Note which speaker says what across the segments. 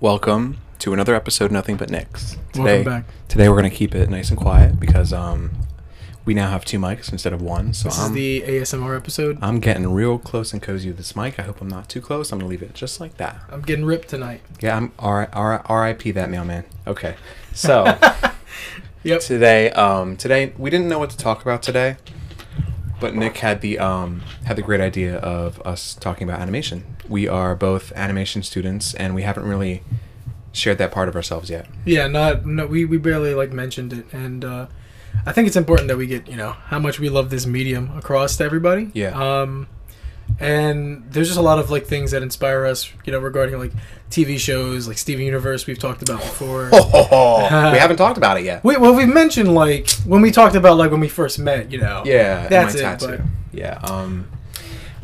Speaker 1: Welcome to another episode of Nothing But Nicks.
Speaker 2: Welcome back.
Speaker 1: Today we're going to keep it nice and quiet because um, we now have two mics instead of one. So
Speaker 2: This
Speaker 1: I'm,
Speaker 2: is the ASMR episode.
Speaker 1: I'm getting real close and cozy with this mic. I hope I'm not too close. I'm going to leave it just like that.
Speaker 2: I'm getting ripped tonight.
Speaker 1: Yeah, I'm R- R- RIP that mailman. Okay. So
Speaker 2: Yep.
Speaker 1: today um, today we didn't know what to talk about today. But Nick had the um, had the great idea of us talking about animation. We are both animation students and we haven't really shared that part of ourselves yet.
Speaker 2: Yeah, not no we, we barely like mentioned it and uh I think it's important that we get, you know, how much we love this medium across to everybody.
Speaker 1: Yeah.
Speaker 2: Um and there's just a lot of like things that inspire us, you know, regarding like TV shows, like Steven Universe we've talked about before.
Speaker 1: Oh, we haven't talked about it yet.
Speaker 2: Wait, well we've mentioned like when we talked about like when we first met, you know.
Speaker 1: Yeah, and
Speaker 2: That's
Speaker 1: my
Speaker 2: it,
Speaker 1: tattoo.
Speaker 2: but-
Speaker 1: Yeah, um,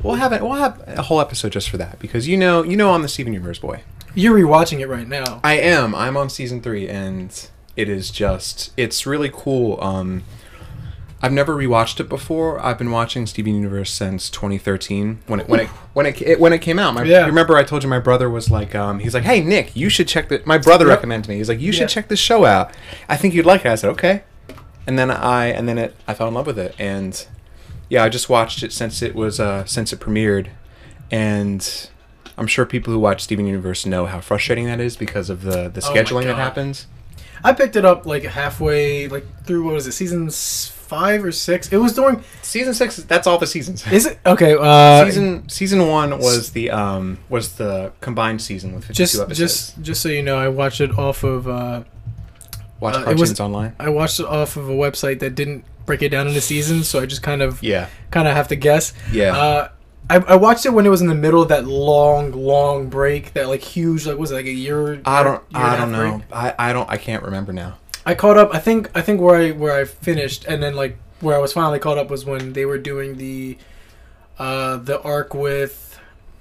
Speaker 1: we'll have it. We'll have a whole episode just for that because you know, you know, I'm the Steven Universe boy.
Speaker 2: You're rewatching it right now.
Speaker 1: I am. I'm on season three, and it is just. It's really cool. Um, I've never rewatched it before. I've been watching Steven Universe since 2013 when it when it when it, it when it came out. My,
Speaker 2: Yeah.
Speaker 1: you Remember, I told you my brother was like, um, he's like, hey Nick, you should check the. My brother
Speaker 2: Yep.
Speaker 1: recommended me. He's like, you
Speaker 2: Yeah.
Speaker 1: should check this show out. I think you'd like it. I said, okay. And then I and then it I fell in love with it and yeah I just watched it since it was uh, since it premiered and I'm sure people who watch Steven Universe know how frustrating that is because of the the
Speaker 2: Oh my
Speaker 1: scheduling that
Speaker 2: God.
Speaker 1: happens.
Speaker 2: I picked it up like halfway like through what was it, season s- five or six? It was during
Speaker 1: Season six, that's all the seasons.
Speaker 2: Is it okay? Uh,
Speaker 1: season season one was the um was the combined season with 52
Speaker 2: just
Speaker 1: episodes.
Speaker 2: just just so you know, I watched it off of uh,
Speaker 1: watch
Speaker 2: uh, it
Speaker 1: cartoons
Speaker 2: was-
Speaker 1: online.
Speaker 2: I watched it off of a website that didn't break it down into seasons, so I just kind of
Speaker 1: Yeah,
Speaker 2: kind of have to guess.
Speaker 1: yeah.
Speaker 2: Uh, I, I watched it when it was in the middle of that long long break, that like huge like what was it, like a year.
Speaker 1: I don't
Speaker 2: year and a
Speaker 1: I don't
Speaker 2: half break?
Speaker 1: know. I, I don't I can't remember now.
Speaker 2: I caught up. I think I think where I where I finished, and then like where I was finally caught up was when they were doing the uh, the arc with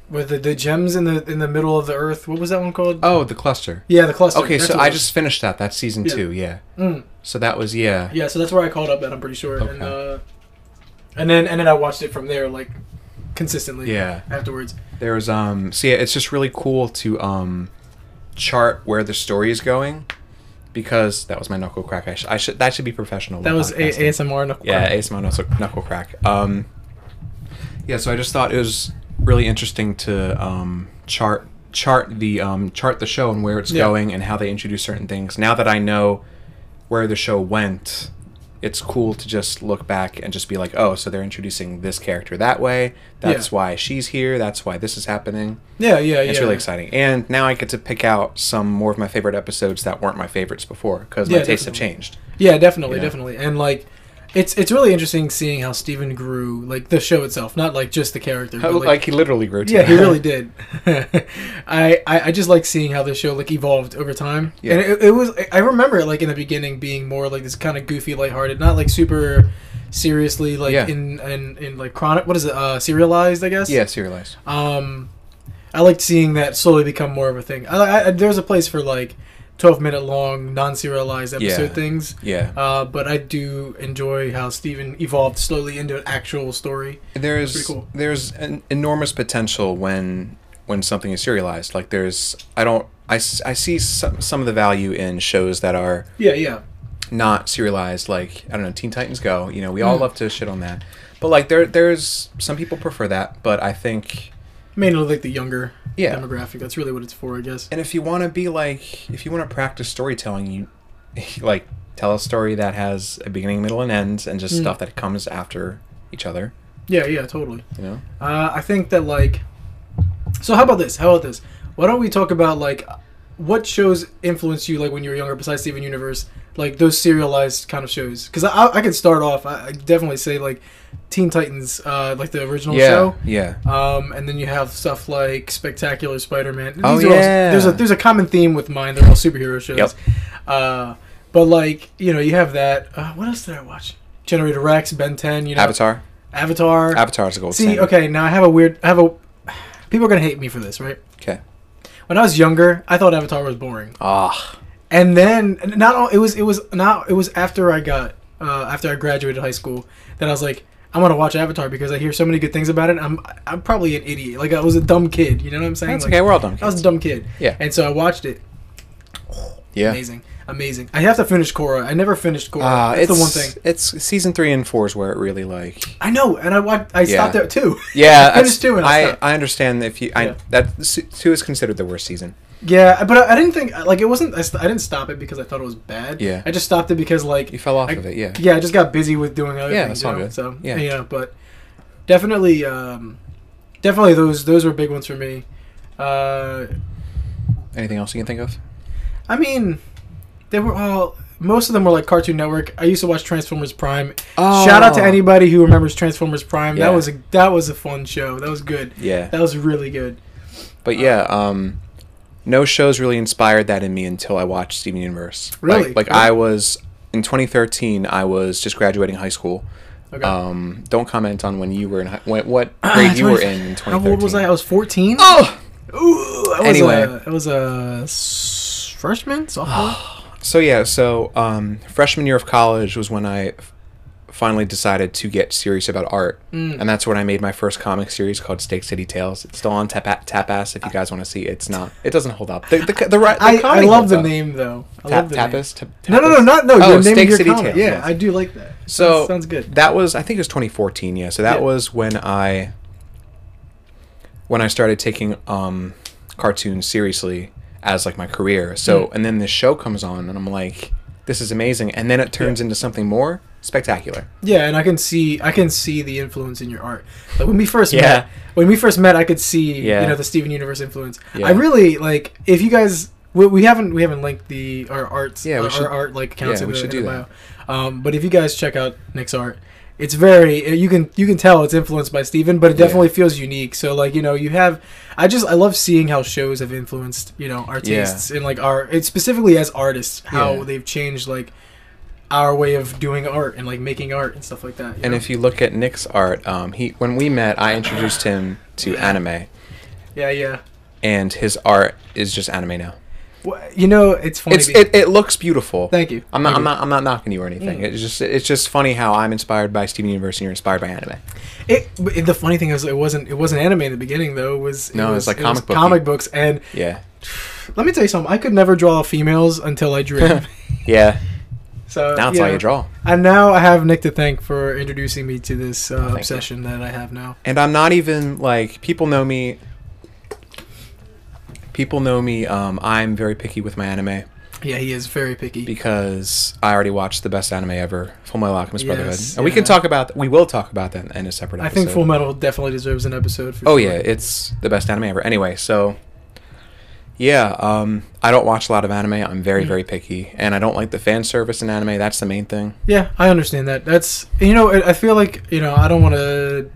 Speaker 2: with the, the gems in the in the middle of the earth. What was that one called?
Speaker 1: Oh, the cluster.
Speaker 2: Yeah, the cluster.
Speaker 1: Okay,
Speaker 2: That's
Speaker 1: so
Speaker 2: what it
Speaker 1: I
Speaker 2: was.
Speaker 1: just finished that. That's season
Speaker 2: Yeah.
Speaker 1: two. Yeah.
Speaker 2: Mm.
Speaker 1: So that was yeah.
Speaker 2: yeah. So that's where I called up at. I'm pretty sure. And,
Speaker 1: Okay.
Speaker 2: uh, and then and then I watched it from there like consistently.
Speaker 1: Yeah.
Speaker 2: Afterwards.
Speaker 1: There was um so yeah, it's just really cool to um chart where the story is going because that was my knuckle crack. I, sh- I should that should be professional.
Speaker 2: That
Speaker 1: with
Speaker 2: was a-
Speaker 1: podcasting.
Speaker 2: ASMR. Knuckle
Speaker 1: Yeah,
Speaker 2: crack.
Speaker 1: ASMR knuckle, knuckle crack. Um Yeah, so I just thought it was really interesting to um chart chart the um chart the show and where it's
Speaker 2: Yeah.
Speaker 1: going and how they introduce certain things. Now that I know where the show went, it's cool to just look back and just be like, "Oh, so they're introducing this character that way. That's
Speaker 2: Yeah.
Speaker 1: why she's here. That's why this is happening."
Speaker 2: yeah. Yeah.
Speaker 1: It's
Speaker 2: yeah.
Speaker 1: really exciting. And now I get to pick out some more of my favorite episodes that weren't my favorites before because my
Speaker 2: Yeah,
Speaker 1: tastes have
Speaker 2: definitely.
Speaker 1: changed.
Speaker 2: Yeah, definitely,
Speaker 1: You know?
Speaker 2: definitely. And like it's it's really interesting seeing how Steven grew, like the show itself, not like just the character.
Speaker 1: Like,
Speaker 2: but, like,
Speaker 1: he literally grew to
Speaker 2: yeah, he
Speaker 1: that.
Speaker 2: really did. I, I I just like seeing how the show like evolved over time.
Speaker 1: Yeah.
Speaker 2: And it, it was I remember it like in the beginning being more like this kind of goofy, lighthearted, not like super seriously like
Speaker 1: Yeah.
Speaker 2: in, in in like chronic what is it, uh serialized, I guess.
Speaker 1: yeah, serialized.
Speaker 2: Um, I liked seeing that slowly become more of a thing. I, I, there's a place for like 12 minute long non serialized episode
Speaker 1: Yeah.
Speaker 2: things.
Speaker 1: Yeah.
Speaker 2: Uh, but I do enjoy how Steven evolved slowly into an actual story.
Speaker 1: there's
Speaker 2: pretty cool.
Speaker 1: there's an enormous potential when when something is serialized. Like there's I don't I, s- I see some, some of the value in shows that are
Speaker 2: Yeah, yeah.
Speaker 1: not serialized like I don't know Teen Titans Go. You know, we all love to shit on that. But like there there's some people prefer that, but I think
Speaker 2: Mainly like the younger
Speaker 1: Yeah.
Speaker 2: demographic. That's really what it's for, I guess.
Speaker 1: and if you want to be like if you want to practice storytelling, you like tell a story that has a beginning, middle and end and just
Speaker 2: Mm.
Speaker 1: stuff that comes after each other,
Speaker 2: Yeah, yeah, totally.
Speaker 1: you know?
Speaker 2: Uh, I think that like. So how about this? How about this? Why don't we talk about like what shows influenced you like when you were younger besides Steven Universe, like those serialized kind of shows? Because I, I I could start off. I, I definitely say like Teen Titans, uh, like the original
Speaker 1: yeah.
Speaker 2: show.
Speaker 1: Yeah.
Speaker 2: Um, and then you have stuff like Spectacular Spider-Man.
Speaker 1: Oh,
Speaker 2: These are all-
Speaker 1: yeah.
Speaker 2: there's a there's a common theme with mine. They're all superhero shows.
Speaker 1: Yep.
Speaker 2: Uh, but like you know you have that. Uh, what else did I watch? Generator Rex, Ben 10. You know,
Speaker 1: Avatar.
Speaker 2: Avatar.
Speaker 1: Avatar is a gold
Speaker 2: See,
Speaker 1: standard.
Speaker 2: okay, now I have a weird. I have a. People are gonna hate me for this, right?
Speaker 1: Okay.
Speaker 2: When I was younger, I thought Avatar was boring,
Speaker 1: Ah.
Speaker 2: and then not all. It was it was not it was after I got uh, after I graduated high school that I was like. I want to watch Avatar because I hear so many good things about it. I'm I'm probably an idiot. Like I was a dumb kid. You know what I'm saying?
Speaker 1: That's
Speaker 2: Like,
Speaker 1: okay. We're all done.
Speaker 2: I was a dumb kid.
Speaker 1: Yeah.
Speaker 2: And so I watched it,
Speaker 1: Yeah.
Speaker 2: Amazing. Amazing. I have to finish Korra. I never finished Korra.
Speaker 1: Uh,
Speaker 2: That's
Speaker 1: it's
Speaker 2: the one thing.
Speaker 1: It's season three and four is where it really like.
Speaker 2: I know, and I wa- I
Speaker 1: Yeah.
Speaker 2: stopped there too.
Speaker 1: Yeah,
Speaker 2: I finished two and I,
Speaker 1: I,
Speaker 2: stopped.
Speaker 1: I understand if you I
Speaker 2: Yeah.
Speaker 1: that s- two is considered the worst season.
Speaker 2: Yeah, but I, I didn't think like it wasn't. I, st- I didn't stop it because I thought it was bad.
Speaker 1: Yeah.
Speaker 2: I just stopped it because like
Speaker 1: You fell off
Speaker 2: I-
Speaker 1: of it, yeah.
Speaker 2: yeah, I just got busy with doing other
Speaker 1: Yeah,
Speaker 2: things.
Speaker 1: that's all
Speaker 2: you know,
Speaker 1: good.
Speaker 2: So
Speaker 1: Yeah.
Speaker 2: yeah. but definitely, um, definitely those those were big ones for me. Uh,
Speaker 1: Anything else you can think of?
Speaker 2: I mean, they were all most of them were like Cartoon Network. I used to watch Transformers Prime. Shout
Speaker 1: Ah.
Speaker 2: out to anybody who remembers Transformers Prime.
Speaker 1: Oh. Yeah.
Speaker 2: That was a that was a fun show. That was good.
Speaker 1: Yeah,
Speaker 2: That was really good.
Speaker 1: but yeah, um, no shows really inspired that in me until I watched Steven Universe.
Speaker 2: Really?
Speaker 1: Like, like I was in 2013. I was just graduating high school.
Speaker 2: Okay. Ah,
Speaker 1: Um, don't comment on when you were in high, when, what grade you were in in 2013.
Speaker 2: How old was I? I was fourteen.
Speaker 1: Oh!
Speaker 2: Ooh, I was
Speaker 1: Anyway.
Speaker 2: a, I was a s- freshman, sophomore.
Speaker 1: So yeah, so um, freshman year of college was when I f- finally decided to get serious about art,
Speaker 2: Mm.
Speaker 1: and that's when I made my first comic series called Steak City Tales. It's still on tap tapas if you guys want to see. it. It's not. It doesn't hold up. The the, the, ri- the
Speaker 2: I, I
Speaker 1: comedy
Speaker 2: love
Speaker 1: holds
Speaker 2: the
Speaker 1: up.
Speaker 2: name though. I
Speaker 1: Ta-
Speaker 2: love the name.
Speaker 1: tapas. Ta-
Speaker 2: No, no, no,
Speaker 1: tapas?
Speaker 2: not no.
Speaker 1: Oh,
Speaker 2: your name
Speaker 1: Steak
Speaker 2: of your
Speaker 1: City
Speaker 2: comic.
Speaker 1: Tales,
Speaker 2: Yeah,
Speaker 1: yes.
Speaker 2: I do like that. That
Speaker 1: So
Speaker 2: sounds good.
Speaker 1: That was I think it was 2014. Yeah. So that
Speaker 2: Yeah.
Speaker 1: was when I when I started taking um cartoons seriously as like my career. So
Speaker 2: Hmm.
Speaker 1: and then this show comes on and I'm like this is amazing and then it turns into something more spectacular.
Speaker 2: Yeah, and I can see I can see the influence in your art. Like when we first
Speaker 1: Yeah.
Speaker 2: met, when we first met, I could see
Speaker 1: Yeah.
Speaker 2: you know the Steven Universe influence.
Speaker 1: Yeah.
Speaker 2: I really like if you guys we, we haven't we haven't linked the our arts
Speaker 1: Yeah, we
Speaker 2: our,
Speaker 1: should-
Speaker 2: our art like accounts
Speaker 1: yeah,
Speaker 2: in
Speaker 1: we
Speaker 2: the,
Speaker 1: should do
Speaker 2: in the
Speaker 1: that.
Speaker 2: bio. Um, but if you guys check out Nick's art, it's very eh, you can you can tell it's influenced by Steven, but it
Speaker 1: Yeah.
Speaker 2: definitely feels unique. So like you know you have I just I love seeing how shows have influenced you know our
Speaker 1: Yeah.
Speaker 2: tastes and like our it's specifically as artists how
Speaker 1: Yeah.
Speaker 2: they've changed like our way of doing art and like making art and stuff like that.
Speaker 1: And if you look at Nick's art, um, he when we met, I introduced him to anime,
Speaker 2: yeah, yeah,
Speaker 1: and his art is just anime now.
Speaker 2: well, you know it's funny.
Speaker 1: It's
Speaker 2: be-
Speaker 1: it, it looks beautiful.
Speaker 2: Thank you.
Speaker 1: I'm not
Speaker 2: Thank
Speaker 1: I'm
Speaker 2: you.
Speaker 1: not I'm not knocking you or anything. It's just it's just funny how I'm inspired by Steven Universe and you're inspired by anime.
Speaker 2: It, but the funny thing is, it wasn't it wasn't anime in the beginning though. It was it
Speaker 1: No, it's
Speaker 2: was,
Speaker 1: like
Speaker 2: it was
Speaker 1: comic book-y.
Speaker 2: comic books. And
Speaker 1: Yeah.
Speaker 2: let me tell you something. I could never draw females until I drew. them.
Speaker 1: Yeah.
Speaker 2: so
Speaker 1: Now it's all
Speaker 2: know.
Speaker 1: you draw.
Speaker 2: And now I have Nick to thank for introducing me to this uh,
Speaker 1: you.
Speaker 2: obsession that I have now.
Speaker 1: And I'm not even like people know me. People know me. Um, I'm very picky with my anime
Speaker 2: Yeah, he is very picky.
Speaker 1: because I already watched the best anime ever, Full Metal Alchemist Brotherhood,
Speaker 2: Yes,
Speaker 1: and we can
Speaker 2: yeah.
Speaker 1: talk about we will talk about that in a separate.
Speaker 2: I
Speaker 1: Episode.
Speaker 2: think Full Metal definitely deserves an episode. For
Speaker 1: Oh
Speaker 2: sure.
Speaker 1: yeah, it's the best anime ever. Anyway, so yeah, um, I don't watch a lot of anime. I'm very
Speaker 2: Mm.
Speaker 1: very picky, and I don't like the fan service in anime. That's the main thing.
Speaker 2: Yeah, I understand that. That's you know, I I feel like you know, I don't want to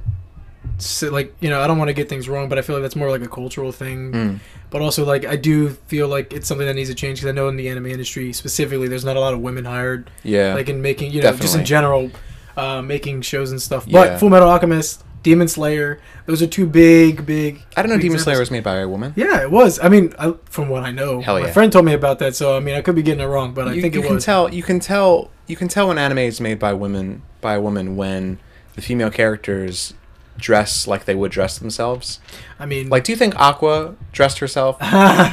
Speaker 2: sit like you know, I don't want to get things wrong, but I feel like that's more like a cultural thing.
Speaker 1: Mm.
Speaker 2: But also, like I do feel like it's something that needs to change because I know in the anime industry specifically, there's not a lot of women hired,
Speaker 1: Yeah,
Speaker 2: like in making you know, just
Speaker 1: Definitely.
Speaker 2: in general, uh, making shows and stuff. But
Speaker 1: Yeah.
Speaker 2: Full Metal Alchemist, Demon Slayer, those are two big, big.
Speaker 1: I don't know.
Speaker 2: big
Speaker 1: Demon
Speaker 2: examples.
Speaker 1: Slayer was made by a woman.
Speaker 2: Yeah, it was. I mean, I, from what I know,
Speaker 1: Hell
Speaker 2: my
Speaker 1: yeah.
Speaker 2: friend told me about that, so I mean, I could be getting it wrong, but I
Speaker 1: you,
Speaker 2: think
Speaker 1: you
Speaker 2: it
Speaker 1: can
Speaker 2: was.
Speaker 1: tell you can tell you can tell when anime is made by women by a woman when the female characters dress like they would dress themselves.
Speaker 2: I mean,
Speaker 1: Like, do you think Aqua dressed herself?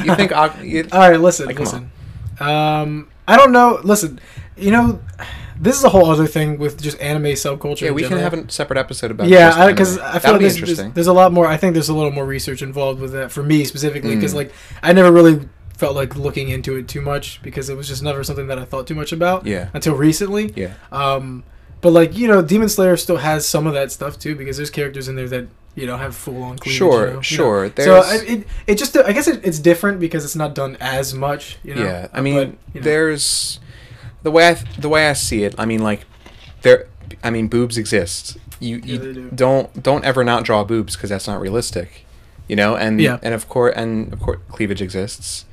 Speaker 1: you think Aqua? You,
Speaker 2: All right, listen,
Speaker 1: Like, come
Speaker 2: listen. Um, I don't know. Listen, you know, this is a whole other thing with just anime subculture.
Speaker 1: yeah,
Speaker 2: in
Speaker 1: we can
Speaker 2: general.
Speaker 1: have a separate episode about. just
Speaker 2: yeah,
Speaker 1: anime.
Speaker 2: because I,
Speaker 1: That would
Speaker 2: feel like
Speaker 1: be
Speaker 2: there's, there's,
Speaker 1: interesting.
Speaker 2: there's a lot more. I think there's a little more research involved with that for me specifically
Speaker 1: Mm.
Speaker 2: because like I never really felt like looking into it too much because it was just never something that I thought too much about.
Speaker 1: Yeah.
Speaker 2: Until recently.
Speaker 1: yeah,
Speaker 2: Um, but like you know, Demon Slayer still has some of that stuff too because there's characters in there that you know have full on.
Speaker 1: Sure,
Speaker 2: you know?
Speaker 1: sure,
Speaker 2: So
Speaker 1: there's-
Speaker 2: I, it it just I guess it, it's different because it's not done as much. You know.
Speaker 1: yeah. I mean,
Speaker 2: But, you know.
Speaker 1: there's the way I th- the way I see it. I mean, like there. I mean, boobs exist. You, you
Speaker 2: they do.
Speaker 1: don't don't ever not draw boobs because that's not realistic, you know. And
Speaker 2: Yeah.
Speaker 1: and of course and of course cleavage exists.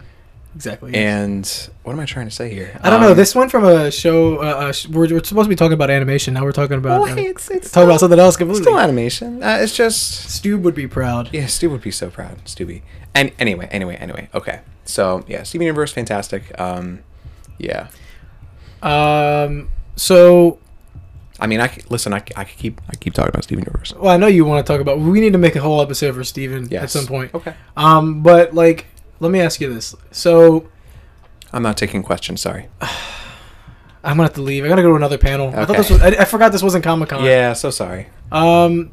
Speaker 2: exactly.
Speaker 1: And what am I trying to say here?
Speaker 2: I don't know.
Speaker 1: Um,
Speaker 2: This one from a show. Uh, uh, sh- we're, we're supposed to be talking about animation. Now we're talking about
Speaker 1: Well,
Speaker 2: uh,
Speaker 1: hey, it's, it's
Speaker 2: talking
Speaker 1: still,
Speaker 2: about something else
Speaker 1: it's
Speaker 2: completely.
Speaker 1: still animation. Uh, it's just
Speaker 2: Stu would be proud.
Speaker 1: yeah. Stu would be so proud. Stubby. And anyway, anyway, anyway. Okay. So yeah, Steven Universe, fantastic. Um, yeah.
Speaker 2: Um, so,
Speaker 1: I mean, I c- listen. I, c- I could keep I keep talking about Steven Universe.
Speaker 2: well, I know you want to talk about. We need to make a whole episode for Steven
Speaker 1: Yes. Oh.
Speaker 2: at some point.
Speaker 1: Okay.
Speaker 2: Um, but like, let me ask you this. So,
Speaker 1: I'm not taking questions. Sorry.
Speaker 2: I'm gonna have to leave. I gotta go to another panel. I thought
Speaker 1: Okay.
Speaker 2: this was. I, I forgot this wasn't Comic Con.
Speaker 1: Yeah, so sorry.
Speaker 2: Um,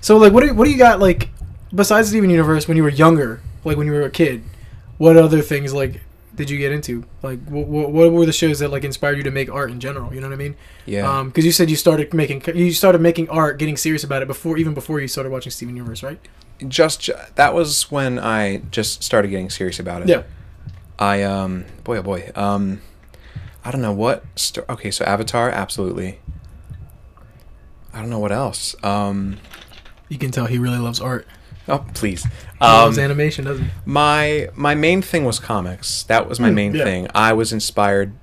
Speaker 2: so like, what do you, what do you got like besides Steven Universe when you were younger, like when you were a kid? What other things like did you get into? Like, what, what, what were the shows that like inspired you to make art in general? You know what I mean?
Speaker 1: Yeah.
Speaker 2: Um, because you said you started making you started making art, getting serious about it before even before you started watching Steven Universe, right?
Speaker 1: just ju- that was when I just started getting serious about it.
Speaker 2: Yeah.
Speaker 1: I um boy oh boy um I don't know what sto- okay so Avatar absolutely. I don't know what else. Um
Speaker 2: You can tell he really loves art.
Speaker 1: oh please.
Speaker 2: He
Speaker 1: Um,
Speaker 2: loves animation, doesn't he?
Speaker 1: my my main thing was comics. That was my
Speaker 2: Mm,
Speaker 1: main
Speaker 2: yeah.
Speaker 1: thing. I was inspired.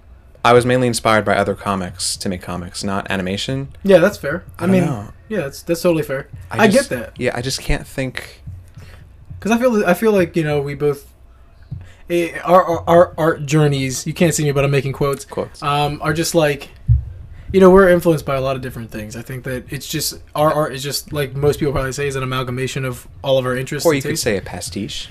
Speaker 1: I was mainly inspired by other comics to make comics, not animation.
Speaker 2: Yeah, that's fair. I,
Speaker 1: don't
Speaker 2: mean,
Speaker 1: know.
Speaker 2: yeah, that's that's totally fair. I,
Speaker 1: just-
Speaker 2: get that.
Speaker 1: Yeah, I just can't think.
Speaker 2: Because I feel I feel like you know we both eh, our, our our art journeys. You can't see me, but I'm making quotes.
Speaker 1: Quotes.
Speaker 2: Um, are just like you know we're influenced by a lot of different things. I think that it's just our art is just like most people probably say is an amalgamation of all of our interests.
Speaker 1: Or
Speaker 2: and
Speaker 1: you could
Speaker 2: tastes.
Speaker 1: say a pastiche.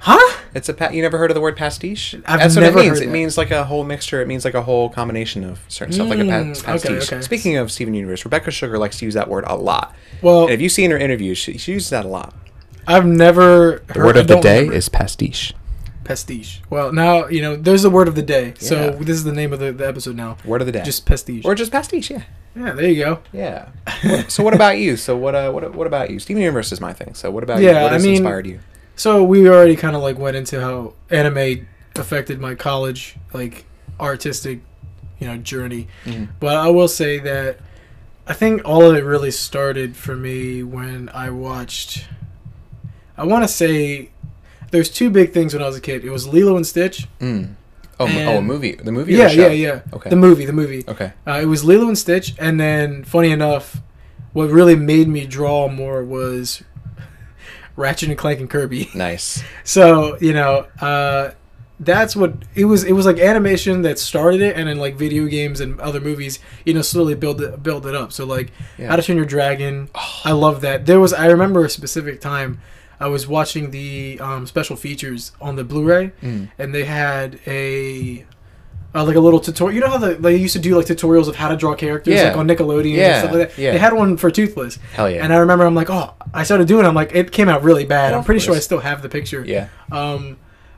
Speaker 2: huh?
Speaker 1: It's a pa- you never heard of the word pastiche?
Speaker 2: I've
Speaker 1: That's
Speaker 2: never
Speaker 1: what it
Speaker 2: heard
Speaker 1: means.
Speaker 2: that.
Speaker 1: It means like a whole mixture. It means like a whole combination of certain stuff, like a
Speaker 2: Mm,
Speaker 1: pa-
Speaker 2: okay,
Speaker 1: pastiche.
Speaker 2: okay.
Speaker 1: Speaking of Steven Universe, Rebecca Sugar likes to use that word a lot.
Speaker 2: Well,
Speaker 1: and if you see in her interviews, she, she uses that a lot.
Speaker 2: I've never.
Speaker 1: The word of the day
Speaker 2: is.
Speaker 1: is pastiche.
Speaker 2: pastiche. Well, now you know there's the word of the day. So
Speaker 1: Yeah.
Speaker 2: this is the name of the, the episode now.
Speaker 1: Word of the day.
Speaker 2: Just pastiche.
Speaker 1: or just pastiche, yeah.
Speaker 2: yeah, there you go.
Speaker 1: Yeah. What- so what about you? So what uh, what what about you? Steven Universe is my thing. So what about
Speaker 2: Yeah,
Speaker 1: you? What
Speaker 2: I
Speaker 1: has
Speaker 2: mean-
Speaker 1: inspired you?
Speaker 2: So we already kind of like went into how anime affected my college like artistic, you know, journey.
Speaker 1: Mhm.
Speaker 2: But I will say that I think all of it really started for me when I watched. I want to say there's two big things when I was a kid. It was Lilo and Stitch.
Speaker 1: Mm. Oh, m- oh, a
Speaker 2: And-
Speaker 1: movie. The movie. or
Speaker 2: Yeah,
Speaker 1: the show?
Speaker 2: yeah, yeah.
Speaker 1: Okay.
Speaker 2: The movie, the movie.
Speaker 1: Okay.
Speaker 2: Uh, it was Lilo and Stitch, and then funny enough, what really made me draw more was Ratchet and Clank and Kirby.
Speaker 1: Nice.
Speaker 2: so you know, uh, that's what it was. It was like animation that started it, and then like video games and other movies, you know, slowly build it, build it up. So like
Speaker 1: Yeah. Oh.
Speaker 2: How to Train Your Dragon, I love that. There was I remember a specific time. I was watching the um, special features on the Blu-ray,
Speaker 1: Mm.
Speaker 2: and they had a uh, like a little tutorial. You know how the, they used to do like tutorials of how to draw characters,
Speaker 1: Yeah.
Speaker 2: like on Nickelodeon
Speaker 1: Yeah,
Speaker 2: and stuff like that.
Speaker 1: yeah.
Speaker 2: They had one for Toothless,
Speaker 1: Hell yeah.
Speaker 2: and I remember I'm like, oh, I started doing. it. I'm like, it came out really bad.
Speaker 1: Well,
Speaker 2: I'm pretty
Speaker 1: of
Speaker 2: sure I
Speaker 1: course.
Speaker 2: still have the picture.
Speaker 1: yeah.
Speaker 2: Um,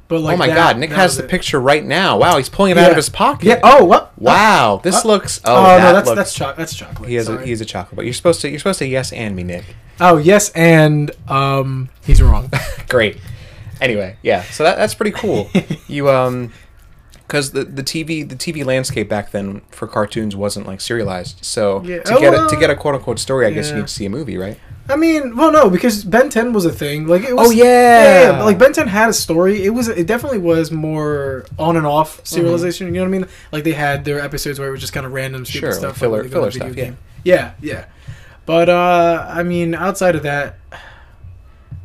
Speaker 2: but like,
Speaker 1: oh my
Speaker 2: that-
Speaker 1: God! Nick
Speaker 2: that
Speaker 1: has
Speaker 2: was
Speaker 1: the
Speaker 2: it.
Speaker 1: picture right now. Wow, he's pulling it out
Speaker 2: Yeah.
Speaker 1: of his pocket.
Speaker 2: Yeah. Oh, what?
Speaker 1: Wow, this
Speaker 2: Uh,
Speaker 1: looks. Oh,
Speaker 2: Oh,
Speaker 1: that
Speaker 2: no, that's
Speaker 1: looks.
Speaker 2: that's choc that's chocolate.
Speaker 1: he has a
Speaker 2: Sorry.
Speaker 1: he has a chocolate. But you're supposed to you're supposed to yes and me, Nick.
Speaker 2: oh yes, and um, he's wrong.
Speaker 1: Great. Anyway, yeah. So that, that's pretty cool. you um, because the the TV the TV landscape back then for cartoons wasn't like serialized. So
Speaker 2: Yeah.
Speaker 1: to get a,
Speaker 2: Oh,
Speaker 1: to get a quote unquote story, I guess you
Speaker 2: yeah.
Speaker 1: need to see a movie, right?
Speaker 2: I mean, well, no, because Ben Ten was a thing. Like it was.
Speaker 1: Oh, yeah.
Speaker 2: but, like Ben Ten had a story. It was. It definitely was more on and
Speaker 1: Mm-hmm.
Speaker 2: off serialization. You know what I mean? Like they had their episodes where it was just kind of random stupid
Speaker 1: Sure,
Speaker 2: stuff,
Speaker 1: filler-
Speaker 2: like, they go to
Speaker 1: filler
Speaker 2: the video
Speaker 1: stuff, yeah.
Speaker 2: game. Yeah, yeah. But uh, I mean, outside of that,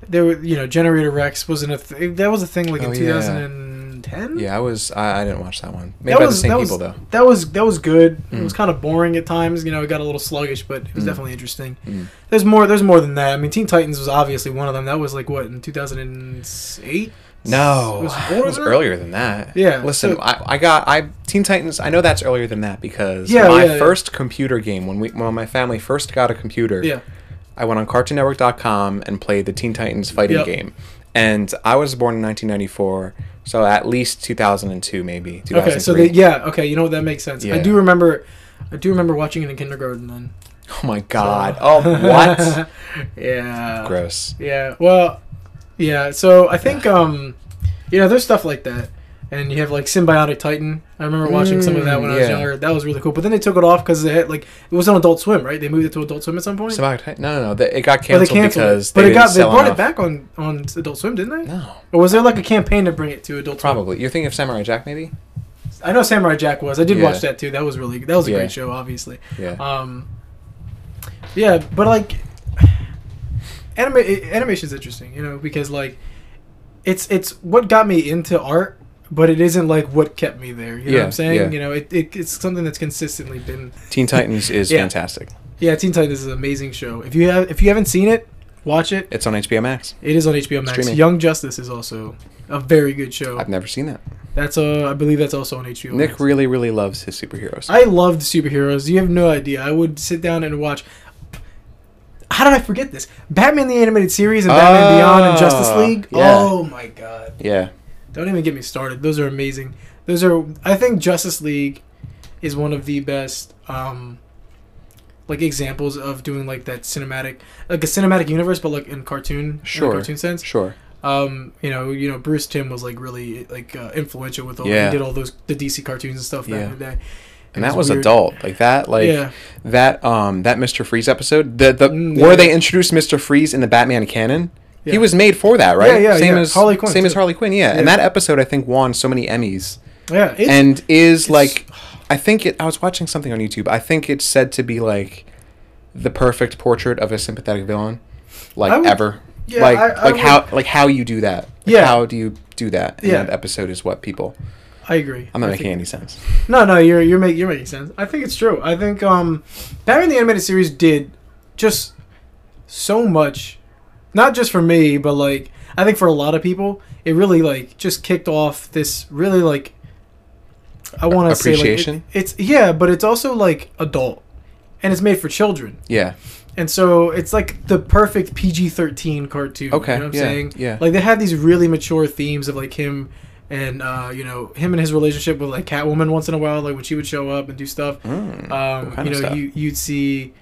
Speaker 2: there were you know Generator Rex wasn't a th- that was a thing like
Speaker 1: Oh,
Speaker 2: in
Speaker 1: yeah.
Speaker 2: 2010.
Speaker 1: Yeah, I was I, I didn't watch that one. Made by the same
Speaker 2: that
Speaker 1: people
Speaker 2: was,
Speaker 1: though.
Speaker 2: That was that was good. It
Speaker 1: Mm.
Speaker 2: was kind of boring at times. You know, it got a little sluggish, but it was
Speaker 1: Hmm.
Speaker 2: definitely interesting.
Speaker 1: Mm.
Speaker 2: There's more. There's more than that. I mean, Teen Titans was obviously one of them. That was like what in 2008.
Speaker 1: No,
Speaker 2: It was,
Speaker 1: it was
Speaker 2: earlier.
Speaker 1: earlier than that.
Speaker 2: Yeah,
Speaker 1: Listen,
Speaker 2: so-
Speaker 1: I, I got I Teen Titans. I know that's earlier than that because
Speaker 2: Yeah,
Speaker 1: my
Speaker 2: yeah, yeah.
Speaker 1: first computer game when we when my family first got a computer.
Speaker 2: Yeah.
Speaker 1: I went on CartoonNetwork.com and played the Teen Titans fighting
Speaker 2: Yep.
Speaker 1: game, and I was born in 1994, so at least 2002 maybe. 2003.
Speaker 2: Okay. So they, yeah. Okay. You know what? That makes sense. I
Speaker 1: Yeah.
Speaker 2: do remember. I do remember watching it in kindergarten then.
Speaker 1: Oh my God! Oh what?
Speaker 2: yeah.
Speaker 1: Gross.
Speaker 2: Yeah. Well. Yeah. So I think um, you know, there's stuff like that, and you have like Symbiotic Titan. I remember watching some of that when I was
Speaker 1: Mm, yeah.
Speaker 2: younger. That was really cool. But then they took it off because they had like it was on Adult Swim, right? They moved it to Adult Swim at some point.
Speaker 1: Somebody, no, no, no. They, it got
Speaker 2: But they
Speaker 1: canceled,
Speaker 2: canceled
Speaker 1: because
Speaker 2: it. But
Speaker 1: they
Speaker 2: it got
Speaker 1: didn't
Speaker 2: they
Speaker 1: sell
Speaker 2: brought it
Speaker 1: enough.
Speaker 2: back on on Adult Swim, didn't they?
Speaker 1: No,
Speaker 2: Or was there like a campaign to bring it to Adult Swim?
Speaker 1: probably. You're thinking of Samurai Jack, maybe?
Speaker 2: I know Samurai Jack was. I did
Speaker 1: Yeah.
Speaker 2: watch that too. That was really that was a
Speaker 1: Yeah.
Speaker 2: great show, obviously.
Speaker 1: Yeah.
Speaker 2: Um, yeah, but like, anime animation's interesting, you know, because like, it's it's what got me into art, but it isn't like what kept me there. You know what
Speaker 1: Yeah,
Speaker 2: I'm saying?
Speaker 1: yeah.
Speaker 2: You know, it, it it's something that's consistently been.
Speaker 1: Teen Titans is
Speaker 2: Yeah.
Speaker 1: fantastic.
Speaker 2: Yeah, Teen Titans is an amazing show. If you have if you haven't seen it, Watch it.
Speaker 1: It's on HBO Max.
Speaker 2: It is on HBO Max.
Speaker 1: Streaming.
Speaker 2: Young Justice is also a very good show.
Speaker 1: I've never seen that.
Speaker 2: That's uh, I believe that's also on HBO.
Speaker 1: Nick
Speaker 2: Max.
Speaker 1: really, really loves his superheroes.
Speaker 2: I loved superheroes. You have no idea. I would sit down and watch. How did I forget this? Batman the Animated Series and Batman Beyond and Justice
Speaker 1: Ah,
Speaker 2: League.
Speaker 1: yeah.
Speaker 2: Oh my god!
Speaker 1: yeah.
Speaker 2: Don't even get me started. Those are amazing. Those are. I think Justice League is one of the best, um, like examples of doing like that cinematic, like a cinematic universe, but like in cartoon,
Speaker 1: Sure.
Speaker 2: in a cartoon sense.
Speaker 1: Sure.
Speaker 2: Um, you know, you know, Bruce Tim was like really like uh, influential with all.
Speaker 1: Yeah.
Speaker 2: He did all those the DC cartoons and stuff back
Speaker 1: Yeah.
Speaker 2: in the day.
Speaker 1: And
Speaker 2: It
Speaker 1: that was
Speaker 2: weird.
Speaker 1: adult. Like that. Like
Speaker 2: yeah.
Speaker 1: that. Um. That Mister Freeze episode. The the
Speaker 2: Mm,
Speaker 1: where
Speaker 2: yeah.
Speaker 1: they introduced Mister Freeze in the Batman canon. He
Speaker 2: Yeah.
Speaker 1: was made for that, right?
Speaker 2: Yeah, yeah,
Speaker 1: Same
Speaker 2: yeah.
Speaker 1: as
Speaker 2: Harley Quinn,
Speaker 1: Same as
Speaker 2: too.
Speaker 1: Harley Quinn. Yeah. And
Speaker 2: Yeah.
Speaker 1: that episode, I think, won so many Emmys.
Speaker 2: Yeah. It's,
Speaker 1: and is
Speaker 2: it's-
Speaker 1: like i think it i was watching something on youtube i think it's said to be like the perfect portrait of a sympathetic villain
Speaker 2: I
Speaker 1: like
Speaker 2: would-
Speaker 1: ever
Speaker 2: yeah,
Speaker 1: like
Speaker 2: I- I
Speaker 1: like
Speaker 2: would-
Speaker 1: how like how you do that Like,
Speaker 2: Yeah.
Speaker 1: how do you do that and
Speaker 2: Yeah.
Speaker 1: that episode is what people
Speaker 2: I agree.
Speaker 1: i'm not
Speaker 2: I
Speaker 1: making
Speaker 2: think-
Speaker 1: any sense
Speaker 2: No, no, you're you're making you're making sense. I think it's true. I think um, Batman the Animated Series did just so much, not just for me, but like I think for a lot of people, it really like just kicked off this really like I want to say like, it-
Speaker 1: Appreciation?
Speaker 2: it's yeah, but it's also like adult, and it's made for children,
Speaker 1: yeah
Speaker 2: and so it's like the perfect PG thirteen cartoon.
Speaker 1: Okay,
Speaker 2: you know what I'm
Speaker 1: yeah,
Speaker 2: saying?
Speaker 1: yeah.
Speaker 2: like they had these really mature themes of like him and uh, you know him and his relationship with like Catwoman once in a while, like when she would show up and do stuff.
Speaker 1: Mm,
Speaker 2: Um,
Speaker 1: kind
Speaker 2: you
Speaker 1: of
Speaker 2: know,
Speaker 1: stuff?
Speaker 2: you you'd see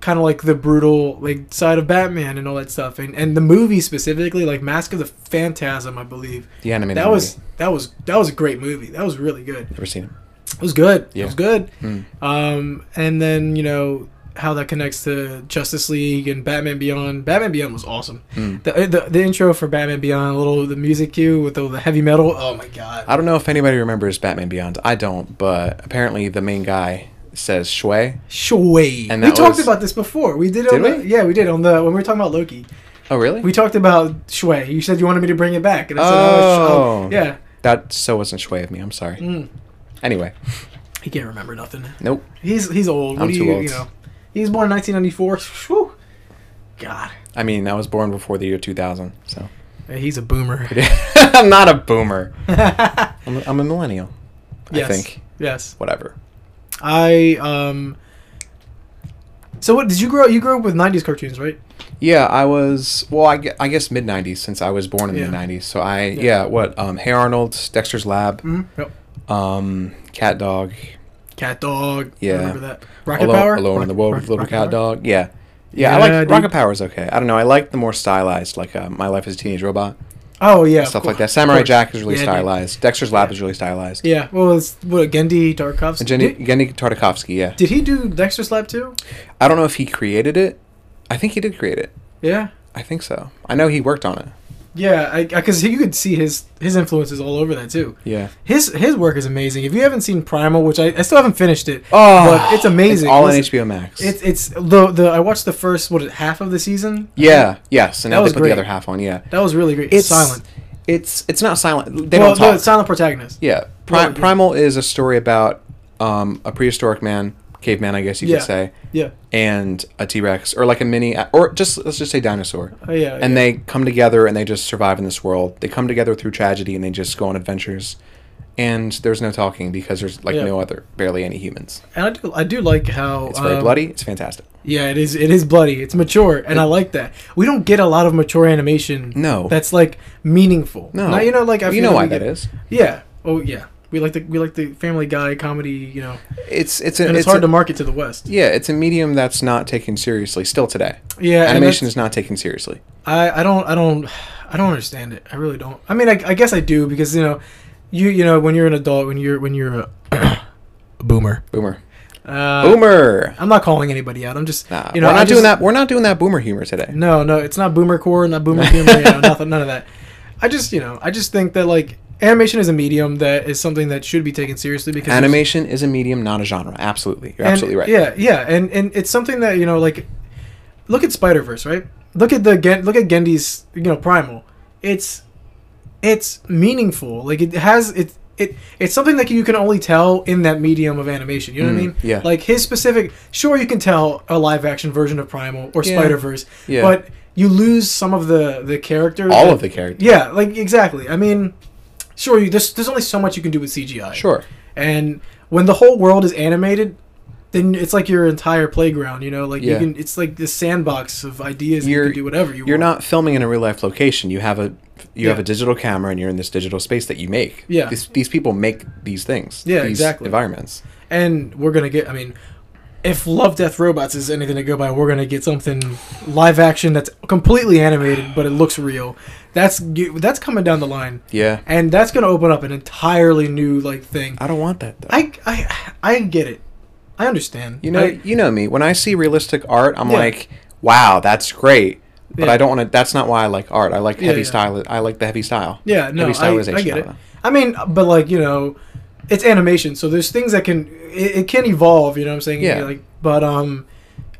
Speaker 2: kind of like the brutal like side of Batman and all that stuff, and and the movie specifically, like Mask of the Phantasm, I believe
Speaker 1: the animated
Speaker 2: that
Speaker 1: movie.
Speaker 2: was that was that was a great movie. That was really good.
Speaker 1: never seen it
Speaker 2: It was good.
Speaker 1: Yeah.
Speaker 2: It was good.
Speaker 1: Mm.
Speaker 2: Um, and then you know how that connects to Justice League and Batman Beyond. Batman Beyond was awesome.
Speaker 1: Mm.
Speaker 2: The, the the intro for Batman Beyond, a little the music cue with all the heavy metal. Oh my god.
Speaker 1: i don't know if anybody remembers batman beyond i don't but apparently the main guy says shui
Speaker 2: Shway.
Speaker 1: And
Speaker 2: we
Speaker 1: that
Speaker 2: talked
Speaker 1: was-
Speaker 2: about this before. We did.
Speaker 1: Did
Speaker 2: on the-
Speaker 1: we?
Speaker 2: Yeah, we did on the when we were talking about Loki.
Speaker 1: oh really
Speaker 2: We talked about Shway. You said you wanted me to bring it back, and I said,
Speaker 1: Oh.
Speaker 2: "Oh, sh- oh yeah."
Speaker 1: that so wasn't shui of me i'm sorry
Speaker 2: Mm.
Speaker 1: anyway
Speaker 2: He can't remember nothing.
Speaker 1: nope
Speaker 2: He's he's old. What
Speaker 1: I'm
Speaker 2: do
Speaker 1: too
Speaker 2: you
Speaker 1: old.
Speaker 2: you know? He was born in 1994. Whew. God,
Speaker 1: i mean i was born before the year 2000 so
Speaker 2: he's a boomer.
Speaker 1: I'm not a boomer. I'm a, I'm a millennial.
Speaker 2: Yes.
Speaker 1: I think.
Speaker 2: yes.
Speaker 1: Whatever.
Speaker 2: I um. So what did you grow? You grew up with '90s cartoons, right?
Speaker 1: Yeah, I was. Well, I, gue- I guess mid '90s since I was born in
Speaker 2: Yeah.
Speaker 1: the '90s. So I yeah,
Speaker 2: Yeah.
Speaker 1: what um, Hey Arnold, Dexter's Lab,
Speaker 2: Mm-hmm. Yep.
Speaker 1: um, Cat Dog,
Speaker 2: Cat Dog.
Speaker 1: Yeah.
Speaker 2: I remember that. Rocket
Speaker 1: Alone,
Speaker 2: Power.
Speaker 1: Alone in the
Speaker 2: Rocket-
Speaker 1: World
Speaker 2: Rocket-
Speaker 1: with Little
Speaker 2: Rocket
Speaker 1: Cat
Speaker 2: Power?
Speaker 1: Dog. Yeah. Yeah, I
Speaker 2: Yeah,
Speaker 1: like
Speaker 2: dude.
Speaker 1: Rocket Power's okay. I don't know. I like the more stylized, like uh, My Life as a Teenage Robot,
Speaker 2: Oh yeah. of
Speaker 1: stuff
Speaker 2: course.
Speaker 1: like that. Samurai
Speaker 2: Of course.
Speaker 1: Jack is really
Speaker 2: Yeah, dude.
Speaker 1: stylized. Dexter's Lab
Speaker 2: Yeah.
Speaker 1: is really stylized.
Speaker 2: Yeah. Well, it's what Gendy Darkovs.
Speaker 1: And Jenny,
Speaker 2: Did,
Speaker 1: Gendy Tartakovsky, yeah.
Speaker 2: did he do Dexter's Lab too?
Speaker 1: I don't know if he created it. I think he did create it.
Speaker 2: Yeah.
Speaker 1: I think so. I know he worked on it.
Speaker 2: Yeah. I because you could see his his influences all over that too.
Speaker 1: Yeah.
Speaker 2: His his work is amazing. If you haven't seen Primal, which I, I still haven't finished it,
Speaker 1: Oh,
Speaker 2: but it's amazing.
Speaker 1: all
Speaker 2: Listen,
Speaker 1: on HBO Max.
Speaker 2: It's it's the the I watched the first what half of the season.
Speaker 1: yeah, yes, and
Speaker 2: That
Speaker 1: now they
Speaker 2: was
Speaker 1: put
Speaker 2: great.
Speaker 1: the other half on. Yeah,
Speaker 2: That was really great.
Speaker 1: it's
Speaker 2: It's silent.
Speaker 1: It's it's not silent. They
Speaker 2: well,
Speaker 1: don't talk.
Speaker 2: no, it's silent protagonist.
Speaker 1: yeah,
Speaker 2: No,
Speaker 1: Pri-
Speaker 2: it-
Speaker 1: Primal is a story about um, a prehistoric man, caveman, I guess you
Speaker 2: Yeah.
Speaker 1: could say,
Speaker 2: Yeah.
Speaker 1: and a T Rex, or like a mini, or just let's just say dinosaur.
Speaker 2: Oh, yeah.
Speaker 1: And they come together and they just survive in this world. They come together through tragedy and they just go on adventures. And there's no talking because there's like
Speaker 2: Yeah.
Speaker 1: no other, barely any humans.
Speaker 2: and I do I do like how
Speaker 1: It's very
Speaker 2: um,
Speaker 1: bloody. It's fantastic.
Speaker 2: Yeah, it is it is bloody. It's mature, and I like that. We don't get a lot of mature animation.
Speaker 1: No.
Speaker 2: That's like meaningful.
Speaker 1: No,
Speaker 2: Now, you know like I
Speaker 1: you
Speaker 2: feel
Speaker 1: know
Speaker 2: like
Speaker 1: why
Speaker 2: we
Speaker 1: that
Speaker 2: get-
Speaker 1: is.
Speaker 2: Yeah. Oh yeah. We like the we like the Family Guy comedy. You know,
Speaker 1: It's it's a,
Speaker 2: and it's,
Speaker 1: a-
Speaker 2: hard to market to the West.
Speaker 1: Yeah, it's a medium that's not taken seriously still today.
Speaker 2: Yeah. and
Speaker 1: Animation
Speaker 2: that's-
Speaker 1: is not taken seriously.
Speaker 2: I I don't I don't I don't understand it. I really don't. I mean I, I guess I do because you know, you you know when you're an adult when you're when you're a, a boomer.
Speaker 1: Boomer.
Speaker 2: Uh,
Speaker 1: Boomer.
Speaker 2: I'm not calling anybody out. I'm just
Speaker 1: Nah,
Speaker 2: you know
Speaker 1: we're
Speaker 2: I
Speaker 1: not
Speaker 2: just-
Speaker 1: doing that. We're not doing that boomer humor today.
Speaker 2: No, no, it's not boomer core, not boomer humor, you know, nothing, none of that. I just, you know, I just think that like animation is a medium that is something that should be taken seriously because there's-
Speaker 1: Animation is a medium, not a genre. Absolutely, you're
Speaker 2: and-
Speaker 1: absolutely right.
Speaker 2: Yeah, yeah, and and it's something that you know, like, look at Spider Verse, right? Look at the Gen- look at Gendy's, you know, Primal. It's it's meaningful. Like it has it. it it's something that you can only tell in that medium of animation. You know what I
Speaker 1: Mm,
Speaker 2: mean?
Speaker 1: yeah.
Speaker 2: Like his specific. Sure, you can tell a live action version of Primal or
Speaker 1: Yeah.
Speaker 2: Spider Verse,
Speaker 1: Yeah.
Speaker 2: but you lose some of the the character.
Speaker 1: all
Speaker 2: that-
Speaker 1: of the characters.
Speaker 2: Yeah, like exactly. I mean, sure, you there's there's only so much you can do with CGI.
Speaker 1: Sure.
Speaker 2: And when the whole world is animated, then it's like your entire playground. You know, like you
Speaker 1: Yeah.
Speaker 2: can. It's like this sandbox of ideas. and you
Speaker 1: You're-
Speaker 2: can do whatever you.
Speaker 1: You're
Speaker 2: want.
Speaker 1: not filming in a real life location. You have a you have
Speaker 2: Yeah.
Speaker 1: a digital camera and you're in this digital space that you make.
Speaker 2: Yeah.
Speaker 1: These, these people make these things.
Speaker 2: Yeah,
Speaker 1: these
Speaker 2: exactly.
Speaker 1: Environments.
Speaker 2: and we're gonna get. I mean, if Love Death Robots is anything to go by, we're gonna get something live action that's completely animated, but it looks real. That's that's coming down the line,
Speaker 1: Yeah.
Speaker 2: and that's gonna open up an entirely new like thing.
Speaker 1: I don't want that though.
Speaker 2: I I I get it. I understand.
Speaker 1: you know
Speaker 2: I-
Speaker 1: you know me. When I see realistic art, I'm
Speaker 2: Yeah.
Speaker 1: like, wow, that's great. But
Speaker 2: Yeah.
Speaker 1: I don't want to. That's not why I like art. I like
Speaker 2: Yeah,
Speaker 1: heavy
Speaker 2: yeah.
Speaker 1: style. I like the heavy style.
Speaker 2: yeah, no,
Speaker 1: heavy
Speaker 2: I, I get
Speaker 1: don't
Speaker 2: it.
Speaker 1: know.
Speaker 2: I mean, but like you know, it's animation, so there's things that can it, it can evolve. You know what I'm saying?
Speaker 1: Yeah.
Speaker 2: Like, but um,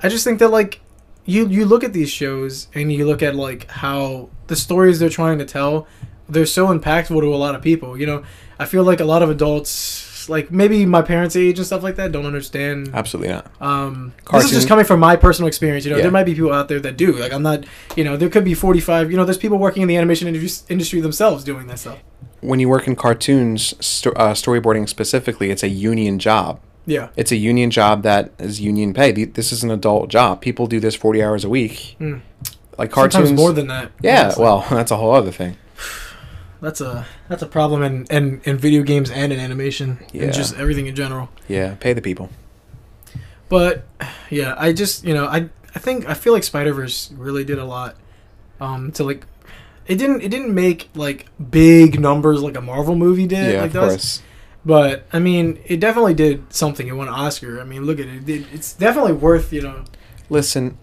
Speaker 2: I just think that like you you look at these shows and you look at like how the stories they're trying to tell, they're so impactful to a lot of people. You know, I feel like a lot of adults, like maybe my parents' age and stuff like that, don't understand
Speaker 1: Absolutely not.
Speaker 2: um, This is
Speaker 1: Cartoon-
Speaker 2: just coming from my personal experience. You know,
Speaker 1: Yeah.
Speaker 2: there might be people out there that do. Like, I'm not. You know, there could be 45. You know, there's people working in the animation indus- industry themselves doing that stuff.
Speaker 1: When you work in cartoons, sto- uh, storyboarding specifically, it's a union job.
Speaker 2: Yeah.
Speaker 1: It's a union job that is union pay. Th- This is an adult job. People do this 40 hours a week.
Speaker 2: Mm.
Speaker 1: Like cartoons.
Speaker 2: Sometimes more than that.
Speaker 1: yeah,
Speaker 2: honestly.
Speaker 1: well, that's a whole other thing.
Speaker 2: that's a that's a problem in in, in video games and in animation
Speaker 1: Yeah.
Speaker 2: and just everything in general.
Speaker 1: Yeah, pay the people.
Speaker 2: But yeah, I just you know I I think I feel like Spider Verse really did a lot um, to like. It didn't. It didn't make like big numbers like a Marvel movie did.
Speaker 1: yeah,
Speaker 2: like
Speaker 1: of
Speaker 2: does.
Speaker 1: course.
Speaker 2: But I mean, it definitely did something. It won an Oscar. I mean, look at it. it it's definitely worth you know.
Speaker 1: Listen,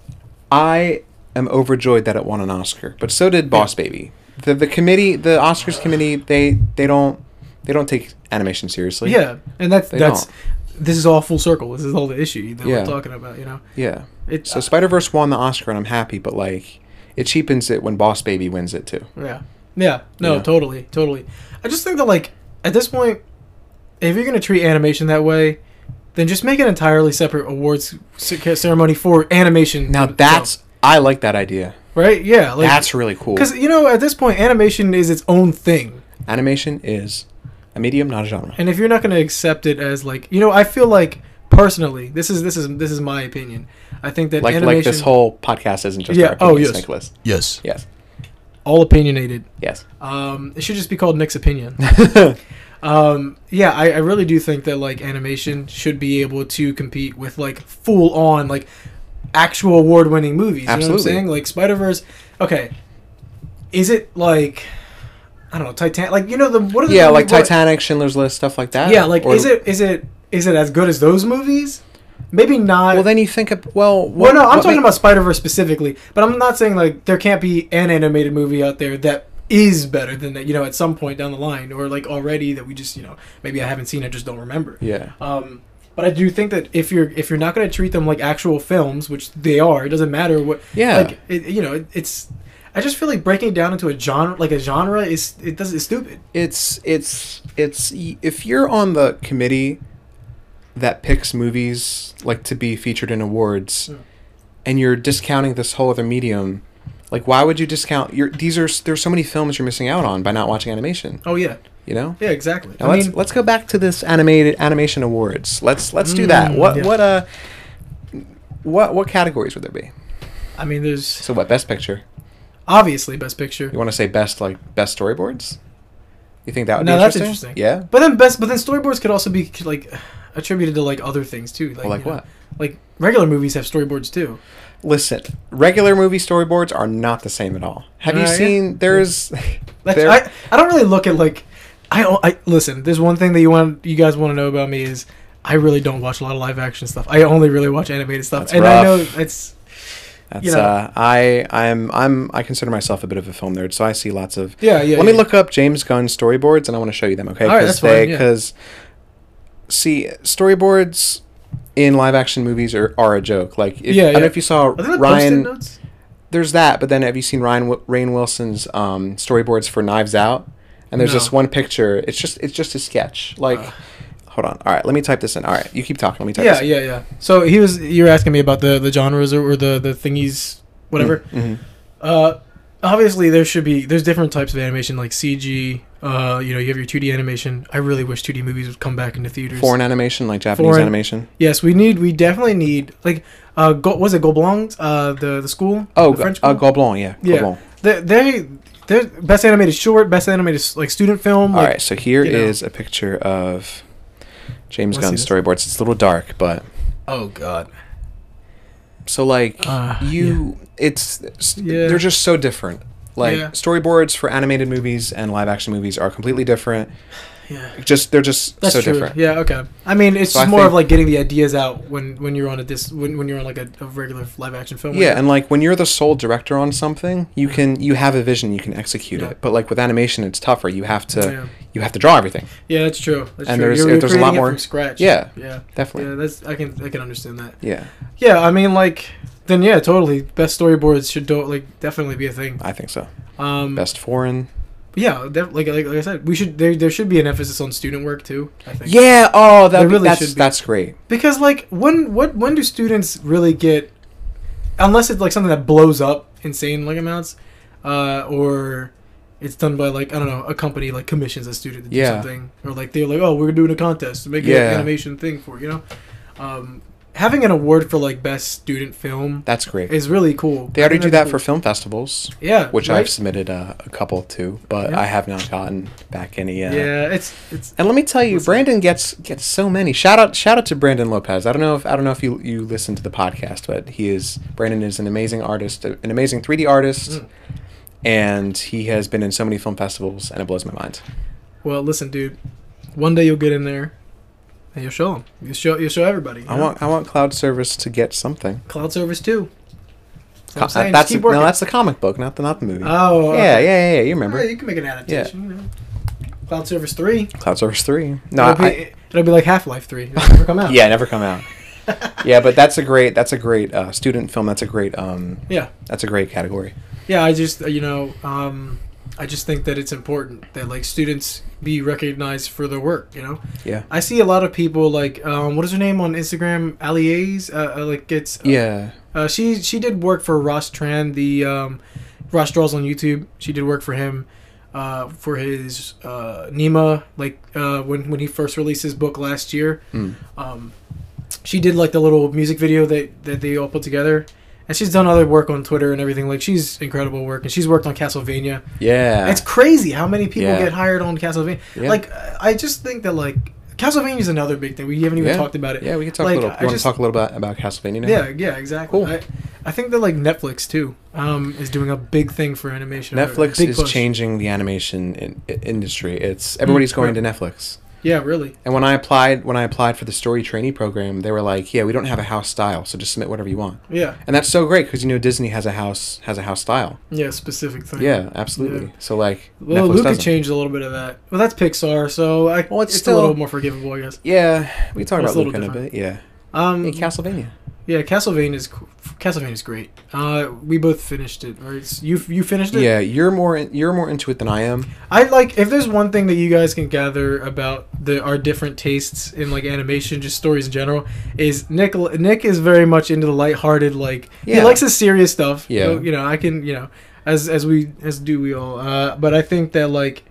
Speaker 1: I am overjoyed that it won an Oscar, but so did Boss Baby. The the committee, the Oscars committee, they they don't they don't take animation seriously.
Speaker 2: Yeah, and that's
Speaker 1: They
Speaker 2: that's this is all full circle. This is all the issue that
Speaker 1: Yeah.
Speaker 2: we're talking about. You know,
Speaker 1: Yeah.
Speaker 2: it's
Speaker 1: So Spider Verse won the Oscar, and I'm happy, but like, it cheapens it when Boss Baby wins it too.
Speaker 2: uh, yeah, yeah. No,
Speaker 1: Yeah.
Speaker 2: totally, totally. I just think that like at this point, if you're gonna treat animation that way, then just make an entirely separate awards c- ceremony for animation.
Speaker 1: Now
Speaker 2: itself,
Speaker 1: that's I like that idea.
Speaker 2: right. Yeah, like
Speaker 1: that's really cool.
Speaker 2: because you know at this point, animation is its own thing.
Speaker 1: Animation is a medium, not a genre.
Speaker 2: and if you're not going to accept it as like you know i feel like personally this is this is this is my opinion i think that
Speaker 1: Like
Speaker 2: animation
Speaker 1: like this whole podcast isn't just
Speaker 2: Yeah,
Speaker 1: our
Speaker 2: oh,
Speaker 1: opinions,
Speaker 2: yes.
Speaker 1: Nicholas.
Speaker 3: Yes.
Speaker 1: Yes.
Speaker 2: all opinionated
Speaker 1: Yes.
Speaker 2: um it should just be called nick's opinion um yeah I, I really do think that like animation should be able to compete with like full on like actual award winning movies you know what i'm
Speaker 1: Absolutely.
Speaker 2: saying like spider-verse okay is it like i don't know titanic like you know the what are the
Speaker 1: yeah, like
Speaker 2: what-
Speaker 1: Titanic, Schindler's List, stuff like that.
Speaker 2: yeah like
Speaker 1: Or-
Speaker 2: is it is it is it as good as those movies maybe not
Speaker 1: Well, then you think of well.
Speaker 2: Well, no, I'm
Speaker 1: what
Speaker 2: talking
Speaker 1: ma-
Speaker 2: about Spider Verse specifically, but I'm not saying like there can't be an animated movie out there that is better than that. You know, at some point down the line, or like already that we just you know maybe I haven't seen, I just don't remember.
Speaker 1: Yeah.
Speaker 2: Um, but I do think that if you're if you're not going to treat them like actual films, which they are, it doesn't matter what.
Speaker 1: Yeah.
Speaker 2: Like it, you know, it, it's. I just feel like breaking it down into a genre, like a genre, is it does it's stupid.
Speaker 1: It's it's it's y- if you're on the committee that picks movies like to be featured in awards,
Speaker 2: Mm.
Speaker 1: and you're discounting this whole other medium. Like, why would you discount? Your these are s- there's so many films you're missing out on by not watching animation.
Speaker 2: Oh yeah,
Speaker 1: You know.
Speaker 2: yeah, exactly.
Speaker 1: Now let's let's go back to this animated animation awards. Let's let's do that.
Speaker 2: Mm,
Speaker 1: What
Speaker 2: yeah.
Speaker 1: what uh what what categories would there be?
Speaker 2: I mean, there's
Speaker 1: So what best picture?
Speaker 2: obviously best picture.
Speaker 1: You want to say best like best storyboards? You think that would
Speaker 2: No,
Speaker 1: be
Speaker 2: that's
Speaker 1: interesting? Yeah.
Speaker 2: But then best, but then storyboards could also be like attributed to like other things too. Like,
Speaker 1: Well, like
Speaker 2: you know,
Speaker 1: what?
Speaker 2: Like regular movies have storyboards too.
Speaker 1: Listen, regular movie storyboards are not the same at all. Have you
Speaker 2: Uh, yeah.
Speaker 1: seen? There's.
Speaker 2: That's,
Speaker 1: there-
Speaker 2: I I don't really look at like I don't- I listen. There's one thing that you want you guys want to know about me is I really don't watch a lot of live action stuff. I only really watch animated stuff,
Speaker 1: That's
Speaker 2: and I know
Speaker 1: rough.
Speaker 2: it's
Speaker 1: that's
Speaker 2: you know.
Speaker 1: uh, I I'm I'm I consider myself a bit of a film nerd, so I see lots of.
Speaker 2: yeah yeah.
Speaker 1: Let me
Speaker 2: yeah.
Speaker 1: look up James Gunn storyboards, and I want to show you them. Okay,
Speaker 2: All right, that's fine, yeah.
Speaker 1: because see storyboards in live action movies are, are a joke. Like if,
Speaker 2: Yeah,
Speaker 1: I don't
Speaker 2: yeah.
Speaker 1: know if you saw
Speaker 2: Are they not
Speaker 1: Ryan.
Speaker 2: Post-it notes?
Speaker 1: there's that, but then have you seen Ryan Rain Wilson's um, storyboards for Knives Out? And there's
Speaker 2: No.
Speaker 1: this one picture. It's just it's just a sketch. Like,
Speaker 2: Ugh.
Speaker 1: hold on. All right, let me type this in. All right, you keep talking. Let me type.
Speaker 2: Yeah, yeah, yeah. So he was. You're asking me about the the genres or, or the the thingies, whatever.
Speaker 1: hmm
Speaker 2: Uh, obviously there should be there's different types of animation like CG. Uh, you know, you have your 2D animation. I really wish 2D movies would come back into theaters.
Speaker 1: Foreign animation, like Japanese
Speaker 2: Foreign-
Speaker 1: animation.
Speaker 2: Yes, we need. We definitely need like uh, go, was it Gobelins? Uh, the the school.
Speaker 1: Oh,
Speaker 2: the
Speaker 1: go- uh, Goblin. Yeah.
Speaker 2: Yeah.
Speaker 1: Goblin.
Speaker 2: they they they're best animated short, best animated like student film.
Speaker 1: All
Speaker 2: like-
Speaker 1: right. So here
Speaker 2: you know.
Speaker 1: is a picture of James
Speaker 2: Wanna see
Speaker 1: Gunn's
Speaker 2: this?
Speaker 1: storyboards. It's a little dark, but
Speaker 2: Oh God.
Speaker 1: so like
Speaker 2: Uh,
Speaker 1: you, it's s-
Speaker 2: Yeah.
Speaker 1: they're just so different. Like
Speaker 2: Yeah.
Speaker 1: storyboards for animated movies and live action movies are completely different.
Speaker 2: Yeah.
Speaker 1: Just they're just
Speaker 2: That's
Speaker 1: so
Speaker 2: true.
Speaker 1: different.
Speaker 2: Yeah. Okay. I mean, it's
Speaker 1: So
Speaker 2: just
Speaker 1: I
Speaker 2: more of
Speaker 1: think-
Speaker 2: like getting the ideas out when when you're on a dis when, when you're on like a, a regular live action film.
Speaker 1: Yeah, and like when you're the sole director on something, you can you have a vision, you can execute
Speaker 2: Yeah.
Speaker 1: it. But like with animation, it's tougher. You have to
Speaker 2: Yeah.
Speaker 1: you have to draw everything.
Speaker 2: Yeah, that's true. That's
Speaker 1: And
Speaker 2: true.
Speaker 1: there's-
Speaker 2: You're- you're
Speaker 1: there's a lot
Speaker 2: creating it
Speaker 1: more-
Speaker 2: from scratch.
Speaker 1: Yeah.
Speaker 2: Yeah.
Speaker 1: Definitely.
Speaker 2: Yeah. That's I can I can understand that.
Speaker 1: Yeah,
Speaker 2: Yeah. I mean, like then yeah, totally. Best storyboards should do, like definitely be a thing.
Speaker 1: I think so.
Speaker 2: Um.
Speaker 1: Best foreign.
Speaker 2: Yeah. Def- like, like like I said, we should there there should be an emphasis on student work too. I think.
Speaker 1: Yeah. Oh, that
Speaker 2: There really
Speaker 1: that's
Speaker 2: should be.
Speaker 1: that's great.
Speaker 2: Because like when what when do students really get unless it's like something that blows up insane like amounts, uh, or it's done by like I don't know a company like commissions a student to do
Speaker 1: Yeah.
Speaker 2: something or like they're like oh we're doing a contest to make
Speaker 1: Yeah.
Speaker 2: an animation thing for it," you know, um, having an award for like best student film
Speaker 1: That's great.
Speaker 2: is really cool.
Speaker 1: they
Speaker 2: I
Speaker 1: already
Speaker 2: think
Speaker 1: do that
Speaker 2: that'd
Speaker 1: for
Speaker 2: be
Speaker 1: film festivals,
Speaker 2: cool. yeah,
Speaker 1: which
Speaker 2: right?
Speaker 1: I've submitted uh, a couple to, but
Speaker 2: Yeah.
Speaker 1: I have not gotten back any. Uh,
Speaker 2: yeah. it's it's
Speaker 1: And let me tell you,
Speaker 2: Listen.
Speaker 1: Brandon gets gets so many shout out shout out to Brandon Lopez. I don't know if I don't know if you you listen to the podcast, but he is Brandon is an amazing artist, an amazing 3D artist,
Speaker 2: Mm.
Speaker 1: and he has been in so many film festivals, and it blows my mind.
Speaker 2: well listen dude, one day you'll get in there. And you'll show them. You show you show everybody. you
Speaker 1: I
Speaker 2: know?
Speaker 1: want I want cloud service to get something.
Speaker 2: cloud service too. That's what I'm
Speaker 1: Co-
Speaker 2: saying.
Speaker 1: uh, that's
Speaker 2: Just keep
Speaker 1: no,
Speaker 2: working.
Speaker 1: that's the comic book, not the not the movie.
Speaker 2: Oh, okay.
Speaker 1: yeah, yeah, yeah, yeah, You remember
Speaker 2: Alright, you can make an adaptation. You know. Cloud Service Three.
Speaker 1: cloud service three? No,
Speaker 2: it'll,
Speaker 1: I-
Speaker 2: be, it'll be like Half Life Three. It'll never come out.
Speaker 1: yeah, never come out. yeah, but that's a great that's a great uh, student film. That's a great um
Speaker 2: yeah,
Speaker 1: that's a great category.
Speaker 2: yeah. I just uh, you know, um, I just think that it's important that like students be recognized for their work. You know,
Speaker 1: Yeah.
Speaker 2: I see a lot of people like um, what is her name on Instagram? Ali A's. Uh, uh, like it's
Speaker 1: Yeah.
Speaker 2: Uh, she she did work for Ross Tran, the um, Ross draws on YouTube. She did work for him uh, for his uh, Nima, like uh, when when he first released his book last year.
Speaker 1: Mm.
Speaker 2: Um, she did like the little music video that that they all put together. And she's done other work on Twitter and everything. Like she's incredible work, and she's worked on Castlevania.
Speaker 1: Yeah.
Speaker 2: It's crazy how many people
Speaker 1: Yeah.
Speaker 2: get hired on Castlevania.
Speaker 1: Yeah.
Speaker 2: Like uh, I just think that like Castlevania is another big thing. We haven't even
Speaker 1: Yeah.
Speaker 2: talked about it.
Speaker 1: Yeah, we can talk
Speaker 2: Like,
Speaker 1: a little.
Speaker 2: I
Speaker 1: You want to
Speaker 2: just-
Speaker 1: talk a little bit about Castlevania now?
Speaker 2: Yeah, yeah, exactly.
Speaker 1: Cool.
Speaker 2: I, I think that like Netflix too um, is doing a big thing for animation. or a
Speaker 1: Netflix
Speaker 2: big
Speaker 1: is
Speaker 2: push. Mm,
Speaker 1: changing the animation in, i- industry. It's everybody's going to Netflix.
Speaker 2: Yeah, really.
Speaker 1: And when I applied, when I applied for the story trainee program, they were like, "Yeah, we don't have a house style, so just submit whatever you want."
Speaker 2: Yeah,
Speaker 1: And that's so great because you know Disney has a house has a house style.
Speaker 2: yeah, specific thing.
Speaker 1: Yeah, absolutely.
Speaker 2: Yeah.
Speaker 1: So like,
Speaker 2: Well,
Speaker 1: Netflix
Speaker 2: Luca
Speaker 1: doesn't.
Speaker 2: changed a little bit of that. Well, that's Pixar, so I,
Speaker 1: Well,
Speaker 2: it's,
Speaker 1: it's
Speaker 2: a little
Speaker 1: still-
Speaker 2: more forgivable, I guess.
Speaker 1: Yeah, we talk
Speaker 2: It's a
Speaker 1: about
Speaker 2: little
Speaker 1: Luca in a
Speaker 2: different.
Speaker 1: bit. Yeah,
Speaker 2: Um,
Speaker 1: Hey, Castlevania.
Speaker 2: yeah, Castlevania is co- Castlevania is great. Uh, we both finished it, right? S- You you finished it.
Speaker 1: Yeah, you're more in, you're more into it than I am.
Speaker 2: I like if there's one thing that you guys can gather about the our different tastes in like animation, just stories in general, is Nick. Nick is very much into the lighthearted, like he
Speaker 1: Yeah.
Speaker 2: likes the serious stuff.
Speaker 1: Yeah.
Speaker 2: So, you know, I can you know, as as we as do we all. Uh, but I think that like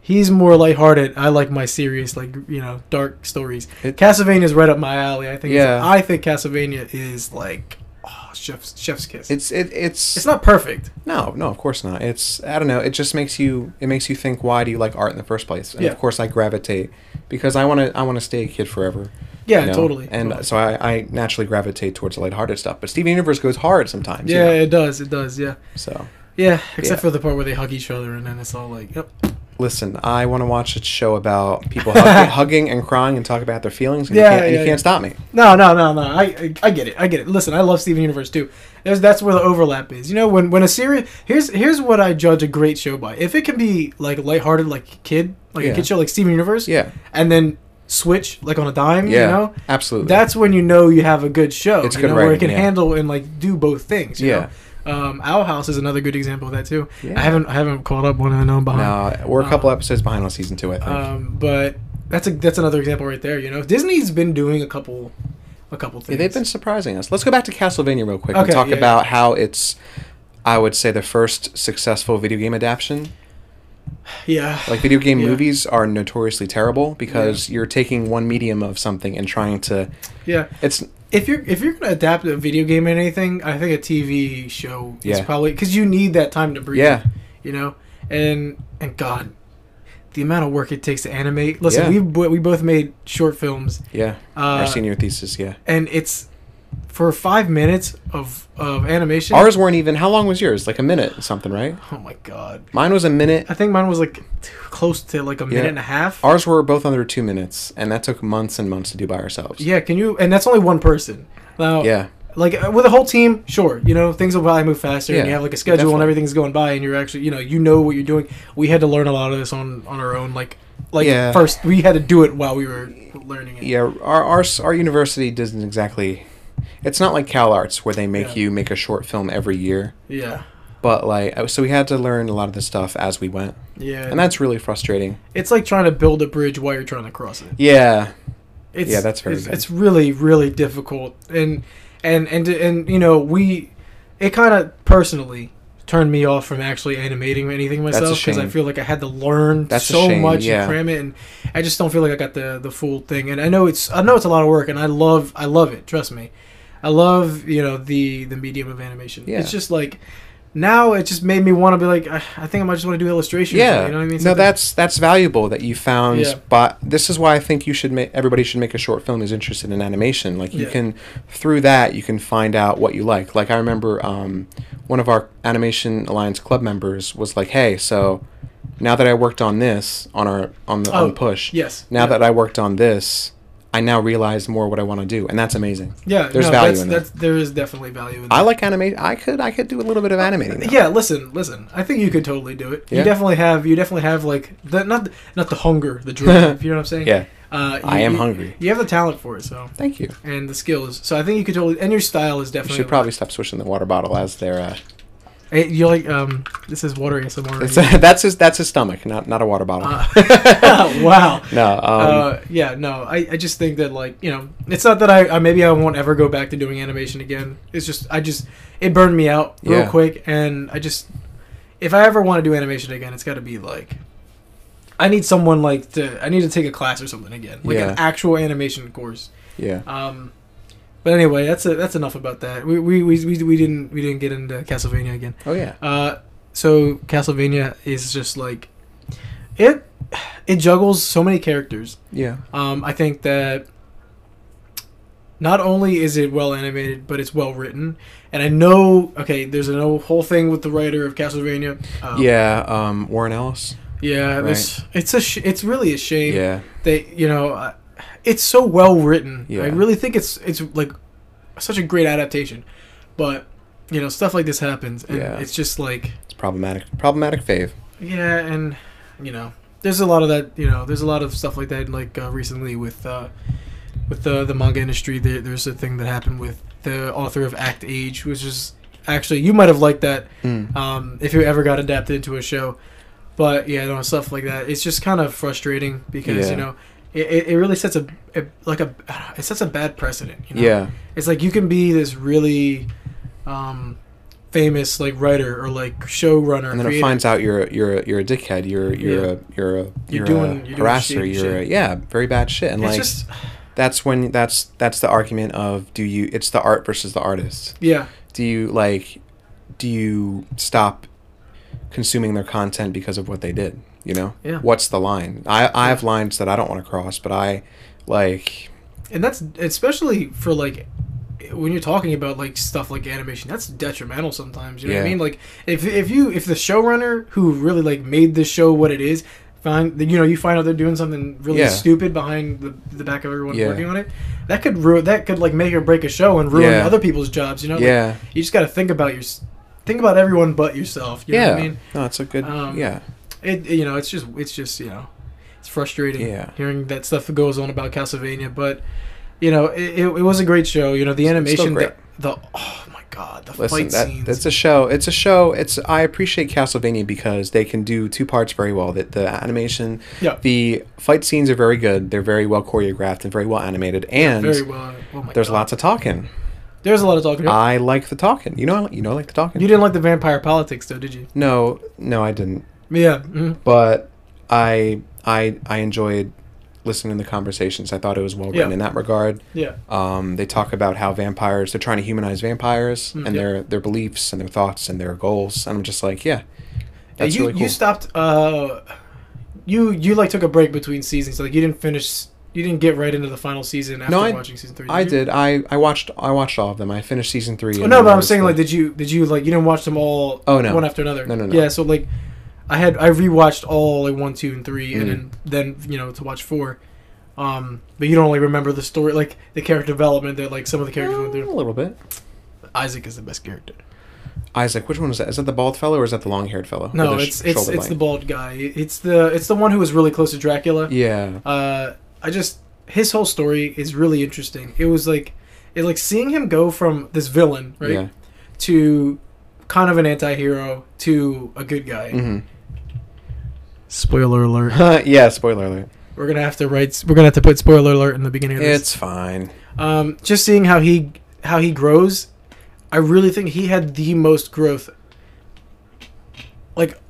Speaker 2: he's more lighthearted. I like my serious, like you know, dark stories.
Speaker 1: It-
Speaker 2: Castlevania is right up my alley. I think. it's-
Speaker 1: Yeah.
Speaker 2: I think Castlevania is like oh, chef's chef's kiss.
Speaker 1: It's it, it's
Speaker 2: it's not perfect.
Speaker 1: No, no, of course not. It's I don't know. It just makes you it makes you think why do you like art in the first place? And
Speaker 2: Yeah.
Speaker 1: of course I gravitate because I want to I want to stay a kid forever.
Speaker 2: Yeah,
Speaker 1: you know?
Speaker 2: totally.
Speaker 1: And uh,
Speaker 2: totally.
Speaker 1: so I, I naturally gravitate towards the lighthearted stuff. But Steven Universe goes hard sometimes. you
Speaker 2: yeah,
Speaker 1: know?
Speaker 2: it does. It does. Yeah.
Speaker 1: So
Speaker 2: Yeah, except
Speaker 1: Yeah.
Speaker 2: for the part where they hug each other and then it's all like, yep.
Speaker 1: listen, I want to watch a show about people hug, hugging and crying and talk about their feelings. And
Speaker 2: Yeah,
Speaker 1: you can't, and
Speaker 2: yeah,
Speaker 1: you
Speaker 2: yeah.
Speaker 1: can't stop me.
Speaker 2: No, no, no, no. I, I, I get it. I get it. Listen, I love Steven Universe too. There's, that's where the overlap is. You know, when when a series here's here's what I judge a great show by. If it can be like lighthearted, like kid, like a
Speaker 1: Yeah.
Speaker 2: kid show, like Steven Universe,
Speaker 1: Yeah.
Speaker 2: and then switch like on a dime.
Speaker 1: Yeah,
Speaker 2: You know,
Speaker 1: absolutely.
Speaker 2: that's when you know you have a good show.
Speaker 1: It's
Speaker 2: you
Speaker 1: good
Speaker 2: know, where it
Speaker 1: writing,
Speaker 2: can
Speaker 1: yeah.
Speaker 2: handle and like do both things. You
Speaker 1: Yeah.
Speaker 2: Know? Um, Owl House is another good example of that too.
Speaker 1: Yeah.
Speaker 2: I haven't I haven't caught up on I know I'm behind.
Speaker 1: no, we're a couple
Speaker 2: Uh,
Speaker 1: episodes behind on season two, I think.
Speaker 2: Um, but that's a that's another example right there. You know, Disney's been doing a couple, a couple
Speaker 1: Yeah,
Speaker 2: things.
Speaker 1: they've been surprising us. Let's go back to Castlevania real quick
Speaker 2: Okay,
Speaker 1: and talk
Speaker 2: yeah,
Speaker 1: about how it's, I would say, the first successful video game adaptation.
Speaker 2: yeah.
Speaker 1: Like video game
Speaker 2: Yeah.
Speaker 1: movies are notoriously terrible because you're taking one medium of something and trying to.
Speaker 2: yeah.
Speaker 1: It's
Speaker 2: If you're if you're gonna adapt a video game or anything, I think a TV show is
Speaker 1: Yeah.
Speaker 2: probably because you need that time to breathe.
Speaker 1: yeah,
Speaker 2: You know, and and God, the amount of work it takes to animate. Listen,
Speaker 1: Yeah.
Speaker 2: we bo- we both made short films,
Speaker 1: yeah.
Speaker 2: uh,
Speaker 1: Our senior thesis, yeah.
Speaker 2: and it's for five minutes of of animation.
Speaker 1: Ours weren't even. How long was yours? Like a minute something, right?
Speaker 2: oh my God.
Speaker 1: Mine was a minute.
Speaker 2: I think mine was like t- close to like a minute and a half.
Speaker 1: Ours were both under two minutes, and that took months and months to do by ourselves.
Speaker 2: Yeah, can you? And that's only one person. Now,
Speaker 1: Yeah.
Speaker 2: like uh, with a whole team, sure, you know things will probably move faster, and
Speaker 1: Yeah,
Speaker 2: you have like a schedule, and
Speaker 1: definitely.
Speaker 2: everything's going by, and you're actually, you know, you know what you're doing. We had to learn a lot of this on on our own. Like, like
Speaker 1: Yeah.
Speaker 2: first we had to do it while we were learning it.
Speaker 1: Yeah, our our s- our university doesn't exactly. It's not like Cal Arts where they make
Speaker 2: Yeah.
Speaker 1: you make a short film every year,
Speaker 2: yeah,
Speaker 1: but like uh, so we had to learn a lot of the stuff as we went,
Speaker 2: yeah.
Speaker 1: and that's really frustrating.
Speaker 2: it's like trying to build a bridge while you're trying to cross it.
Speaker 1: Yeah,
Speaker 2: It's,
Speaker 1: Yeah, that's very
Speaker 2: it's,
Speaker 1: bad.
Speaker 2: it's really really difficult, and and and and you know we, it kind of personally turned me off from actually animating anything
Speaker 1: a
Speaker 2: myself because I
Speaker 1: shame.
Speaker 2: feel like I had to learn
Speaker 1: That's a
Speaker 2: so
Speaker 1: shame,
Speaker 2: much
Speaker 1: yeah.
Speaker 2: and cram it, and I just don't feel like I got the the full thing. And I know it's I know it's a lot of work, and I love I love it. Trust me, I love you know the the medium of animation.
Speaker 1: Yeah.
Speaker 2: It's just like. Now it just made me want to be like I, I think I might just want to do illustration.
Speaker 1: yeah.
Speaker 2: you know what I mean.
Speaker 1: No,
Speaker 2: Something-
Speaker 1: that's that's valuable that you found.
Speaker 2: Yeah.
Speaker 1: But this is why I think you should make everybody should make a short film who's interested in animation. Like you
Speaker 2: Yeah.
Speaker 1: can through that you can find out what you like. Like I remember um, one of our animation alliance club members was like, "Hey, so." Now that I worked on this on our on the
Speaker 2: Oh,
Speaker 1: on push,
Speaker 2: yes.
Speaker 1: now
Speaker 2: yeah.
Speaker 1: that I worked on this, I now realize more what I want to do, and that's amazing.
Speaker 2: Yeah,
Speaker 1: There's
Speaker 2: no,
Speaker 1: value
Speaker 2: that's,
Speaker 1: in that.
Speaker 2: that's, There is definitely value in that.
Speaker 1: I like animate. I could I could do a little bit of animating. though.
Speaker 2: Yeah, listen, listen. I think you could totally do it. You
Speaker 1: Yeah.
Speaker 2: definitely have. You definitely have like the not the- not the hunger, the drive. you know what I'm saying?
Speaker 1: Yeah.
Speaker 2: Uh,
Speaker 1: I
Speaker 2: you-
Speaker 1: am
Speaker 2: you-
Speaker 1: hungry.
Speaker 2: You have the talent for it, so
Speaker 1: Thank you.
Speaker 2: and the skills. So I think you could totally. And your style is
Speaker 1: You
Speaker 2: definitely.
Speaker 1: should probably stop swishing the water bottle as their. Uh,
Speaker 2: Hey, you like um. This is water ASMR.
Speaker 1: it's,
Speaker 2: right?
Speaker 1: that's his. That's his stomach, not not a water bottle.
Speaker 2: Uh, wow.
Speaker 1: no. Um,
Speaker 2: uh, yeah, no, I, I just think that like you know, it's not that I, I maybe I won't ever go back to doing animation again. It's just I just it burned me out real
Speaker 1: Yeah.
Speaker 2: quick, and I just if I ever want to do animation again, it's got to be like I need someone like to I need to take a class or something again, like
Speaker 1: Yeah.
Speaker 2: an actual animation course.
Speaker 1: yeah.
Speaker 2: Um, but anyway, that's a, that's enough about that. We we, we, we we didn't we didn't get into Castlevania again.
Speaker 1: Oh yeah.
Speaker 2: Uh, so Castlevania is just like it it juggles so many characters.
Speaker 1: Yeah.
Speaker 2: Um, I think that not only is it well animated, but it's well written. And I know, okay, there's a no- whole thing with the writer of Castlevania. Um,
Speaker 1: yeah. Um, Warren Ellis.
Speaker 2: yeah. This it's a sh- it's really a shame
Speaker 1: Yeah.
Speaker 2: that you know uh, it's so well written.
Speaker 1: Yeah.
Speaker 2: I really think it's it's like such a great adaptation, but you know stuff like this happens, and
Speaker 1: Yeah.
Speaker 2: it's just like
Speaker 1: It's problematic. Problematic fave.
Speaker 2: yeah, and you know, there's a lot of that. You know, there's a lot of stuff like that. Like uh, recently with uh, with the the manga industry, there, there's a thing that happened with the author of Act Age, which is actually you might have liked that
Speaker 1: Mm.
Speaker 2: um, if it ever got adapted into a show. But yeah, no stuff like that. It's just kind of frustrating because
Speaker 1: Yeah.
Speaker 2: you know. It, it- it really sets a, a like a it sets a bad precedent. You know?
Speaker 1: Yeah.
Speaker 2: it's like you can be this really um, famous like writer or like showrunner.
Speaker 1: And then it
Speaker 2: creator.
Speaker 1: finds out you're a- you're a- you're a dickhead. You're you're
Speaker 2: Yeah.
Speaker 1: a you're a
Speaker 2: You're
Speaker 1: you're,
Speaker 2: doing-
Speaker 1: a
Speaker 2: you're doing
Speaker 1: harasser.
Speaker 2: shady
Speaker 1: you're a,
Speaker 2: shit.
Speaker 1: yeah, very bad shit. And
Speaker 2: It's
Speaker 1: like
Speaker 2: just
Speaker 1: that's when that's that's the argument of do you it's the art versus the artist
Speaker 2: yeah.
Speaker 1: do you like do you stop consuming their content because of what they did you know
Speaker 2: Yeah.
Speaker 1: what's the line i i have lines that i don't want to cross but i like
Speaker 2: and that's especially for like when you're talking about like stuff like animation that's detrimental sometimes you know what i
Speaker 1: Yeah.
Speaker 2: mean like if, if you if the showrunner who really like made this show what it is find that you know you find out they're doing something really
Speaker 1: Yeah.
Speaker 2: stupid behind the, the back of everyone
Speaker 1: Yeah.
Speaker 2: working on it that could ruin that could like make or break a show and ruin
Speaker 1: Yeah.
Speaker 2: other people's jobs you know Like,
Speaker 1: yeah
Speaker 2: you just got to think about your think about everyone but yourself you know
Speaker 1: yeah
Speaker 2: what i mean
Speaker 1: no it's a good
Speaker 2: Um,
Speaker 1: yeah
Speaker 2: it you know it's just it's just you know It's frustrating
Speaker 1: Yeah.
Speaker 2: hearing that stuff that goes on about Castlevania, but you know, it, it, it was a great show. You know, the animation,
Speaker 1: great.
Speaker 2: The, the oh my god, the
Speaker 1: Listen,
Speaker 2: fight
Speaker 1: that,
Speaker 2: scenes.
Speaker 1: that's a show. It's a show. It's I appreciate Castlevania because they can do two parts very well. That the animation,
Speaker 2: Yeah.
Speaker 1: the fight scenes are very good. They're very well choreographed and very well animated. And
Speaker 2: very well. Oh my
Speaker 1: there's
Speaker 2: god.
Speaker 1: lots of talking.
Speaker 2: There's a lot of talking.
Speaker 1: I like the talking. You know, I- you know, I like the talking.
Speaker 2: you didn't like the vampire politics, though, did you?
Speaker 1: no, no, I didn't.
Speaker 2: Yeah. mhm.
Speaker 1: But I, I, I enjoyed listening to the conversations. I thought it was well written
Speaker 2: Yeah.
Speaker 1: in that regard.
Speaker 2: Yeah.
Speaker 1: Um, they talk about how vampires they're trying to humanize vampires and
Speaker 2: Mm, yeah.
Speaker 1: their their beliefs and their thoughts and their goals. And I'm just like, yeah, that's
Speaker 2: you
Speaker 1: really cool.
Speaker 2: you stopped. Uh, you you like took a break between seasons. Like you didn't finish. You didn't get right into the final season after
Speaker 1: No, I-
Speaker 2: watching season three.
Speaker 1: I
Speaker 2: you?
Speaker 1: did. I, I watched I watched all of them. I finished season three.
Speaker 2: Oh,
Speaker 1: and
Speaker 2: no,
Speaker 1: then
Speaker 2: but
Speaker 1: I
Speaker 2: I'm
Speaker 1: was
Speaker 2: saying like, did you did you like you didn't watch them all?
Speaker 1: Oh, no.
Speaker 2: one after another.
Speaker 1: No, no, no.
Speaker 2: Yeah, so like, I had I rewatched all like one, two, and three,
Speaker 1: Mm.
Speaker 2: and then then you know to watch four. Um, but you don't really remember the story, like the character development that like some of the characters went
Speaker 1: a
Speaker 2: through.
Speaker 1: little bit.
Speaker 2: Isaac is the best character.
Speaker 1: Isaac, which one is that? Is that the bald fellow or is that the long haired fellow?
Speaker 2: No,
Speaker 1: Or the
Speaker 2: it's
Speaker 1: sh-
Speaker 2: it's
Speaker 1: shoulder
Speaker 2: it's the
Speaker 1: length?
Speaker 2: bald guy. It's the it's the one who was really close to Dracula.
Speaker 1: Yeah,
Speaker 2: uh, I just his whole story is really interesting. It was like it like seeing him go from this villain right
Speaker 1: Yeah.
Speaker 2: to kind of an anti-hero to a good guy.
Speaker 1: mm-hmm.
Speaker 2: Spoiler alert.
Speaker 1: yeah. Spoiler alert.
Speaker 2: We're gonna have to write. We're gonna have to put spoiler alert in the beginning of this.
Speaker 1: It's fine.
Speaker 2: Um, just seeing how he how he grows, I really think he had the most growth. Like,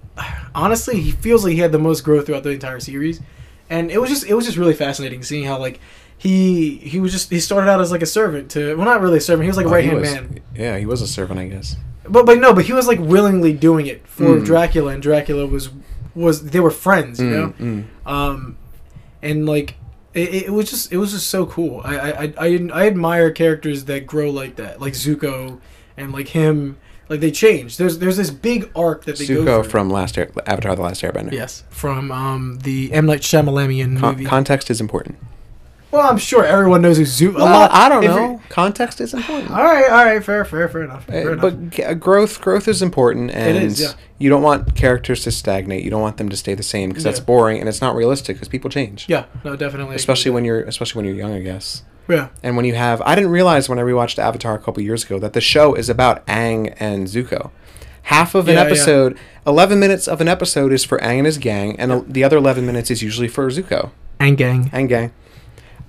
Speaker 2: honestly, he feels like he had the most growth throughout the entire series, and it was just it was just really fascinating seeing how like he he was just he started out as like a servant to well not really a servant he was like a
Speaker 1: Well,
Speaker 2: right
Speaker 1: Uh, Oh, he
Speaker 2: hand
Speaker 1: was-
Speaker 2: man
Speaker 1: Yeah, he was a servant, I guess.
Speaker 2: but but no but he was like willingly doing it for
Speaker 1: Mm.
Speaker 2: Dracula and Dracula was was they were friends you know
Speaker 1: Mm, mm.
Speaker 2: um, and like it, it- it was just it was just so cool. I I, I- I I admire characters that grow like that, like Zuko and like him. Like they change. There's there's this big arc that they go
Speaker 1: Zuko
Speaker 2: through.
Speaker 1: from Last Air, Avatar: The Last Airbender.
Speaker 2: yes from um the M Night Shyamalan
Speaker 1: Con-
Speaker 2: movie.
Speaker 1: context is important.
Speaker 2: well, I'm sure everyone knows who Zuko.
Speaker 1: Well, I don't
Speaker 2: if
Speaker 1: know.
Speaker 2: you-
Speaker 1: Context is important.
Speaker 2: All right, all right, fair, fair, fair enough. Fair
Speaker 1: Uh,
Speaker 2: enough.
Speaker 1: but g- uh, growth growth is important and
Speaker 2: is, yeah.
Speaker 1: you don't want characters to stagnate you don't want them to stay the same because that's
Speaker 2: Yeah.
Speaker 1: boring and it's not realistic because people change
Speaker 2: yeah, no, definitely.
Speaker 1: especially when you're especially when you're young i guess
Speaker 2: yeah,
Speaker 1: and when you have i didn't realize when i rewatched avatar a couple years ago that the show is about ang and zuko half of an
Speaker 2: Yeah, yeah.
Speaker 1: episode 11 minutes of an episode is for ang and his gang and el- the other 11 minutes is usually for zuko
Speaker 2: and gang.
Speaker 1: and gang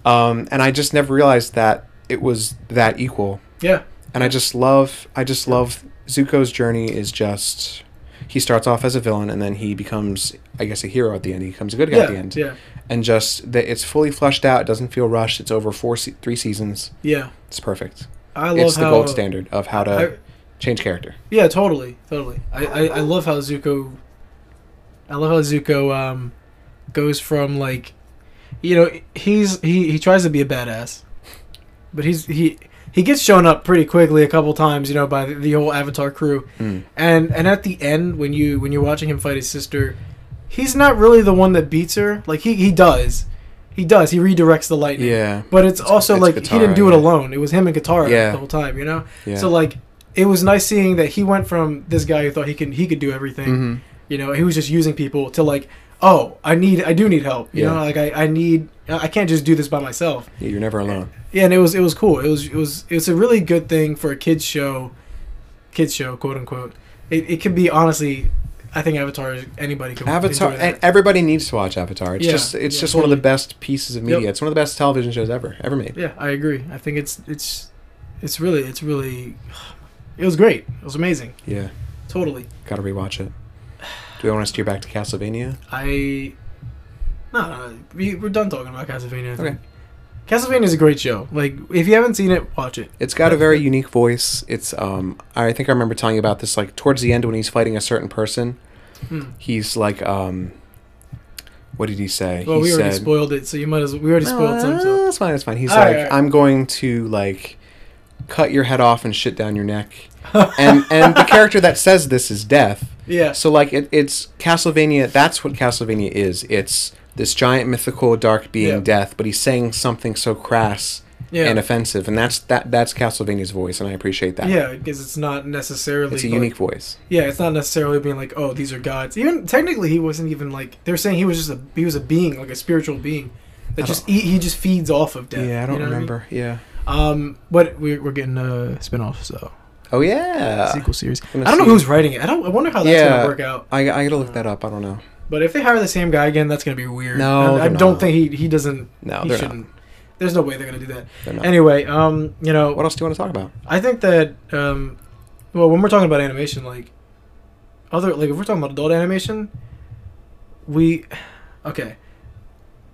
Speaker 1: um, and i just never realized that it was that equal
Speaker 2: Yeah,
Speaker 1: and I just love I just love Zuko's journey is just he starts off as a villain and then he becomes I guess a hero at the end. He becomes a good guy
Speaker 2: yeah,
Speaker 1: at the end.
Speaker 2: yeah,
Speaker 1: And just that it's fully fleshed out. It doesn't feel rushed. It's over four se- three seasons.
Speaker 2: yeah.
Speaker 1: It's perfect.
Speaker 2: I love
Speaker 1: It's the
Speaker 2: how
Speaker 1: gold standard of how to
Speaker 2: I-
Speaker 1: change character.
Speaker 2: Yeah, totally, totally. I, I, I love how Zuko. I love how Zuko um, goes from like, you know, he's he he tries to be a badass, but he's he he gets shown up pretty quickly a couple times, you know, by the, the whole Avatar crew,
Speaker 1: Mm.
Speaker 2: and and at the end when you when you're watching him fight his sister, he's not really the one that beats her. Like he he does, he does. He redirects the lightning.
Speaker 1: Yeah.
Speaker 2: But it's also
Speaker 1: it's
Speaker 2: like he didn't
Speaker 1: Katara,
Speaker 2: do it
Speaker 1: yeah.
Speaker 2: alone. It was him and Katara
Speaker 1: Yeah.
Speaker 2: the whole time, you know.
Speaker 1: Yeah.
Speaker 2: So like it was nice seeing that he went from this guy who thought he can he could do everything,
Speaker 1: Mhm.
Speaker 2: you know, he was just using people to like, oh, I need I do need help, you
Speaker 1: Yeah.
Speaker 2: know, like I, I need I can't just do this by myself.
Speaker 1: Yeah, you're never alone.
Speaker 2: Yeah, and it was it was cool. It was it was it's a really good thing for a kids show, kids show quote unquote. It it could be honestly, I think Avatar is- anybody could
Speaker 1: Avatar
Speaker 2: enjoy that.
Speaker 1: and everybody needs to watch Avatar. It's
Speaker 2: Yeah,
Speaker 1: just it's
Speaker 2: yeah,
Speaker 1: just one
Speaker 2: totally.
Speaker 1: of the best pieces of media. It's one of the best television shows ever ever made.
Speaker 2: Yeah, I agree. I think it's it's it's really it's really it was great. It was amazing.
Speaker 1: Yeah.
Speaker 2: Totally.
Speaker 1: Got to rewatch it. Do we want to steer back to Castlevania?
Speaker 2: I no, no, no we, we're done talking about Castlevania. I
Speaker 1: Okay.
Speaker 2: think. Castlevania is a great show. Like if you haven't seen it, watch it.
Speaker 1: It's got a very unique voice. It's um I think I remember telling you about this like towards the end when he's fighting a certain person.
Speaker 2: Hmm.
Speaker 1: He's like um what did he say?
Speaker 2: Well,
Speaker 1: he
Speaker 2: we already spoiled it, so you might as well. We already spoiled
Speaker 1: "No,
Speaker 2: some. So.
Speaker 1: That's Uh, fine, that's fine. He's
Speaker 2: All
Speaker 1: like
Speaker 2: right, all right.
Speaker 1: I'm going to like cut your head off and shit down your neck. and and the character that says this is Death.
Speaker 2: Yeah.
Speaker 1: So like it, it's Castlevania. That's what Castlevania is. It's this giant mythical dark being
Speaker 2: Yeah.
Speaker 1: death, but he's saying something so crass
Speaker 2: Yeah.
Speaker 1: and offensive, and that's that that's Castlevania's voice, and I appreciate that.
Speaker 2: yeah, because it's not necessarily
Speaker 1: it's a
Speaker 2: like-
Speaker 1: unique voice.
Speaker 2: Yeah, it's not necessarily being like, oh, these are gods. Even technically, he wasn't even like they were saying he was just a he was a being like a spiritual being that
Speaker 1: I
Speaker 2: just he, he just feeds off of death.
Speaker 1: yeah, I don't
Speaker 2: you know what mean?
Speaker 1: remember. Yeah.
Speaker 2: Um, but we're, we're getting a spin-off, so
Speaker 1: Oh yeah.
Speaker 2: sequel series. I
Speaker 1: Gonna
Speaker 2: don't know
Speaker 1: see-
Speaker 2: who's writing it. I don't. I wonder how that's
Speaker 1: Yeah.
Speaker 2: gonna work out.
Speaker 1: I, I gotta look that up. I don't know.
Speaker 2: But if they hire the same guy again, that's gonna be weird.
Speaker 1: No,
Speaker 2: I, I
Speaker 1: they're
Speaker 2: don't
Speaker 1: not.
Speaker 2: think he he doesn't.
Speaker 1: No,
Speaker 2: he
Speaker 1: they're not.
Speaker 2: shouldn't. There's no way they're gonna do that.
Speaker 1: They're not.
Speaker 2: Anyway, um, you know,
Speaker 1: What else do you want to talk about?
Speaker 2: I think that um, well, when we're talking about animation, like other like if we're talking about adult animation, we okay.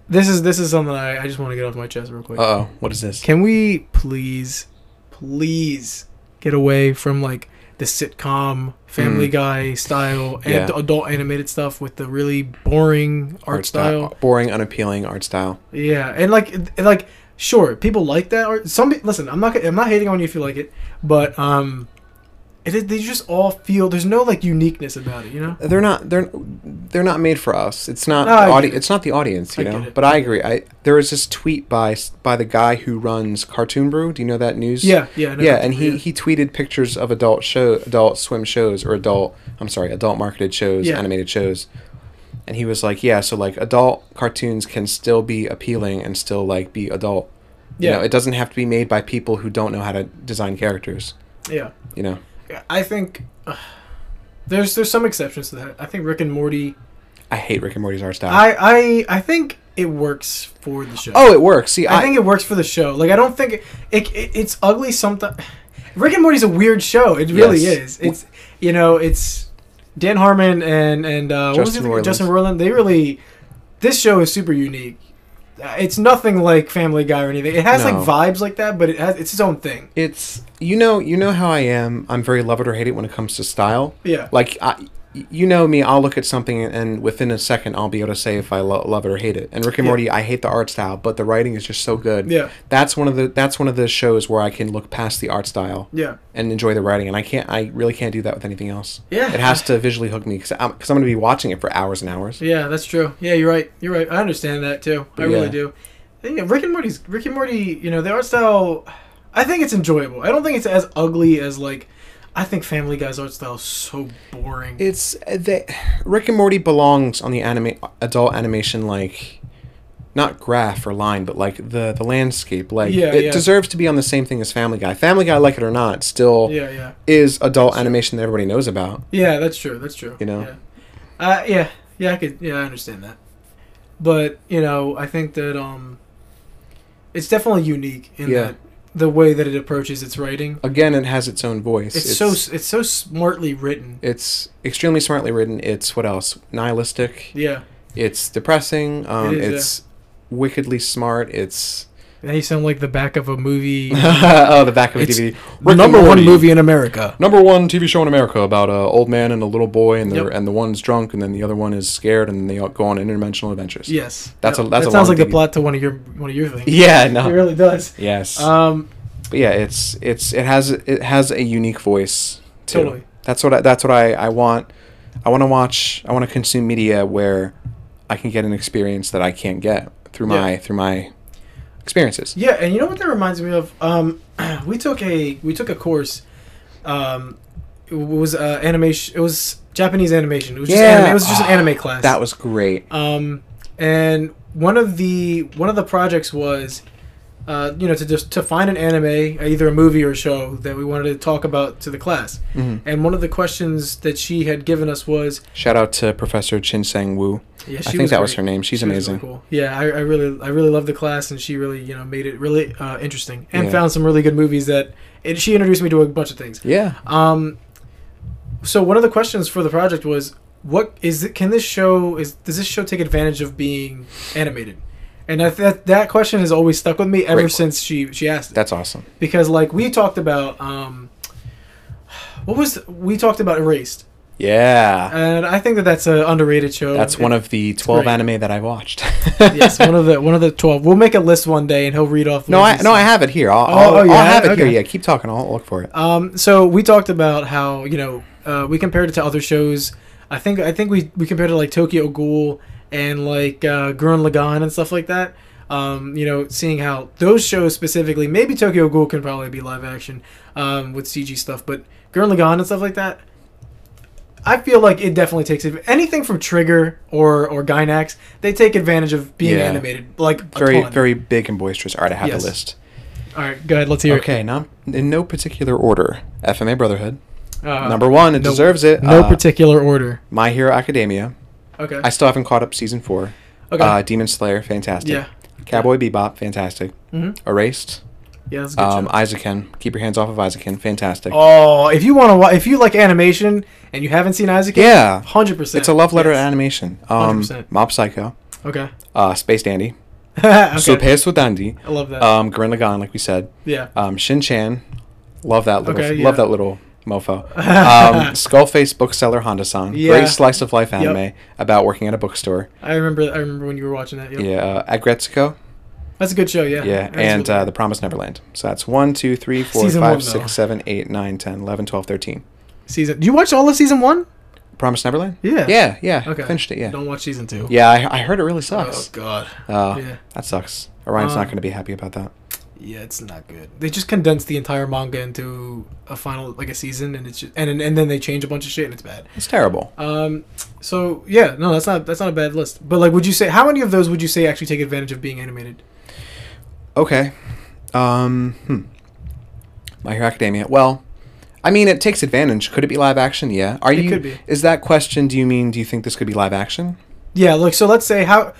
Speaker 2: This is this is something I, I just want to get off my chest real quick.
Speaker 1: Uh oh, what is this?
Speaker 2: Can we please, please get away from like the sitcom Family
Speaker 1: Mm.
Speaker 2: Guy style and
Speaker 1: Yeah.
Speaker 2: adult animated stuff with the really boring art, style?
Speaker 1: boring, unappealing art style.
Speaker 2: Yeah, and like and like sure, people like that or some pe- listen, I'm not gonna- I'm not hating on you if you like it, but um it is, they just all feel there's no like uniqueness about it, you know?
Speaker 1: They're not they're they're not made for us. It's not
Speaker 2: No, I
Speaker 1: the
Speaker 2: get
Speaker 1: audi-
Speaker 2: it.
Speaker 1: it's not the audience, you
Speaker 2: I get
Speaker 1: know.
Speaker 2: it.
Speaker 1: But I agree. I there was this tweet by s- by the guy who runs Cartoon Brew. Do you know that news?
Speaker 2: Yeah, yeah. no,
Speaker 1: Yeah, and he,
Speaker 2: yeah.
Speaker 1: he tweeted pictures of adult show adult swim shows or adult I'm sorry, adult marketed shows,
Speaker 2: Yeah.
Speaker 1: animated shows. And he was like, Yeah, so like adult cartoons can still be appealing and still like be adult. You
Speaker 2: Yeah.
Speaker 1: know, it doesn't have to be made by people who don't know how to design characters,
Speaker 2: yeah.
Speaker 1: you know.
Speaker 2: Yeah, I think uh, there's there's some exceptions to that. I think Rick and Morty
Speaker 1: I hate Rick and Morty's art style.
Speaker 2: I I I think it works for the show.
Speaker 1: oh, it works. See,
Speaker 2: I, think it works for the show. Like I don't think it, it, it it's ugly sometimes. Rick and Morty's a weird show. It really
Speaker 1: Yes.
Speaker 2: is. It's you know it's Dan Harmon and and uh, what was
Speaker 1: Justin
Speaker 2: his name?
Speaker 1: Roiland.
Speaker 2: Justin Roiland. They really this show is super unique. Uh, It's nothing like Family Guy or anything. It has
Speaker 1: No.
Speaker 2: like vibes like that, but it has it's its own thing.
Speaker 1: it's you know you know how I am. I'm very love it or hate it when it comes to style.
Speaker 2: Yeah.
Speaker 1: Like I, you know me, I'll look at something and within a second I'll be able to say if I lo- love it or hate it. And Rick and
Speaker 2: Yeah.
Speaker 1: Morty, I hate the art style, but the writing is just so good.
Speaker 2: Yeah.
Speaker 1: That's one of the that's one of the shows where I can look past the art style
Speaker 2: Yeah.
Speaker 1: and enjoy the writing. And I can't I really can't do that with anything else.
Speaker 2: Yeah.
Speaker 1: It has to visually hook me because I'm, 'cause I'm going to be watching it for hours and hours.
Speaker 2: Yeah, that's true. Yeah, you're right. You're right. I understand that too. I
Speaker 1: Yeah.
Speaker 2: really do. And, yeah, Rick and Morty's Rick and Morty. You know, the art style. I think it's enjoyable. I don't think it's as ugly as like. I think Family Guy's art style is so boring.
Speaker 1: It's they, Rick and Morty belongs on the anime adult animation like not graph or line, but like the the landscape. Like
Speaker 2: Yeah,
Speaker 1: it
Speaker 2: yeah.
Speaker 1: deserves to be on the same thing as Family Guy. Family Guy, like it or not, still
Speaker 2: yeah, yeah,
Speaker 1: is adult animation that everybody knows about.
Speaker 2: yeah. That's true. That's true.
Speaker 1: You know?
Speaker 2: Yeah. Uh, yeah, yeah. I could. Yeah, I understand that. But you know, I think that um, it's definitely unique in
Speaker 1: Yeah.
Speaker 2: that the way that it approaches its writing.
Speaker 1: Again, it has its own voice.
Speaker 2: It's, so it's so smartly written.
Speaker 1: it's extremely smartly written. It's what else? Nihilistic.
Speaker 2: Yeah.
Speaker 1: It's depressing. Um,
Speaker 2: is, yeah.
Speaker 1: it's wickedly smart. It's
Speaker 2: Now you sound like the back of a movie.
Speaker 1: oh the back of a
Speaker 2: It's
Speaker 1: DVD.
Speaker 2: The
Speaker 1: Rick and
Speaker 2: number one
Speaker 1: Morty.
Speaker 2: movie in America.
Speaker 1: number one TV show in America about a old man and a little boy, and the
Speaker 2: Yep.
Speaker 1: and the one's drunk, and then the other one is scared, and then they all go on interdimensional adventures.
Speaker 2: Yes,
Speaker 1: That's a-
Speaker 2: Yep.
Speaker 1: that's
Speaker 2: that
Speaker 1: a
Speaker 2: sounds
Speaker 1: long
Speaker 2: like the
Speaker 1: DVD.
Speaker 2: plot to one of your one of your things.
Speaker 1: yeah,
Speaker 2: it
Speaker 1: no,
Speaker 2: really does.
Speaker 1: yes,
Speaker 2: Um,
Speaker 1: but yeah, it's it's it has it has a unique voice. Too.
Speaker 2: Totally.
Speaker 1: That's what I, that's what I I want. I want to watch. I want to consume media where I can get an experience that I can't get through
Speaker 2: Yeah.
Speaker 1: my through my experiences.
Speaker 2: yeah, and you know what that reminds me of? Um, we took a we took a course. Um, it was uh, animation. It was Japanese animation. It was just
Speaker 1: Yeah. Ah,
Speaker 2: anime, it was just an anime class.
Speaker 1: That was great.
Speaker 2: Um, and one of the one of the projects was, uh, you know, to just to find an anime, either a movie or a show that we wanted to talk about to the class.
Speaker 1: Mhm.
Speaker 2: And one of the questions that she had given us was,
Speaker 1: Shout out to Professor Chin Sang Woo.
Speaker 2: yeah,
Speaker 1: I
Speaker 2: she
Speaker 1: think that was
Speaker 2: great.
Speaker 1: her name. She's
Speaker 2: She was really
Speaker 1: amazing.
Speaker 2: cool. Yeah, I, I really I really love the class, and she really you know made it really uh, interesting, and
Speaker 1: Yeah.
Speaker 2: found some really good movies that. And she introduced me to a bunch of things.
Speaker 1: Yeah.
Speaker 2: Um, so one of the questions for the project was, what is it? Can this show is does this show take advantage of being animated? And I, that that question has always stuck with me ever
Speaker 1: Great.
Speaker 2: since she she asked it.
Speaker 1: That's awesome.
Speaker 2: because like we talked about um, what was we talked about erased,
Speaker 1: Yeah.
Speaker 2: and I think that that's an underrated show.
Speaker 1: That's one
Speaker 2: Oh, It-
Speaker 1: of the twelve
Speaker 2: great.
Speaker 1: anime that I watched.
Speaker 2: yes, one of the one of the twelve. We'll make a list one day, and he'll read off. the
Speaker 1: no, I
Speaker 2: list.
Speaker 1: no, I have it here. I'll,
Speaker 2: Oh,
Speaker 1: I'll,
Speaker 2: oh, you
Speaker 1: I'll
Speaker 2: have
Speaker 1: have
Speaker 2: it?
Speaker 1: it here.
Speaker 2: Okay.
Speaker 1: Yeah, keep talking. I'll look for it.
Speaker 2: Um, so we talked about how you know uh, we compared it to other shows. I think I think we we compared it to, like Tokyo Ghoul and like uh, Gurren Lagann and stuff like that. Um, you know, seeing how those shows specifically, maybe Tokyo Ghoul can probably be live action um, with CG stuff, but Gurren Lagann and stuff like that, I feel like it definitely takes adv- anything from Trigger or or Gynax. They take advantage of being
Speaker 1: Yeah.
Speaker 2: animated, like a
Speaker 1: Very,
Speaker 2: ton.
Speaker 1: very big and boisterous. All right, I have
Speaker 2: Yes.
Speaker 1: the list.
Speaker 2: All right, go ahead. Let's hear
Speaker 1: Okay, now in no particular order. FMA Brotherhood.
Speaker 2: it. Uh,
Speaker 1: Number one, it
Speaker 2: no-
Speaker 1: deserves it.
Speaker 2: No
Speaker 1: Uh,
Speaker 2: particular order.
Speaker 1: My Hero Academia.
Speaker 2: Okay.
Speaker 1: I still haven't caught up season four.
Speaker 2: okay.
Speaker 1: Uh, Demon Slayer, fantastic.
Speaker 2: yeah.
Speaker 1: Cowboy Bebop, fantastic.
Speaker 2: hmm
Speaker 1: Erased.
Speaker 2: Yeah, that's a good. show.
Speaker 1: Um, Isaacin. Keep your hands off of Isaacin. Fantastic.
Speaker 2: Oh, if you want to, wa- if you like animation and you haven't seen Isaac, yet,
Speaker 1: yeah.
Speaker 2: hundred percent.
Speaker 1: It's a love letter to animation. Um,
Speaker 2: 100%.
Speaker 1: Mob Psycho.
Speaker 2: Okay.
Speaker 1: Uh, Space Dandy.
Speaker 2: okay.
Speaker 1: So Peso Dandy.
Speaker 2: I love that.
Speaker 1: Um, Gurren Lagann, like we said.
Speaker 2: yeah.
Speaker 1: Um, Shin Chan. Love that little.
Speaker 2: Okay,
Speaker 1: Love
Speaker 2: yeah.
Speaker 1: that little mofo. Um, Skullface bookseller Honda San.
Speaker 2: Yeah.
Speaker 1: Great slice of life anime about working at a bookstore.
Speaker 2: I remember. I remember when you were watching that. Yep.
Speaker 1: Yeah. Uh, at Gretzko.
Speaker 2: That's a good show. Yeah.
Speaker 1: Yeah,
Speaker 2: That's
Speaker 1: and
Speaker 2: good.
Speaker 1: uh, The Promised Neverland. So that's 1, 2, 3, 4,
Speaker 2: Season
Speaker 1: 5,
Speaker 2: one,
Speaker 1: 6,
Speaker 2: though.
Speaker 1: 7, 8, 9, 10, 11, 12, 13.
Speaker 2: season. Do you watch all of season one?
Speaker 1: Promised Neverland?
Speaker 2: Yeah.
Speaker 1: Yeah, yeah.
Speaker 2: Okay.
Speaker 1: Finished it, yeah.
Speaker 2: Don't watch season two.
Speaker 1: Yeah, I, I heard it really
Speaker 2: Oh
Speaker 1: sucks.
Speaker 2: God.
Speaker 1: Uh,
Speaker 2: Yeah.
Speaker 1: That sucks. Orion's not
Speaker 2: Um,
Speaker 1: going to be happy about that.
Speaker 2: Yeah, it's not good. They just condensed the entire manga into a final, like a season, and it's just, and and then they change a bunch of shit, and it's bad.
Speaker 1: It's terrible.
Speaker 2: Um. So yeah, no, that's not that's not a bad list. But like, would you say how many of those would you say actually take advantage of being animated?
Speaker 1: Okay. Um, hmm. My Hero Academia. Well, I mean, it takes advantage. Could it be live action? Yeah. Are
Speaker 2: It
Speaker 1: you?
Speaker 2: could be.
Speaker 1: Is that question? Do you mean? Do you think this could be live action?
Speaker 2: Yeah, look, so let's say how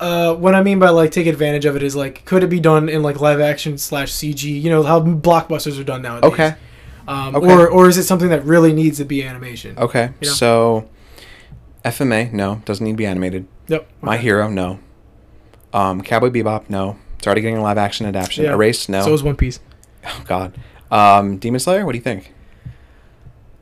Speaker 2: uh, what I mean by like take advantage of it is like could it be done in like live action slash CG? You know how blockbusters are done nowadays.
Speaker 1: Okay.
Speaker 2: Um,
Speaker 1: Okay.
Speaker 2: Or or is it something that really needs to be animation?
Speaker 1: Okay.
Speaker 2: Yeah.
Speaker 1: So, FMA. No, doesn't need to be animated.
Speaker 2: Yep.
Speaker 1: My Hero, no. Um, Cowboy Bebop, no. It's already getting a live action adaptation.
Speaker 2: Yeah.
Speaker 1: Erased, no.
Speaker 2: So is One Piece.
Speaker 1: oh God. Um, Demon Slayer, what do you think?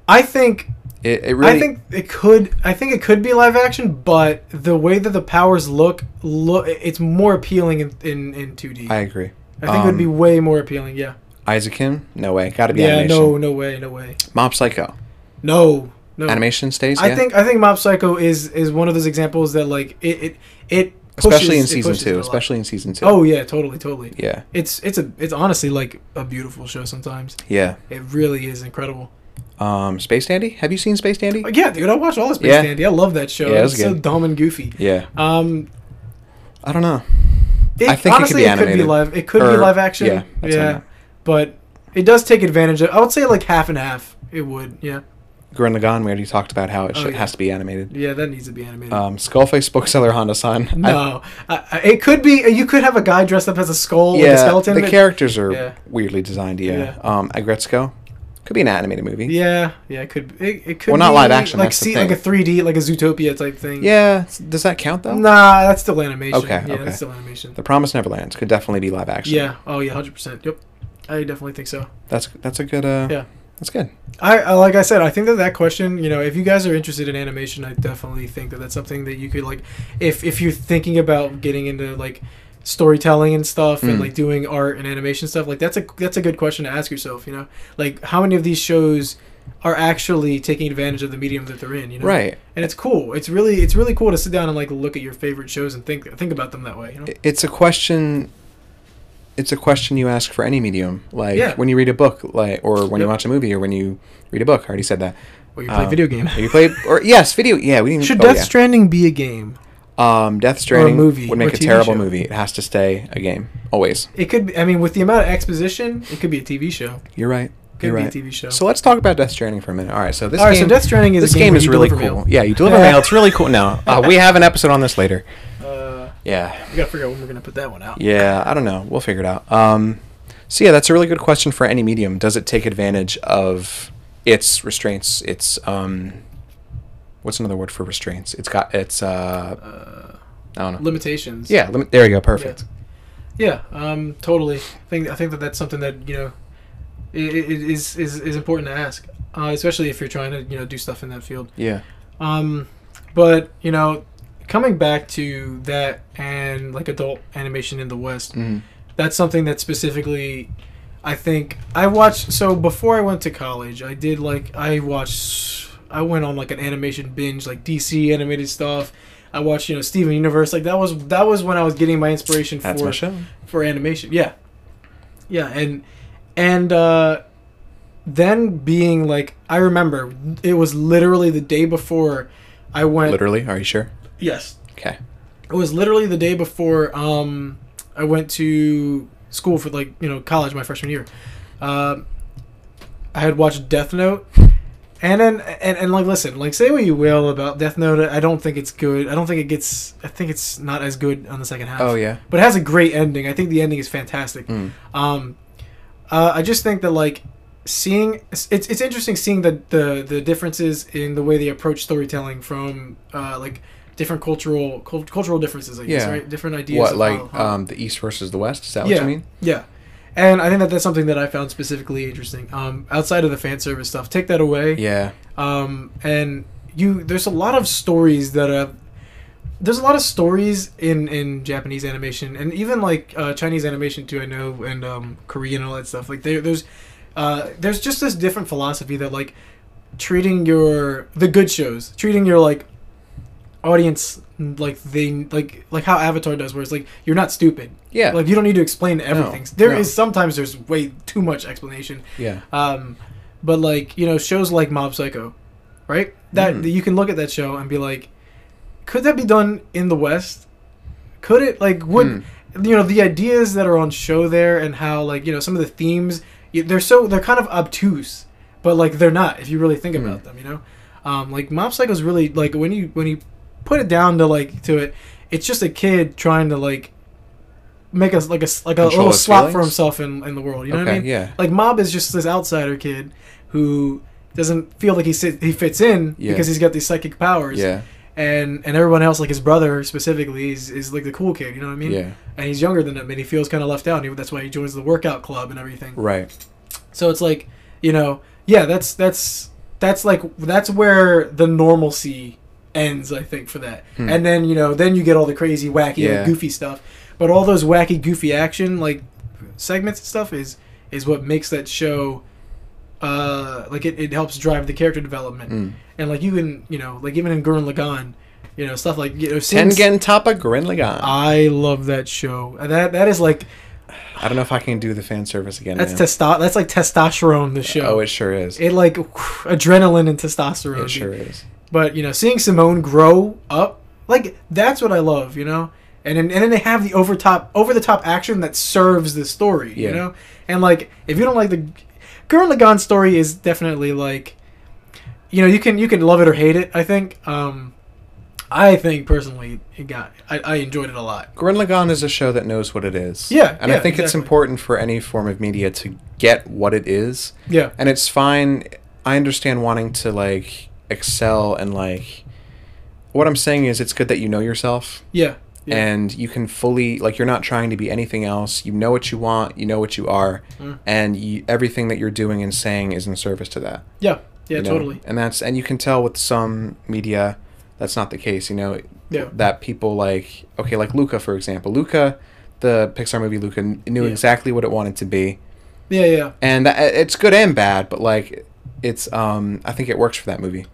Speaker 2: I think
Speaker 1: It, it really.
Speaker 2: I think it could. I think it could be live action, but the way that the powers look, look, it's more appealing in in, in 2D.
Speaker 1: I agree.
Speaker 2: I think it would be
Speaker 1: um,
Speaker 2: way more appealing. Yeah.
Speaker 1: Isaacin, no way. Got to be
Speaker 2: Yeah.
Speaker 1: animation.
Speaker 2: No. No way. No way.
Speaker 1: Mob Psycho,
Speaker 2: No. No.
Speaker 1: animation stays.
Speaker 2: I
Speaker 1: yeah?
Speaker 2: think I think Mob Psycho is is one of those examples that like it it it pushes,
Speaker 1: especially in
Speaker 2: it
Speaker 1: season
Speaker 2: pushes it a
Speaker 1: two.
Speaker 2: lot.
Speaker 1: Especially in season two.
Speaker 2: oh yeah, totally, totally.
Speaker 1: Yeah,
Speaker 2: It's it's a it's honestly like a beautiful show. Sometimes
Speaker 1: yeah.
Speaker 2: it really is incredible.
Speaker 1: Um, Space Dandy. Have you seen Space Dandy?
Speaker 2: Like, Oh, yeah, dude, I watch all of Space
Speaker 1: Yeah.
Speaker 2: Dandy. I love that show.
Speaker 1: Yeah, it was
Speaker 2: it's so
Speaker 1: good.
Speaker 2: dumb and goofy.
Speaker 1: Yeah.
Speaker 2: Um,
Speaker 1: I don't know.
Speaker 2: it,
Speaker 1: I think it could
Speaker 2: honestly,
Speaker 1: be
Speaker 2: it could be
Speaker 1: animated.
Speaker 2: live. It could be
Speaker 1: Or-
Speaker 2: live action.
Speaker 1: yeah,
Speaker 2: Yeah,
Speaker 1: that's what I meant.
Speaker 2: but it does take advantage of. I would say like half and half. It would. Yeah,
Speaker 1: Gurren Lagann. We already talked about how it
Speaker 2: Oh,
Speaker 1: should,
Speaker 2: yeah.
Speaker 1: has to be animated.
Speaker 2: yeah, that needs to be animated.
Speaker 1: Um, Skullface bookseller Honda San.
Speaker 2: no, I, I, it could be. You could have a guy dressed up as a skull with
Speaker 1: yeah,
Speaker 2: a skeleton.
Speaker 1: The
Speaker 2: It-
Speaker 1: characters are
Speaker 2: yeah.
Speaker 1: weirdly designed. Yeah.
Speaker 2: Yeah.
Speaker 1: Um, Agretzko could be an animated movie.
Speaker 2: Yeah, yeah, it could. It, it could.
Speaker 1: Well, not
Speaker 2: be
Speaker 1: live action,
Speaker 2: Like
Speaker 1: that's the
Speaker 2: see,
Speaker 1: thing.
Speaker 2: like a three D, like a Zootopia type thing.
Speaker 1: Yeah, s- Does that count though?
Speaker 2: Nah, that's still animation.
Speaker 1: Okay,
Speaker 2: Yeah,
Speaker 1: okay.
Speaker 2: that's still animation.
Speaker 1: The Promised Neverland could definitely be live action.
Speaker 2: Yeah. Oh yeah, hundred percent. Yep. I definitely think so.
Speaker 1: That's that's a good. Uh,
Speaker 2: Yeah.
Speaker 1: That's good.
Speaker 2: I, I like I said, I think that that question, you know, if you guys are interested in animation, I definitely think that that's something that you could like, if if you're thinking about getting into like storytelling and stuff
Speaker 1: Mm.
Speaker 2: and like doing art and animation stuff, like that's a that's a good question to ask yourself. You know, like how many of these shows are actually taking advantage of the medium that they're in? You know,
Speaker 1: Right.
Speaker 2: and it's cool. It's really it's really cool to sit down and like look at your favorite shows and think think about them that way. You know?
Speaker 1: I- It's a question. It's a question you ask for any medium, like
Speaker 2: Yeah.
Speaker 1: when you read a book, like or when you
Speaker 2: Yep.
Speaker 1: watch a movie, or when you read a book. I already said that.
Speaker 2: Or you play
Speaker 1: Um,
Speaker 2: video game.
Speaker 1: or you play or yes, video. Yeah, we didn't.
Speaker 2: Should
Speaker 1: oh,
Speaker 2: Death
Speaker 1: yeah.
Speaker 2: Stranding be a game?
Speaker 1: um, Death Stranding
Speaker 2: movie,
Speaker 1: would
Speaker 2: or
Speaker 1: make a
Speaker 2: TV
Speaker 1: terrible
Speaker 2: show.
Speaker 1: movie. It has to stay a game always.
Speaker 2: It could. Be, I mean, with the amount of exposition, it could be a TV show.
Speaker 1: You're right.
Speaker 2: Could
Speaker 1: You're
Speaker 2: be
Speaker 1: right.
Speaker 2: a TV show.
Speaker 1: So let's talk about Death Stranding for a minute. All right. So this
Speaker 2: All right,
Speaker 1: game,
Speaker 2: so Death Stranding is
Speaker 1: this
Speaker 2: a
Speaker 1: game,
Speaker 2: game where
Speaker 1: is
Speaker 2: you
Speaker 1: really cool.
Speaker 2: deliver mail.
Speaker 1: Yeah, you deliver mail. It's really cool. No, uh, we have an episode on this later.
Speaker 2: Uh,
Speaker 1: Yeah,
Speaker 2: we gotta figure out when we're gonna put that one out.
Speaker 1: yeah. I don't know. We'll figure it out. Um, so yeah, that's a really good question for any medium. Does it take advantage of its restraints? Its um, what's another word for restraints? It's got its uh,
Speaker 2: Uh,
Speaker 1: I don't know.
Speaker 2: limitations.
Speaker 1: Yeah, limit. There you go. Perfect.
Speaker 2: Yeah. Um. Totally. I think I think that that's something that you know, i- i- is is is important to ask, uh, especially if you're trying to you know do stuff in that field.
Speaker 1: Yeah.
Speaker 2: Um, but you know, coming back to that and like adult animation in the West,
Speaker 1: Mm.
Speaker 2: that's something that specifically, I think I watched. So before I went to college, I did like I watched. I went on like an animation binge, like DC animated stuff. I watched you know Steven Universe. Like that was that was when I was getting my inspiration
Speaker 1: That's
Speaker 2: for
Speaker 1: my show.
Speaker 2: for animation. Yeah, yeah, and and uh, then being like, I remember it was literally the day before I went.
Speaker 1: Literally, are you sure?
Speaker 2: Yes,
Speaker 1: Okay.
Speaker 2: it was literally the day before um, I went to school for like you know college my freshman year. Um I had watched Death Note, and then and, and like listen, like say what you will about Death Note, I don't think it's good. I don't think it gets. I think it's not as good on the second half.
Speaker 1: Oh yeah.
Speaker 2: but it has a great ending. I think the ending is fantastic.
Speaker 1: Mm.
Speaker 2: Um, uh, I just think that like seeing it's it's interesting seeing the, the the differences in the way they approach storytelling from uh, like different cultural cul- cultural differences. I guess
Speaker 1: Yeah.
Speaker 2: right, different ideas.
Speaker 1: What
Speaker 2: of
Speaker 1: like
Speaker 2: how- how-
Speaker 1: um the East versus the West? Is that
Speaker 2: yeah,
Speaker 1: what you mean?
Speaker 2: yeah. And I think that that's something that I found specifically interesting. Um, outside of the fan service stuff, take that away
Speaker 1: Yeah.
Speaker 2: um, and you there's a lot of stories that have there's a lot of stories in in Japanese animation and even like uh, Chinese animation too I know and um, Korean and all that stuff like there there's uh, there's just this different philosophy that like treating your the good shows treating your like audience like they like like how Avatar does where it's like you're not stupid
Speaker 1: Yeah.
Speaker 2: like you don't need to explain everything There is
Speaker 1: no.
Speaker 2: sometimes there's way too much explanation
Speaker 1: yeah.
Speaker 2: um, but like you know, shows like Mob Psycho, right? That
Speaker 1: Mm.
Speaker 2: you can look at that show and be like, could that be done in the West? Could it like would
Speaker 1: Mm.
Speaker 2: you know the ideas that are on show there and how like you know some of the themes y- they're so they're kind of obtuse, but like they're not if you really think
Speaker 1: Mm.
Speaker 2: about them, you know. Um, like Mob Psycho's really like when you when you put it down to like to it, it's just a kid trying to like make us like a s- like a
Speaker 1: Control
Speaker 2: little
Speaker 1: his
Speaker 2: slot for
Speaker 1: feelings?
Speaker 2: himself in, in the world. You know
Speaker 1: okay.
Speaker 2: what I mean?
Speaker 1: Yeah.
Speaker 2: like Mob is just this outsider kid who doesn't feel like he sit, he fits in
Speaker 1: Yeah.
Speaker 2: because he's got these psychic powers.
Speaker 1: Yeah.
Speaker 2: And and everyone else, like his brother specifically, is, is like the cool kid. You know what I mean?
Speaker 1: Yeah.
Speaker 2: And he's younger than him, and he feels kind of left out. And that's why he joins the workout club and everything.
Speaker 1: Right.
Speaker 2: So it's like, you know, yeah, that's that's that's like that's where the normalcy ends, I think, for that.
Speaker 1: Hmm.
Speaker 2: And then you know, then you get all the crazy, wacky,
Speaker 1: Yeah.
Speaker 2: like, goofy stuff. But all those wacky, goofy action like segments and stuff is is what makes that show. Uh, like it, it helps drive the character development,
Speaker 1: Mm.
Speaker 2: and like you can you know like even in Gurren Lagann, you know stuff like you know seeing-
Speaker 1: Tengen Toppa Gurren Lagann.
Speaker 2: I love that show. And That that is like
Speaker 1: I don't know if I can do the fan service again.
Speaker 2: that's
Speaker 1: man.
Speaker 2: testo- that's like testosterone. The show.
Speaker 1: Oh, it sure is. It,
Speaker 2: It like adrenaline and testosterone. dude.
Speaker 1: sure is.
Speaker 2: But you know, seeing Simone grow up, like that's what I love. You know, and then, and then they have the over top over the top action that serves the story.
Speaker 1: Yeah.
Speaker 2: You know, and like if you don't like the Gurren Lagann story is definitely like, you know, you can you can love it or hate it. I think. Um, I think personally, it got I, I enjoyed it a lot.
Speaker 1: Gurren Lagann is a show that knows what it is.
Speaker 2: Yeah,
Speaker 1: And I
Speaker 2: yeah,
Speaker 1: think it's
Speaker 2: exactly.
Speaker 1: important for any form of media to get what it is.
Speaker 2: Yeah.
Speaker 1: And it's fine. I understand wanting to like excel and like. What I'm saying is, it's good that you know yourself.
Speaker 2: Yeah. Yeah.
Speaker 1: and you can fully like you're not trying to be anything else you know what you want you know what you are
Speaker 2: Mm.
Speaker 1: and you, everything that you're doing and saying is in service to that
Speaker 2: yeah. Yeah.
Speaker 1: you know?
Speaker 2: Totally.
Speaker 1: and that's and you can tell with some media that's not the case you know
Speaker 2: Yeah.
Speaker 1: that people like okay like luca for example luca the pixar movie luca kn- knew
Speaker 2: Yeah.
Speaker 1: exactly what it wanted to be
Speaker 2: Yeah. Yeah.
Speaker 1: and that, it's good and bad but like it's um i think it works for that movie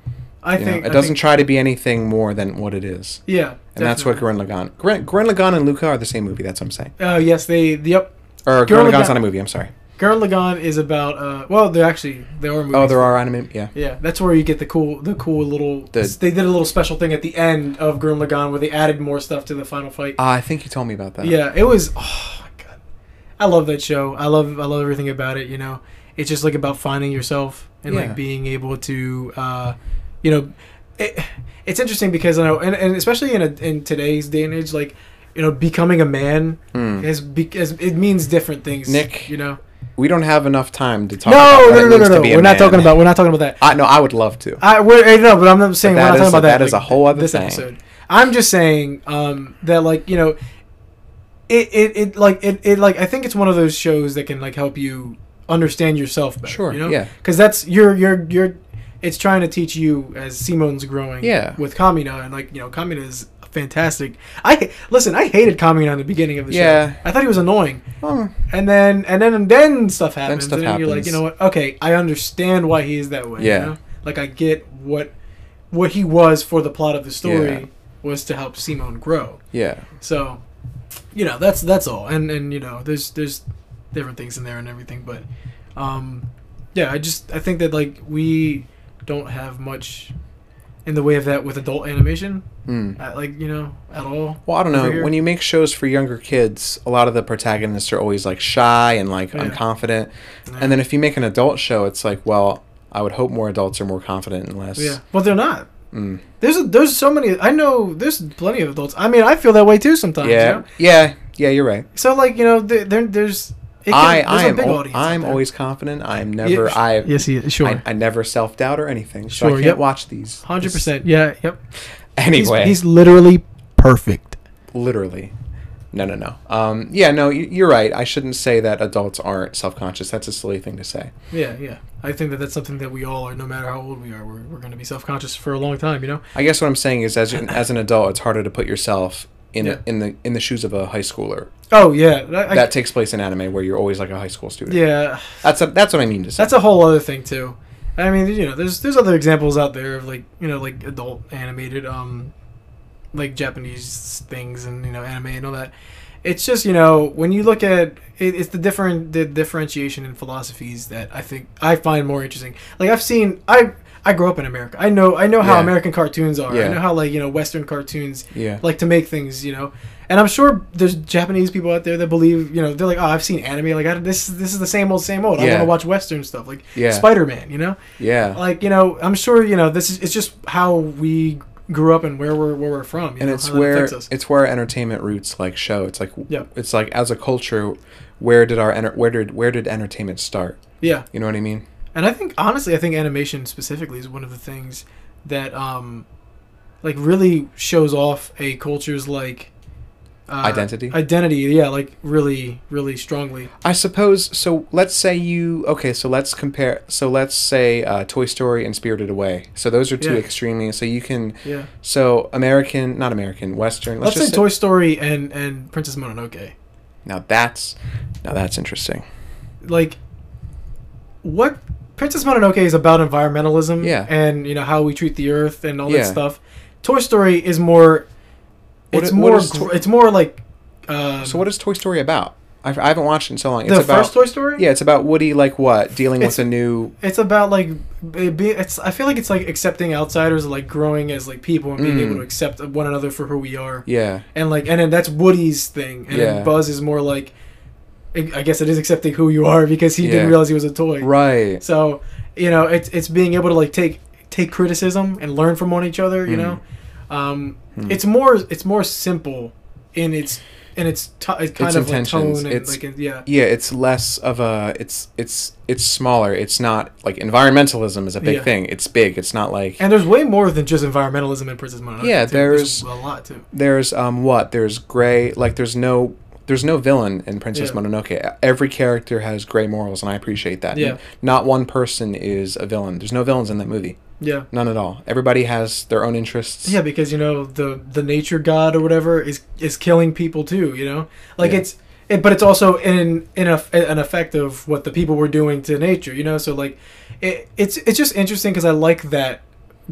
Speaker 2: I
Speaker 1: you know?
Speaker 2: think
Speaker 1: it
Speaker 2: I
Speaker 1: doesn't
Speaker 2: think-
Speaker 1: try to be anything more than what it is
Speaker 2: yeah.
Speaker 1: and that's what Gurren Lagann. Gurren, Gurren Lagann and Luca are the same movie. That's what I'm saying.
Speaker 2: Oh yes, they. Yep.
Speaker 1: Or Gurren
Speaker 2: Gurren
Speaker 1: Lagann's
Speaker 2: Lagann-
Speaker 1: not a movie. I'm sorry.
Speaker 2: Gurren Lagann is about uh well they're actually there are movies.
Speaker 1: Oh, there are anime. Yeah.
Speaker 2: Yeah, that's where you get the cool the cool little
Speaker 1: The-
Speaker 2: they did a little special thing at the end of Gurren Lagann where they added more stuff to the final fight.
Speaker 1: Uh, I think you told me about that.
Speaker 2: yeah, it was oh my god. I love that show. I love I love everything about it, you know. It's just like about finding yourself and
Speaker 1: Yeah.
Speaker 2: like being able to uh you know it, it's interesting because I know and, and especially in a, in today's day and age like you know becoming a man
Speaker 1: Hmm.
Speaker 2: is, be, is it means different things,
Speaker 1: Nick,
Speaker 2: you know.
Speaker 1: We don't have enough time to talk. about
Speaker 2: No,
Speaker 1: what it
Speaker 2: no, no, no,
Speaker 1: means
Speaker 2: no,
Speaker 1: to
Speaker 2: no.
Speaker 1: be a
Speaker 2: We're not
Speaker 1: man.
Speaker 2: talking about. We're not talking about that.
Speaker 1: I no. I would love to.
Speaker 2: I we're eh, no, but I'm not saying we're
Speaker 1: that
Speaker 2: not
Speaker 1: is
Speaker 2: talking
Speaker 1: a-
Speaker 2: about that.
Speaker 1: that is a whole other
Speaker 2: this
Speaker 1: thing.
Speaker 2: episode. I'm just saying um, that like you know, it, it, it like it, it like I think it's one of those shows that can like help you understand yourself better.
Speaker 1: Sure,
Speaker 2: You know?
Speaker 1: yeah.
Speaker 2: Because that's you're you're you're. It's trying to teach you as Simone's growing.
Speaker 1: Yeah.
Speaker 2: With Kamina and like you know Kamina is fantastic. I listen. I hated Kamina in the beginning of the
Speaker 1: Yeah.
Speaker 2: show. I thought he was annoying.
Speaker 1: Oh,
Speaker 2: And then and then and then stuff happens.
Speaker 1: stuff
Speaker 2: and then you're like,
Speaker 1: happens.
Speaker 2: you know what? Okay, I understand why he is that way. you
Speaker 1: Yeah.
Speaker 2: know? Like I get what what he was for the plot of the story. was to help Simone grow.
Speaker 1: Yeah.
Speaker 2: So, you know, that's that's all. And and you know, there's there's different things in there and everything, but um yeah, I just I think that like we don't have much in the way of that with adult animation,
Speaker 1: Mm.
Speaker 2: uh, like you know, at all.
Speaker 1: Well, I don't
Speaker 2: over
Speaker 1: know.
Speaker 2: here.
Speaker 1: When you make shows for younger kids, a lot of the protagonists are always like shy and like
Speaker 2: Yeah.
Speaker 1: unconfident. And then if you make an adult show, it's like, well, I would hope more adults are more confident and less.
Speaker 2: yeah, but they're not.
Speaker 1: Mm.
Speaker 2: There's a, there's so many. I know there's plenty of adults. I mean, I feel that way too sometimes. you
Speaker 1: Yeah.
Speaker 2: know?
Speaker 1: Yeah. Yeah. You're right.
Speaker 2: So like you know, there, there there's. It
Speaker 1: I,
Speaker 2: there's
Speaker 1: I
Speaker 2: a
Speaker 1: am
Speaker 2: big
Speaker 1: al-
Speaker 2: audience out
Speaker 1: I'm
Speaker 2: there.
Speaker 1: always confident. I'm
Speaker 2: Yeah,
Speaker 1: never I,
Speaker 2: yes, he is.
Speaker 1: I
Speaker 2: sure,
Speaker 1: I never self doubt or anything. So I
Speaker 2: Sure,
Speaker 1: can't
Speaker 2: yep.
Speaker 1: watch these.
Speaker 2: hundred
Speaker 1: This-
Speaker 2: percent. Yeah, yep. He's-
Speaker 1: Anyway,
Speaker 2: he's literally perfect.
Speaker 1: literally. No, no, no. Um, yeah, no, you- you're right. I shouldn't say that adults aren't self conscious. That's a silly thing to say.
Speaker 2: Yeah, yeah. I think that that's something that we all are, no matter how old we are. We're, we're going to be self conscious for a long time, you know?
Speaker 1: I guess what I'm saying is, as an, as an adult, it's harder to put yourself in
Speaker 2: Yeah.
Speaker 1: a, in the in the shoes of a high schooler.
Speaker 2: Oh, yeah. That, I-
Speaker 1: that takes place in anime, where you're always like a high school student.
Speaker 2: yeah.
Speaker 1: That's a, that's what I mean to say.
Speaker 2: That's a whole other thing, too. I mean, you know, there's there's other examples out there of, like, you know, like adult animated, um, like Japanese things and, you know, anime and all that. It's just, you know, when you look at it, it's the different the differentiation in philosophies that I think I find more interesting. Like I've seen I I grew up in America. I know I know how
Speaker 1: Yeah.
Speaker 2: American cartoons are.
Speaker 1: Yeah.
Speaker 2: I know how like, you know, western cartoons
Speaker 1: yeah.
Speaker 2: like to make things, you know. And I'm sure there's Japanese people out there that believe, you know, they're like, oh, I've seen anime, like I, this is this is the same old, same old. I
Speaker 1: Yeah.
Speaker 2: want to watch Western stuff, like
Speaker 1: Yeah.
Speaker 2: Spider Man, you know,
Speaker 1: yeah.
Speaker 2: like you know, I'm sure you know this is it's just how we grew up and where we're where we're from, you
Speaker 1: and
Speaker 2: know,
Speaker 1: it's
Speaker 2: how that
Speaker 1: where
Speaker 2: affects us.
Speaker 1: it's where our entertainment roots like show. It's like
Speaker 2: Yeah.
Speaker 1: it's like as a culture, where did our enter- where did where did entertainment start?
Speaker 2: yeah.
Speaker 1: You know what I mean?
Speaker 2: And I think honestly, I think animation specifically is one of the things that um, like really shows off a culture's like. Uh,
Speaker 1: Identity?
Speaker 2: identity yeah like really really strongly
Speaker 1: I suppose so. Let's say you okay. So let's compare. So let's say uh, Toy Story and Spirited Away. So those are two
Speaker 2: Yeah.
Speaker 1: extremely. So you can
Speaker 2: yeah
Speaker 1: so American, not American, Western. Let's,
Speaker 2: let's,
Speaker 1: just
Speaker 2: say toy story and and princess mononoke
Speaker 1: Now that's now that's interesting.
Speaker 2: like what Princess Mononoke is about environmentalism
Speaker 1: Yeah.
Speaker 2: and you know how we treat the earth and all
Speaker 1: Yeah.
Speaker 2: that stuff. Toy Story is more
Speaker 1: What
Speaker 2: it's
Speaker 1: i- what
Speaker 2: more
Speaker 1: is
Speaker 2: gr-
Speaker 1: Toy-
Speaker 2: it's more like um,
Speaker 1: So what is Toy Story about? I've, I haven't watched it in so long. It's
Speaker 2: the
Speaker 1: about
Speaker 2: first Toy Story?
Speaker 1: yeah. It's about Woody like what dealing
Speaker 2: It's-
Speaker 1: with a new
Speaker 2: It's about like it be, it's I feel like it's like accepting outsiders like growing as like people and being
Speaker 1: Mm.
Speaker 2: able to accept one another for who we are.
Speaker 1: yeah
Speaker 2: And like and then that's Woody's thing and
Speaker 1: Yeah.
Speaker 2: then Buzz is more like I I guess it is accepting who you are because he
Speaker 1: Yeah.
Speaker 2: didn't realize he was a toy.
Speaker 1: right
Speaker 2: So you know, it's it's being able to like take take criticism and learn from one each other. You
Speaker 1: Mm.
Speaker 2: know, um,
Speaker 1: Hmm.
Speaker 2: it's more it's more simple in its in its t- it kind
Speaker 1: Its
Speaker 2: of like
Speaker 1: intentions,
Speaker 2: tone and
Speaker 1: it's-
Speaker 2: like in- yeah.
Speaker 1: yeah it's less of a it's it's it's smaller it's not like environmentalism is a big
Speaker 2: Yeah.
Speaker 1: thing it's big it's not like
Speaker 2: And there's way more than just environmentalism in Princess Mononoke.
Speaker 1: Yeah,
Speaker 2: too.
Speaker 1: there's-
Speaker 2: there's a lot too.
Speaker 1: there's um what there's gray like there's no there's no villain in Princess
Speaker 2: Yeah.
Speaker 1: Mononoke. Every character has gray morals, and I appreciate that.
Speaker 2: Yeah.
Speaker 1: Not one person is a villain. There's no villains in that movie.
Speaker 2: Yeah.
Speaker 1: None at all. Everybody has their own interests.
Speaker 2: Yeah, because you know the the nature god or whatever is is killing people too. You know, like
Speaker 1: Yeah.
Speaker 2: it's it, but it's also in in a, an effect of what the people were doing to nature. You know, so like it, it's it's just interesting because I like that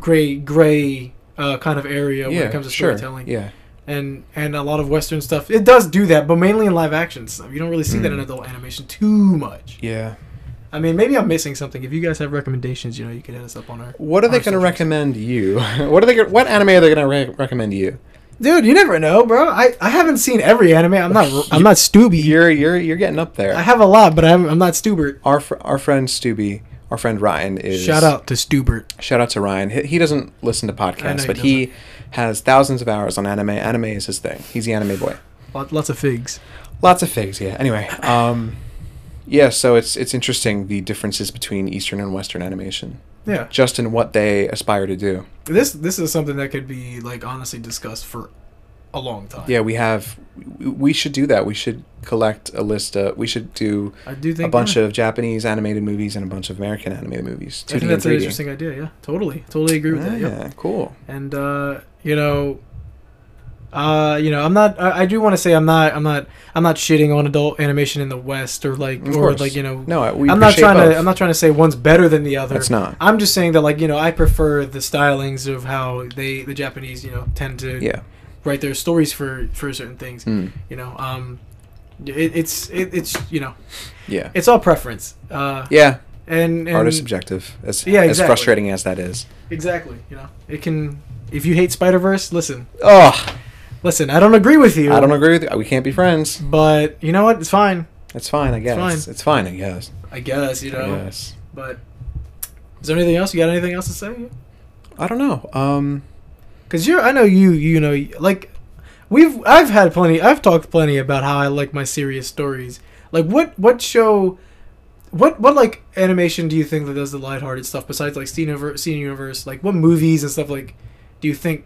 Speaker 2: gray gray uh, kind of area when it comes to storytelling.
Speaker 1: Yeah.
Speaker 2: and and a lot of Western stuff it does do that, but mainly in live action stuff. You don't really see that in
Speaker 1: Mm.
Speaker 2: adult animation too much.
Speaker 1: Yeah.
Speaker 2: I mean, maybe I'm missing something. If you guys have recommendations, you know, you can hit us up on our.
Speaker 1: What are they
Speaker 2: Our
Speaker 1: going to
Speaker 2: subjects.
Speaker 1: recommend you? what are they? Gonna, what anime are they going to re- recommend you?
Speaker 2: Dude, you never know, bro. I, I haven't seen every anime. I'm not I'm not Stooby.
Speaker 1: You're you're you're getting up there.
Speaker 2: I have a lot, but I'm, I'm not Stubert.
Speaker 1: our fr- our friend Stubby, our friend Ryan is
Speaker 2: Shout out to Stubert.
Speaker 1: Shout out to Ryan. He, he doesn't listen to
Speaker 2: I know
Speaker 1: podcasts,
Speaker 2: he
Speaker 1: but he has thousands of hours on anime. Anime is his thing. He's the anime boy.
Speaker 2: Lot, lots of figs.
Speaker 1: Lots of figs, yeah. Anyway, um, yeah. So it's it's interesting the differences between Eastern and Western animation,
Speaker 2: Yeah,
Speaker 1: just in what they aspire to do.
Speaker 2: this this is something that could be like honestly discussed for a long time.
Speaker 1: Yeah, we have. we- We should do that. We should collect a list of. We should do
Speaker 2: I do think
Speaker 1: a bunch of Japanese animated movies and a bunch of American animated movies.
Speaker 2: I
Speaker 1: 2D and
Speaker 2: think
Speaker 1: Ah,
Speaker 2: that's an
Speaker 1: 3D.
Speaker 2: interesting idea. Yeah, totally, totally agree with that. Yeah,
Speaker 1: Yeah, cool.
Speaker 2: and uh, you know, Uh, you know, I'm not. I, I do want to say I'm not. I'm not. I'm not shitting on adult animation in the West or like
Speaker 1: Of
Speaker 2: or
Speaker 1: course.
Speaker 2: like you know.
Speaker 1: No, we
Speaker 2: I'm not
Speaker 1: appreciate
Speaker 2: trying
Speaker 1: both.
Speaker 2: to. I'm not trying to say one's better than the other.
Speaker 1: It's not.
Speaker 2: I'm just saying that like you know I prefer the stylings of how they the Japanese you know tend to
Speaker 1: Yeah.
Speaker 2: write their stories for for certain things.
Speaker 1: Mm.
Speaker 2: You know, um, it, it's it, it's you know
Speaker 1: Yeah.
Speaker 2: it's all preference. Uh,
Speaker 1: yeah.
Speaker 2: and, and
Speaker 1: Art is subjective. As,
Speaker 2: Yeah,
Speaker 1: as
Speaker 2: exactly.
Speaker 1: frustrating as that is.
Speaker 2: Exactly. You know, it can. If you hate Spider Verse, listen,
Speaker 1: Oh,
Speaker 2: listen. I don't agree with you.
Speaker 1: I don't agree with you. We can't be friends.
Speaker 2: But you know what? It's fine.
Speaker 1: It's fine, I guess. It's
Speaker 2: fine.
Speaker 1: fine, I guess.
Speaker 2: I guess you know.
Speaker 1: Yes.
Speaker 2: But is there anything else? You got anything else to say?
Speaker 1: I don't know. Um,
Speaker 2: Cause you're, I know you, you know, like we've, I've had plenty, I've talked plenty about how I like my serious stories. Like what, what show, what, what like animation do you think that does the lighthearted stuff besides like Steven Universe, Steven Universe? Like what movies and stuff like do you think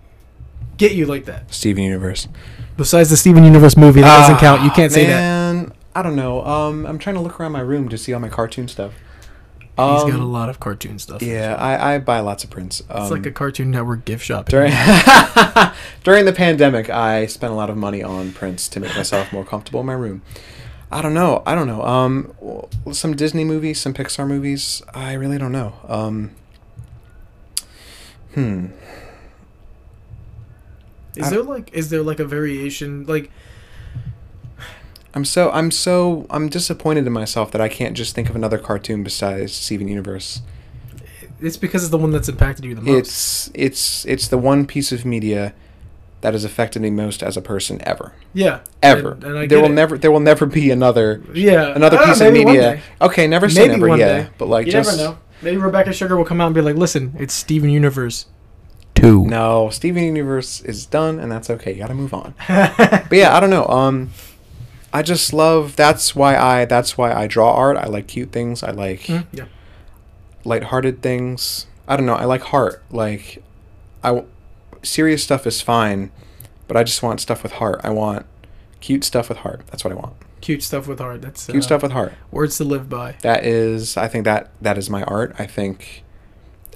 Speaker 2: get you like that?
Speaker 1: Steven Universe. Ah,
Speaker 2: Besides the Steven Universe movie, that doesn't count. You can't say that.
Speaker 1: Man, I don't know. Um, I'm trying to look around my room to see all my cartoon stuff.
Speaker 2: He's got
Speaker 1: Um,
Speaker 2: a lot of cartoon stuff.
Speaker 1: Yeah, I, I buy lots of prints. Um,
Speaker 2: It's like a Cartoon Network gift shop.
Speaker 1: during during the pandemic, I spent a lot of money on prints to make myself more comfortable in my room. I don't know. I don't know. Um, w- some Disney movies, some Pixar movies. I really don't know. Um, hmm.
Speaker 2: Is
Speaker 1: I-
Speaker 2: there like, is there like a variation? Like,
Speaker 1: I'm so I'm so I'm disappointed in myself that I can't just think of another cartoon besides Steven Universe.
Speaker 2: it's because it's the one that's impacted you the most.
Speaker 1: It's it's it's the one piece of media that has affected me most as a person ever.
Speaker 2: Yeah.
Speaker 1: Ever.
Speaker 2: And, and I
Speaker 1: there
Speaker 2: get
Speaker 1: will
Speaker 2: it.
Speaker 1: never there will never be another
Speaker 2: Yeah.
Speaker 1: another
Speaker 2: Ah,
Speaker 1: piece of
Speaker 2: maybe one
Speaker 1: media.
Speaker 2: day.
Speaker 1: Okay, never say
Speaker 2: Maybe
Speaker 1: never,
Speaker 2: one
Speaker 1: yeah.
Speaker 2: day.
Speaker 1: But like
Speaker 2: you
Speaker 1: just
Speaker 2: never know. Maybe Rebecca Sugar will come out and be like, "Listen, it's Steven Universe, two.
Speaker 1: no, Steven Universe is done and that's okay. You gotta move on. But yeah, I don't know. Um I just love that's why I that's why I draw art. I like cute things. I like
Speaker 2: Mm, yeah.
Speaker 1: lighthearted things. I don't know. I like heart. Like, I w- serious stuff is fine, but I just want stuff with heart. I want cute stuff with heart. That's what I want.
Speaker 2: Cute stuff with heart. That's uh,
Speaker 1: Cute stuff with heart.
Speaker 2: Words to live by.
Speaker 1: That is. I think that that is my art. I think.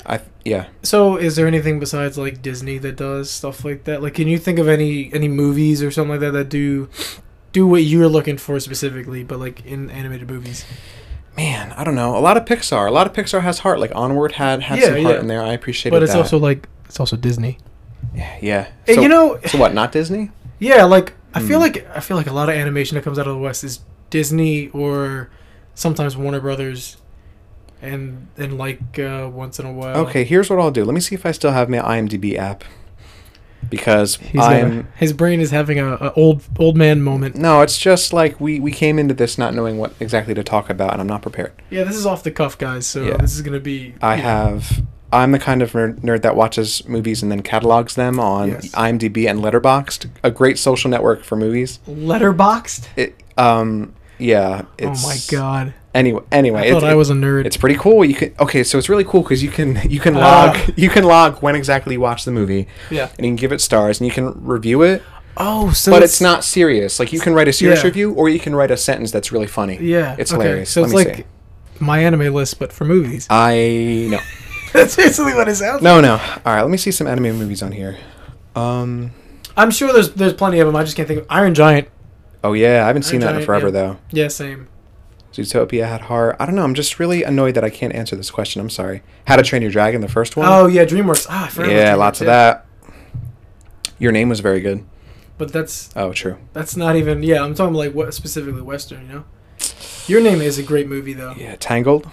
Speaker 1: I th- yeah.
Speaker 2: So, is there anything besides like Disney that does stuff like that? Like, can you think of any any movies or something like that that do do what you're looking for specifically, but like in animated movies?
Speaker 1: Man, I don't know. A lot of Pixar. A lot of Pixar has heart. Like Onward had had some
Speaker 2: Yeah,
Speaker 1: heart
Speaker 2: yeah.
Speaker 1: in there. I appreciated
Speaker 2: But it's
Speaker 1: that.
Speaker 2: also like it's also Disney.
Speaker 1: yeah.
Speaker 2: Eh,
Speaker 1: So,
Speaker 2: you know,
Speaker 1: So what? Not Disney.
Speaker 2: Yeah, like I feel
Speaker 1: Hmm.
Speaker 2: like I feel like a lot of animation that comes out of the West is Disney or sometimes Warner Brothers, and and like uh, once in a while.
Speaker 1: Okay. Here's what I'll do. Let me see if I still have my IMDb app. Because
Speaker 2: he's got a-
Speaker 1: I'm
Speaker 2: his brain is having a, a old old man moment.
Speaker 1: No, it's just like we we came into this not knowing what exactly to talk about, and I'm not prepared.
Speaker 2: Yeah, this is off the cuff, guys. So
Speaker 1: Yeah.
Speaker 2: this is gonna be.
Speaker 1: I
Speaker 2: yeah.
Speaker 1: have. I'm the kind of nerd, nerd that watches movies and then catalogs them on
Speaker 2: Yes.
Speaker 1: IMDb and Letterboxd, a great social network for movies.
Speaker 2: letterboxed.
Speaker 1: It, um, yeah. It's,
Speaker 2: oh my god!
Speaker 1: Anyway, anyway,
Speaker 2: I
Speaker 1: it's-
Speaker 2: thought I
Speaker 1: it-
Speaker 2: was a nerd.
Speaker 1: It's pretty cool. You can okay, so it's really cool because you can you can
Speaker 2: Ah.
Speaker 1: log you can log when exactly you watch the movie,
Speaker 2: yeah.
Speaker 1: and you can give it stars and you can review it.
Speaker 2: Oh, so
Speaker 1: But it's not serious. Like you can write a serious
Speaker 2: Yeah.
Speaker 1: review, or you can write a sentence that's really funny.
Speaker 2: Yeah.
Speaker 1: it's
Speaker 2: okay,
Speaker 1: hilarious.
Speaker 2: So
Speaker 1: Let
Speaker 2: it's
Speaker 1: me
Speaker 2: like
Speaker 1: see.
Speaker 2: my anime list, but for movies.
Speaker 1: I no.
Speaker 2: That's basically what it sounds.
Speaker 1: No, no. All right, let me see some anime movies on here. Um,
Speaker 2: I'm sure there's there's plenty of them. I just can't think of Iron Giant.
Speaker 1: oh yeah, I haven't seen that in
Speaker 2: Giant,
Speaker 1: forever
Speaker 2: yeah.
Speaker 1: though.
Speaker 2: Yeah, same.
Speaker 1: Zootopia had heart. I don't know. I'm just really annoyed that I can't answer this question. I'm sorry. How to Train Your Dragon, the first one.
Speaker 2: Oh yeah, DreamWorks. Ah, I forgot about
Speaker 1: yeah,
Speaker 2: DreamWorks,
Speaker 1: lots of
Speaker 2: yeah.
Speaker 1: that. Your name was very good.
Speaker 2: But that's
Speaker 1: Oh, true.
Speaker 2: that's not even. Yeah, I'm talking like what specifically Western. You know, Your Name is a great movie though.
Speaker 1: Yeah, Tangled.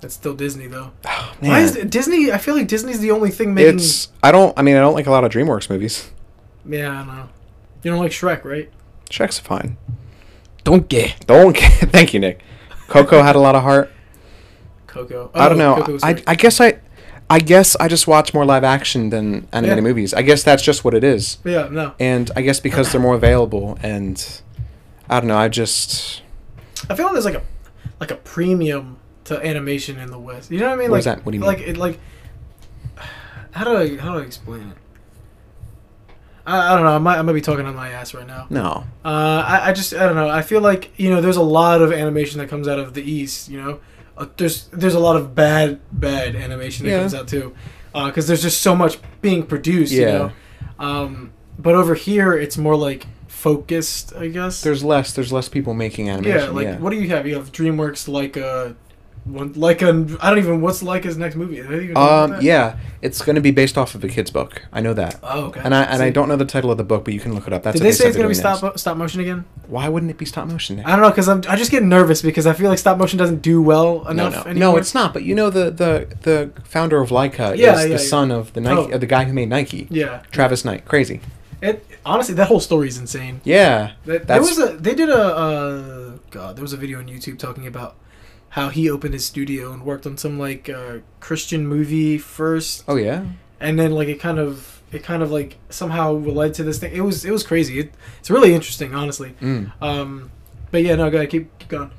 Speaker 2: That's still Disney though.
Speaker 1: Oh,
Speaker 2: Why is
Speaker 1: man.
Speaker 2: it- Disney? I feel like Disney's the only thing making.
Speaker 1: It's I don't. I mean, I don't like a lot of DreamWorks movies.
Speaker 2: Yeah, I don't know. You don't like Shrek, right?
Speaker 1: Shrek's fine.
Speaker 2: Don't get
Speaker 1: Don't. Thank you, Nick. Coco had a lot of heart.
Speaker 2: Coco.
Speaker 1: I
Speaker 2: Oh,
Speaker 1: don't know.
Speaker 2: Coco's
Speaker 1: I,
Speaker 2: great.
Speaker 1: I guess I, I guess I just watch more live action than animated
Speaker 2: Yeah.
Speaker 1: movies. I guess that's just what it is.
Speaker 2: yeah, no.
Speaker 1: and I guess because they're more available, and I don't know, I just
Speaker 2: I feel like there's like a like a premium to animation in the West. You know what I mean?
Speaker 1: What
Speaker 2: like,
Speaker 1: is that? What do you
Speaker 2: like,
Speaker 1: mean?
Speaker 2: It, like how do I how do I explain it? I, I don't know. I might I might be talking on my ass right now.
Speaker 1: no.
Speaker 2: Uh, I, I just I don't know. I feel like you know there's a lot of animation that comes out of the East. You know, uh, there's there's a lot of bad bad animation that
Speaker 1: Yeah.
Speaker 2: Uh, comes out too, because there's just so much being produced. You
Speaker 1: Yeah.
Speaker 2: know, um, But over here, it's more like focused, I guess.
Speaker 1: There's less. There's less people making animation.
Speaker 2: yeah, like what do you have? You have DreamWorks, like a, one, like a, I don't even what's like his next movie. I don't even know about
Speaker 1: Um,
Speaker 2: that.
Speaker 1: yeah, it's going to be based off of a kid's book. I know that.
Speaker 2: Oh, okay.
Speaker 1: And I and I
Speaker 2: See,
Speaker 1: don't know the title of the book, but you can look it up. That's
Speaker 2: Did
Speaker 1: what
Speaker 2: they say
Speaker 1: said
Speaker 2: it's
Speaker 1: they're
Speaker 2: gonna be Uh,
Speaker 1: doing next.
Speaker 2: stop stop motion again?
Speaker 1: Why wouldn't it be stop motion? Next?
Speaker 2: I don't know because I'm I just get nervous because I feel like stop motion doesn't do well
Speaker 1: No,
Speaker 2: enough
Speaker 1: no,
Speaker 2: anymore.
Speaker 1: no, it's not. But you know the the the founder of Leica
Speaker 2: Yeah,
Speaker 1: is
Speaker 2: yeah,
Speaker 1: the
Speaker 2: yeah.
Speaker 1: son of the Nike,
Speaker 2: Oh.
Speaker 1: uh, the guy who made Nike,
Speaker 2: yeah.
Speaker 1: Travis Knight. Crazy.
Speaker 2: It honestly that whole story is insane.
Speaker 1: Yeah,
Speaker 2: That, there
Speaker 1: That's-
Speaker 2: was a they did a uh, God there was a video on YouTube talking about how he opened his studio and worked on some like uh, Christian movie first,
Speaker 1: Oh yeah.
Speaker 2: and then like it kind of it kind of like somehow led to this thing. It was it was crazy. It, it's really interesting, honestly.
Speaker 1: Mm.
Speaker 2: Um, but yeah, no, go ahead, keep, keep going.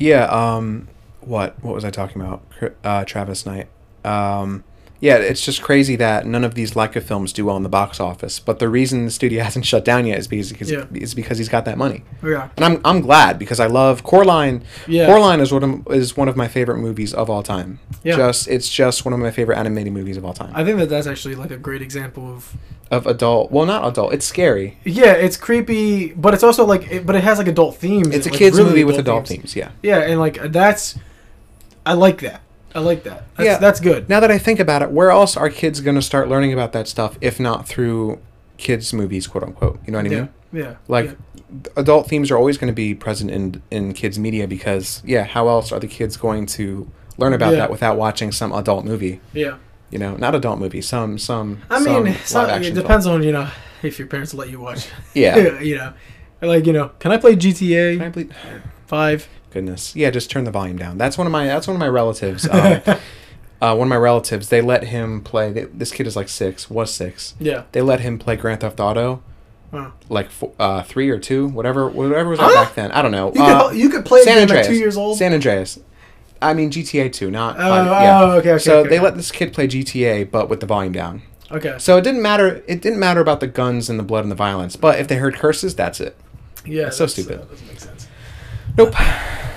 Speaker 1: Yeah. Um. What What was I talking about? Cr- Uh, Travis Knight. Um. Yeah, it's just crazy that none of these Leica films do well in the box office. But the reason the studio hasn't shut down yet is because
Speaker 2: Yeah.
Speaker 1: is because he's got that money.
Speaker 2: Oh, Yeah,
Speaker 1: and I'm I'm glad because I love Coraline.
Speaker 2: Yeah.
Speaker 1: Coraline is what I'm, is one of my favorite movies of all time.
Speaker 2: Yeah.
Speaker 1: Just it's just one of my favorite animated movies of all time.
Speaker 2: I think that that's actually like a great example of
Speaker 1: of adult, well, not adult. It's scary.
Speaker 2: yeah, it's creepy, but it's also like it, but it has like adult themes.
Speaker 1: It's a
Speaker 2: like,
Speaker 1: kids
Speaker 2: really
Speaker 1: movie with adult themes. Yeah.
Speaker 2: Yeah, and like that's I like that. I like that. That's,
Speaker 1: Yeah.
Speaker 2: that's good.
Speaker 1: Now that I think about it, where else are kids going to start learning about that stuff if not through kids movies, quote unquote? You know what I mean?
Speaker 2: Yeah, yeah.
Speaker 1: Like
Speaker 2: yeah.
Speaker 1: adult themes are always going to be present in in kids media because yeah, how else are the kids going to learn about
Speaker 2: Yeah.
Speaker 1: that without watching some adult movie?
Speaker 2: Yeah.
Speaker 1: You know, not adult movie, some some
Speaker 2: I mean,
Speaker 1: some
Speaker 2: some,
Speaker 1: live-action
Speaker 2: it
Speaker 1: film.
Speaker 2: depends on you know if your parents let you watch.
Speaker 1: Yeah.
Speaker 2: you know, like you know, can I play GTA
Speaker 1: Can I ble-
Speaker 2: Five?
Speaker 1: Goodness. Yeah, just turn the volume down. That's one of my. That's one of my relatives. Um, uh, one of my relatives. They let him play. They, this kid is like six. Was six.
Speaker 2: yeah.
Speaker 1: They let him play Grand Theft Auto,
Speaker 2: Wow.
Speaker 1: like four, uh, three or two, whatever, whatever was out
Speaker 2: Huh?
Speaker 1: back then. I don't know.
Speaker 2: You,
Speaker 1: Uh,
Speaker 2: could, you could play a game at two years old.
Speaker 1: San Andreas. I mean GTA two, not.
Speaker 2: oh,
Speaker 1: uh, yeah.
Speaker 2: oh, okay, okay.
Speaker 1: so
Speaker 2: okay.
Speaker 1: they let this kid play GTA, but with the volume down.
Speaker 2: Okay.
Speaker 1: So it didn't matter. It didn't matter about the guns and the blood and the violence. But if they heard curses, that's it.
Speaker 2: Yeah.
Speaker 1: That's so
Speaker 2: that's,
Speaker 1: stupid.
Speaker 2: Uh, doesn't make sense.
Speaker 1: Nope.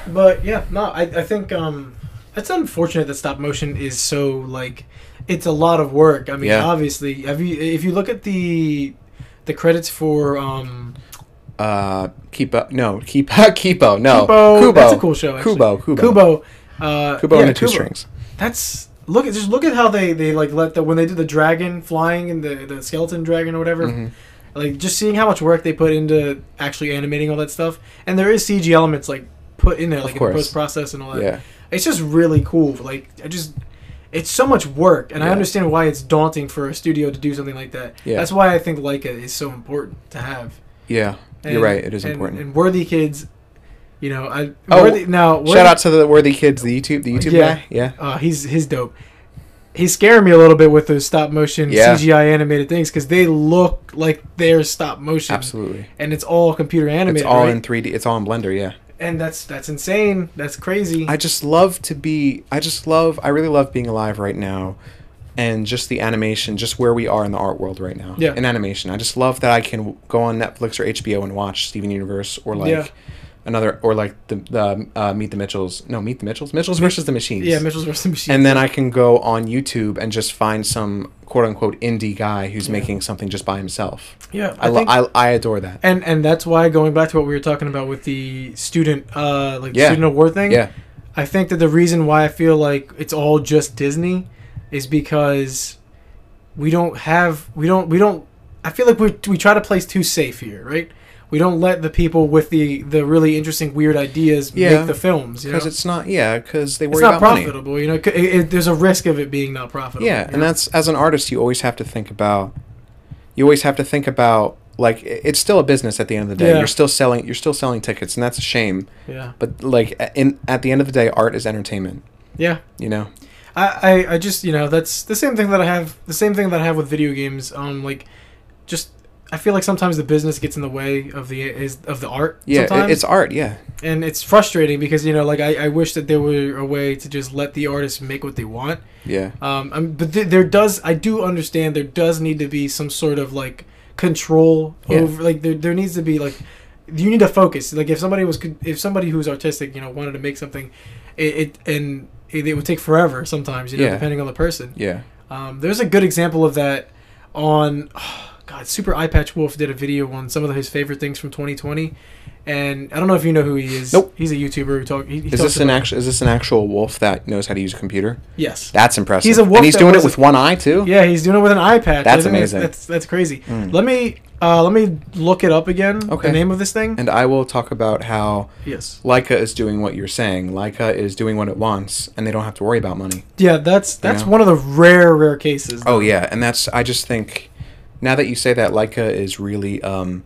Speaker 2: But yeah, no, I, I think um, it's unfortunate that stop motion is so like it's a lot of work. I mean,
Speaker 1: Yeah.
Speaker 2: obviously, have you if you look at the the credits for um,
Speaker 1: uh Kipo no Keep Kipo no
Speaker 2: Kubo,
Speaker 1: Oh, Kubo
Speaker 2: that's a cool show. Actually.
Speaker 1: Kubo Kubo
Speaker 2: Kubo, uh,
Speaker 1: Kubo
Speaker 2: yeah,
Speaker 1: and the two strings
Speaker 2: That's look at just look at how they they like let the when they did the dragon flying and the the skeleton dragon or whatever.
Speaker 1: Mhm.
Speaker 2: Like just seeing how much work they put into actually animating all that stuff, and there is CG elements like put in there, like in
Speaker 1: course.
Speaker 2: post process and all that.
Speaker 1: yeah
Speaker 2: it's just really cool. Like I just, it's so much work, and I
Speaker 1: Yeah.
Speaker 2: understand why it's daunting for a studio to do something like that.
Speaker 1: Yeah.
Speaker 2: That's why I think Leica is so important to have.
Speaker 1: yeah you're
Speaker 2: And-
Speaker 1: right it is
Speaker 2: and-
Speaker 1: important
Speaker 2: And worthy kids, you know, I
Speaker 1: Oh,
Speaker 2: worthy, now worthy,
Speaker 1: shout out to the worthy kids the YouTube the YouTube
Speaker 2: Yeah.
Speaker 1: guy yeah
Speaker 2: Uh, he's he's dope. He's scaring me a little bit with those stop motion
Speaker 1: Yeah.
Speaker 2: CGI animated things because they look like they're stop motion,
Speaker 1: absolutely
Speaker 2: and it's all computer animated.
Speaker 1: it's all
Speaker 2: right?
Speaker 1: in 3D it's all in Blender yeah
Speaker 2: and that's that's insane. That's crazy.
Speaker 1: I just love to be I just love I really love being alive right now and just the animation just where we are in the art world right now
Speaker 2: Yeah.
Speaker 1: in animation I just love that I can go on Netflix or HBO and watch Steven Universe or like
Speaker 2: Yeah.
Speaker 1: another or like the, the uh, Meet the Mitchells no Meet the Mitchells Mitchells versus the Machines
Speaker 2: yeah, Mitchell's versus the machine.
Speaker 1: and then I can go on YouTube and just find some quote unquote indie guy who's
Speaker 2: Yeah.
Speaker 1: making something just by himself.
Speaker 2: yeah,
Speaker 1: I, lo-
Speaker 2: think-
Speaker 1: I I adore that.
Speaker 2: and and that's why going back to what we were talking about with the student uh like
Speaker 1: Yeah.
Speaker 2: the student award thing
Speaker 1: Yeah,
Speaker 2: i think that the reason why i feel like it's all just disney is because we don't have we don't we don't i feel like we, we try to play too safe here right we don't let the people with the the really interesting weird ideas
Speaker 1: Yeah.
Speaker 2: make the films you know?
Speaker 1: because
Speaker 2: it's,
Speaker 1: it's not. Yeah, because they worry
Speaker 2: not
Speaker 1: about money.
Speaker 2: profitable you know C- it, it, there's a risk of it being not profitable
Speaker 1: Yeah,
Speaker 2: you
Speaker 1: and
Speaker 2: know?
Speaker 1: that's as an artist, you always have to think about. You always have to think about like i- it's still a business at the end of the day.
Speaker 2: Yeah.
Speaker 1: You're still selling. You're still selling tickets, and that's a shame.
Speaker 2: yeah
Speaker 1: But like a- in at the end of the day, art is entertainment.
Speaker 2: yeah
Speaker 1: You know.
Speaker 2: I, I, I just you know that's the same thing that I have the same thing that I have with video games um like just I feel like sometimes the business gets in the way of the is of the art
Speaker 1: Yeah, it,
Speaker 2: sometimes
Speaker 1: it's art. Yeah.
Speaker 2: and it's frustrating because you know like I, I wish that there were a way to just let the artists make what they want
Speaker 1: Yeah.
Speaker 2: um I'm, but th- there does I do understand there does need to be some sort of like control
Speaker 1: Yeah.
Speaker 2: over like there, there needs to be like you need to focus like if somebody was con- if somebody who's artistic you know wanted to make something it, it and it, it would take forever sometimes you know
Speaker 1: Yeah.
Speaker 2: depending on the person
Speaker 1: Yeah.
Speaker 2: um, there's a good example of that on. God, uh, Super Eye Patch Wolf did a video on some of his favorite things from 2020, and I don't know if you know who he is.
Speaker 1: Nope.
Speaker 2: He's a YouTuber who talk. He, he
Speaker 1: Is
Speaker 2: talks
Speaker 1: this an
Speaker 2: about-
Speaker 1: actual? Is this an actual wolf that knows how to use a computer?
Speaker 2: Yes.
Speaker 1: That's impressive.
Speaker 2: He's a wolf
Speaker 1: and he's
Speaker 2: that
Speaker 1: doing it
Speaker 2: was-
Speaker 1: with one eye too.
Speaker 2: Yeah, he's doing it with an eye patch.
Speaker 1: That's
Speaker 2: I think
Speaker 1: amazing. Hmm.
Speaker 2: That's that's crazy. Let me uh, let me look it up again.
Speaker 1: Okay.
Speaker 2: The name of this thing.
Speaker 1: And I will talk about how
Speaker 2: yes.
Speaker 1: Leica is doing what you're saying. Leica is doing what it wants, and they don't have to worry about money.
Speaker 2: Yeah, that's that's
Speaker 1: Yeah.
Speaker 2: one of the rare rare cases.
Speaker 1: Oh yeah, and that's I just think now that you say that Leica is really um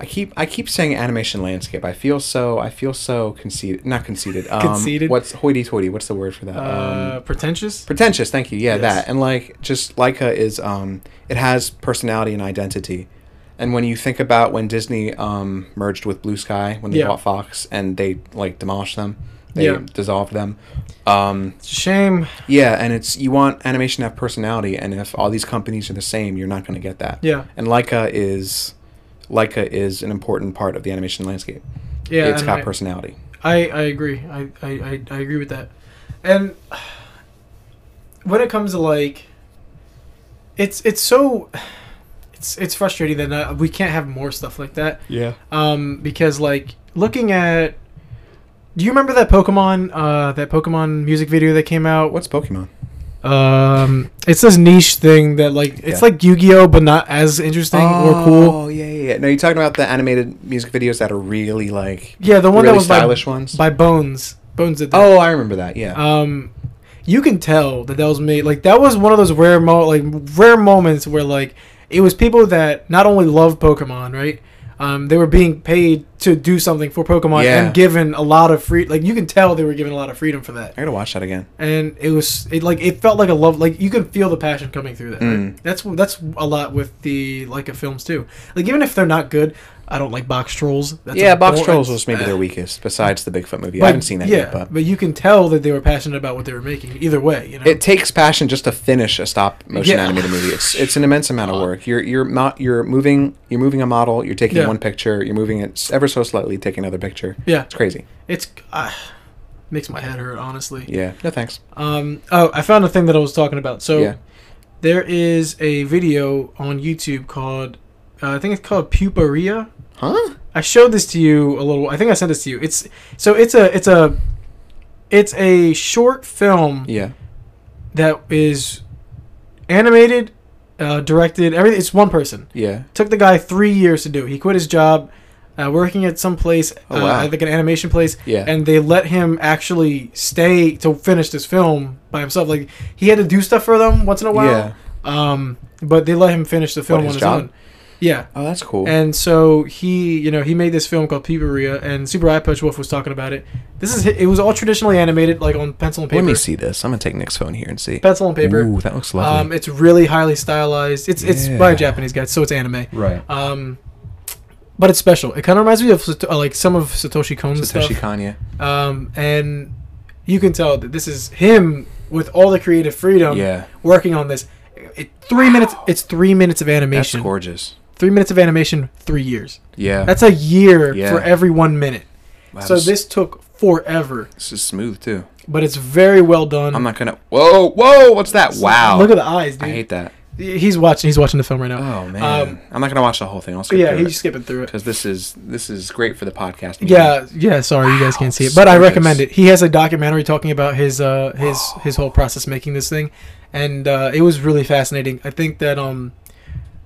Speaker 1: I keep I keep saying animation landscape. I feel so I feel so conceited not conceited. Um,
Speaker 2: Conceited?
Speaker 1: What's hoity toity? What's the word for that?
Speaker 2: Uh,
Speaker 1: um,
Speaker 2: pretentious.
Speaker 1: pretentious. Thank you. Yeah,
Speaker 2: Yes.
Speaker 1: that and like just Leica is um it has personality and identity. And when you think about when Disney um, merged with Blue Sky when they
Speaker 2: Yeah.
Speaker 1: bought Fox and they like demolished them, they
Speaker 2: Yeah.
Speaker 1: dissolved them. Um,
Speaker 2: It's a shame.
Speaker 1: yeah, and it's you want animation to have personality, and if all these companies are the same, you're not going to get that.
Speaker 2: Yeah.
Speaker 1: And Leica is, Leica is an important part of the animation landscape.
Speaker 2: Yeah,
Speaker 1: it's
Speaker 2: and
Speaker 1: got
Speaker 2: I-
Speaker 1: personality.
Speaker 2: I, I agree. I, I, I, I agree with that. And when it comes to like, it's it's so, it's it's frustrating that not, we can't have more stuff like that.
Speaker 1: Yeah.
Speaker 2: Um, because like looking at, do you remember that Pokemon uh that Pokemon music video that came out?
Speaker 1: What's Pokemon?
Speaker 2: Um, it's this niche thing that like it's
Speaker 1: Yeah. Oh.
Speaker 2: like Yu Gi Oh, but not as interesting or cool.
Speaker 1: yeah, yeah, yeah. No, you're talking about the animated music videos that are really like
Speaker 2: Yeah, the one
Speaker 1: really
Speaker 2: that was
Speaker 1: stylish ones.
Speaker 2: by by Bones. Bones did that.
Speaker 1: oh, I remember that. Yeah.
Speaker 2: um you can tell that that was made like that was one of those rare mo like rare moments where like it was people that not only love pokemon right um, they were being paid to do something for pokemon
Speaker 1: Yeah.
Speaker 2: and given a lot of free like you can tell they were given a lot of freedom for that
Speaker 1: I gotta watch that again.
Speaker 2: and it was it like it felt like a love like you could feel the passion coming through that right?
Speaker 1: Mm.
Speaker 2: that's that's a lot with the like of films too like even if they're not good i don't like box trolls that's
Speaker 1: yeah,
Speaker 2: a
Speaker 1: Box
Speaker 2: bore-
Speaker 1: Trolls was maybe their weakest, besides the Bigfoot movie.
Speaker 2: but,
Speaker 1: I haven't seen that
Speaker 2: yeah,
Speaker 1: yet, but
Speaker 2: but you can tell that they were passionate about what they were making either way you know
Speaker 1: it takes passion just to finish a stop motion
Speaker 2: Yeah.
Speaker 1: animated movie. It's it's an immense amount of work. You're you're not you're moving you're moving a model. You're taking
Speaker 2: Yeah.
Speaker 1: one picture. You're moving it s- ever so slightly. Taking another picture.
Speaker 2: yeah
Speaker 1: It's crazy.
Speaker 2: It's uh, makes my head hurt, honestly.
Speaker 1: Yeah. No thanks.
Speaker 2: Um, oh, I found a thing that I was talking about. So
Speaker 1: Yeah.
Speaker 2: there is a video on YouTube called uh, I think it's called Puparia.
Speaker 1: Huh?
Speaker 2: I showed this to you a little. I think I sent this to you. It's so it's a it's a it's a short film
Speaker 1: Yeah.
Speaker 2: that is animated, uh, directed. Everything. It's one person.
Speaker 1: Yeah.
Speaker 2: Took the guy three years to do. He quit his job, uh, working at some place,
Speaker 1: Oh,
Speaker 2: uh,
Speaker 1: wow.
Speaker 2: like an animation place,
Speaker 1: Yeah.
Speaker 2: and they let him actually stay to finish this film by himself. Like he had to do stuff for them once in a
Speaker 1: Yeah.
Speaker 2: while, um, but they let him finish the film
Speaker 1: What, his
Speaker 2: on his
Speaker 1: job?
Speaker 2: own. Yeah,
Speaker 1: Oh, that's cool.
Speaker 2: and so he, you know, he made this film called Peeperia, and Super Eye Patch Wolf was talking about it. This is it was all traditionally animated, like on pencil and paper.
Speaker 1: Let me see this. I'm gonna take Nick's phone here and see.
Speaker 2: Pencil and paper.
Speaker 1: Ooh, that looks
Speaker 2: Um,
Speaker 1: lovely.
Speaker 2: it's really highly stylized. It's it's by
Speaker 1: Yeah.
Speaker 2: a Japanese guy, so it's anime.
Speaker 1: right.
Speaker 2: Um, but it's special. It kind of reminds me of Sato- uh, like some of Satoshi Kon's
Speaker 1: Satoshi
Speaker 2: stuff.
Speaker 1: Kanye.
Speaker 2: Um, and you can tell that this is him with all the creative freedom.
Speaker 1: Yeah.
Speaker 2: Working on this, it, three minutes. It's three minutes of
Speaker 1: That's
Speaker 2: animation.
Speaker 1: gorgeous.
Speaker 2: Three minutes of animation. Three years.
Speaker 1: Yeah.
Speaker 2: That's a year
Speaker 1: Yeah.
Speaker 2: for every one minute.
Speaker 1: Wow,
Speaker 2: so
Speaker 1: this,
Speaker 2: this took forever,
Speaker 1: this is smooth too.
Speaker 2: but it's very well done.
Speaker 1: I'm not gonna. Whoa, whoa! What's that? Wow.
Speaker 2: Look at the eyes, dude.
Speaker 1: I hate that.
Speaker 2: he's watching. He's watching the film right now. Um,
Speaker 1: Oh man. I'm not gonna watch the whole thing. I'll skip
Speaker 2: yeah,
Speaker 1: through
Speaker 2: he's
Speaker 1: it.
Speaker 2: skipping through it.
Speaker 1: because this is this is great for the podcast. medium.
Speaker 2: Yeah, yeah. Sorry, you guys can't see it,
Speaker 1: Wow,
Speaker 2: but I
Speaker 1: gorgeous.
Speaker 2: recommend it. He has a documentary talking about his uh his his whole process making this thing, and uh, it was really fascinating. I think that um,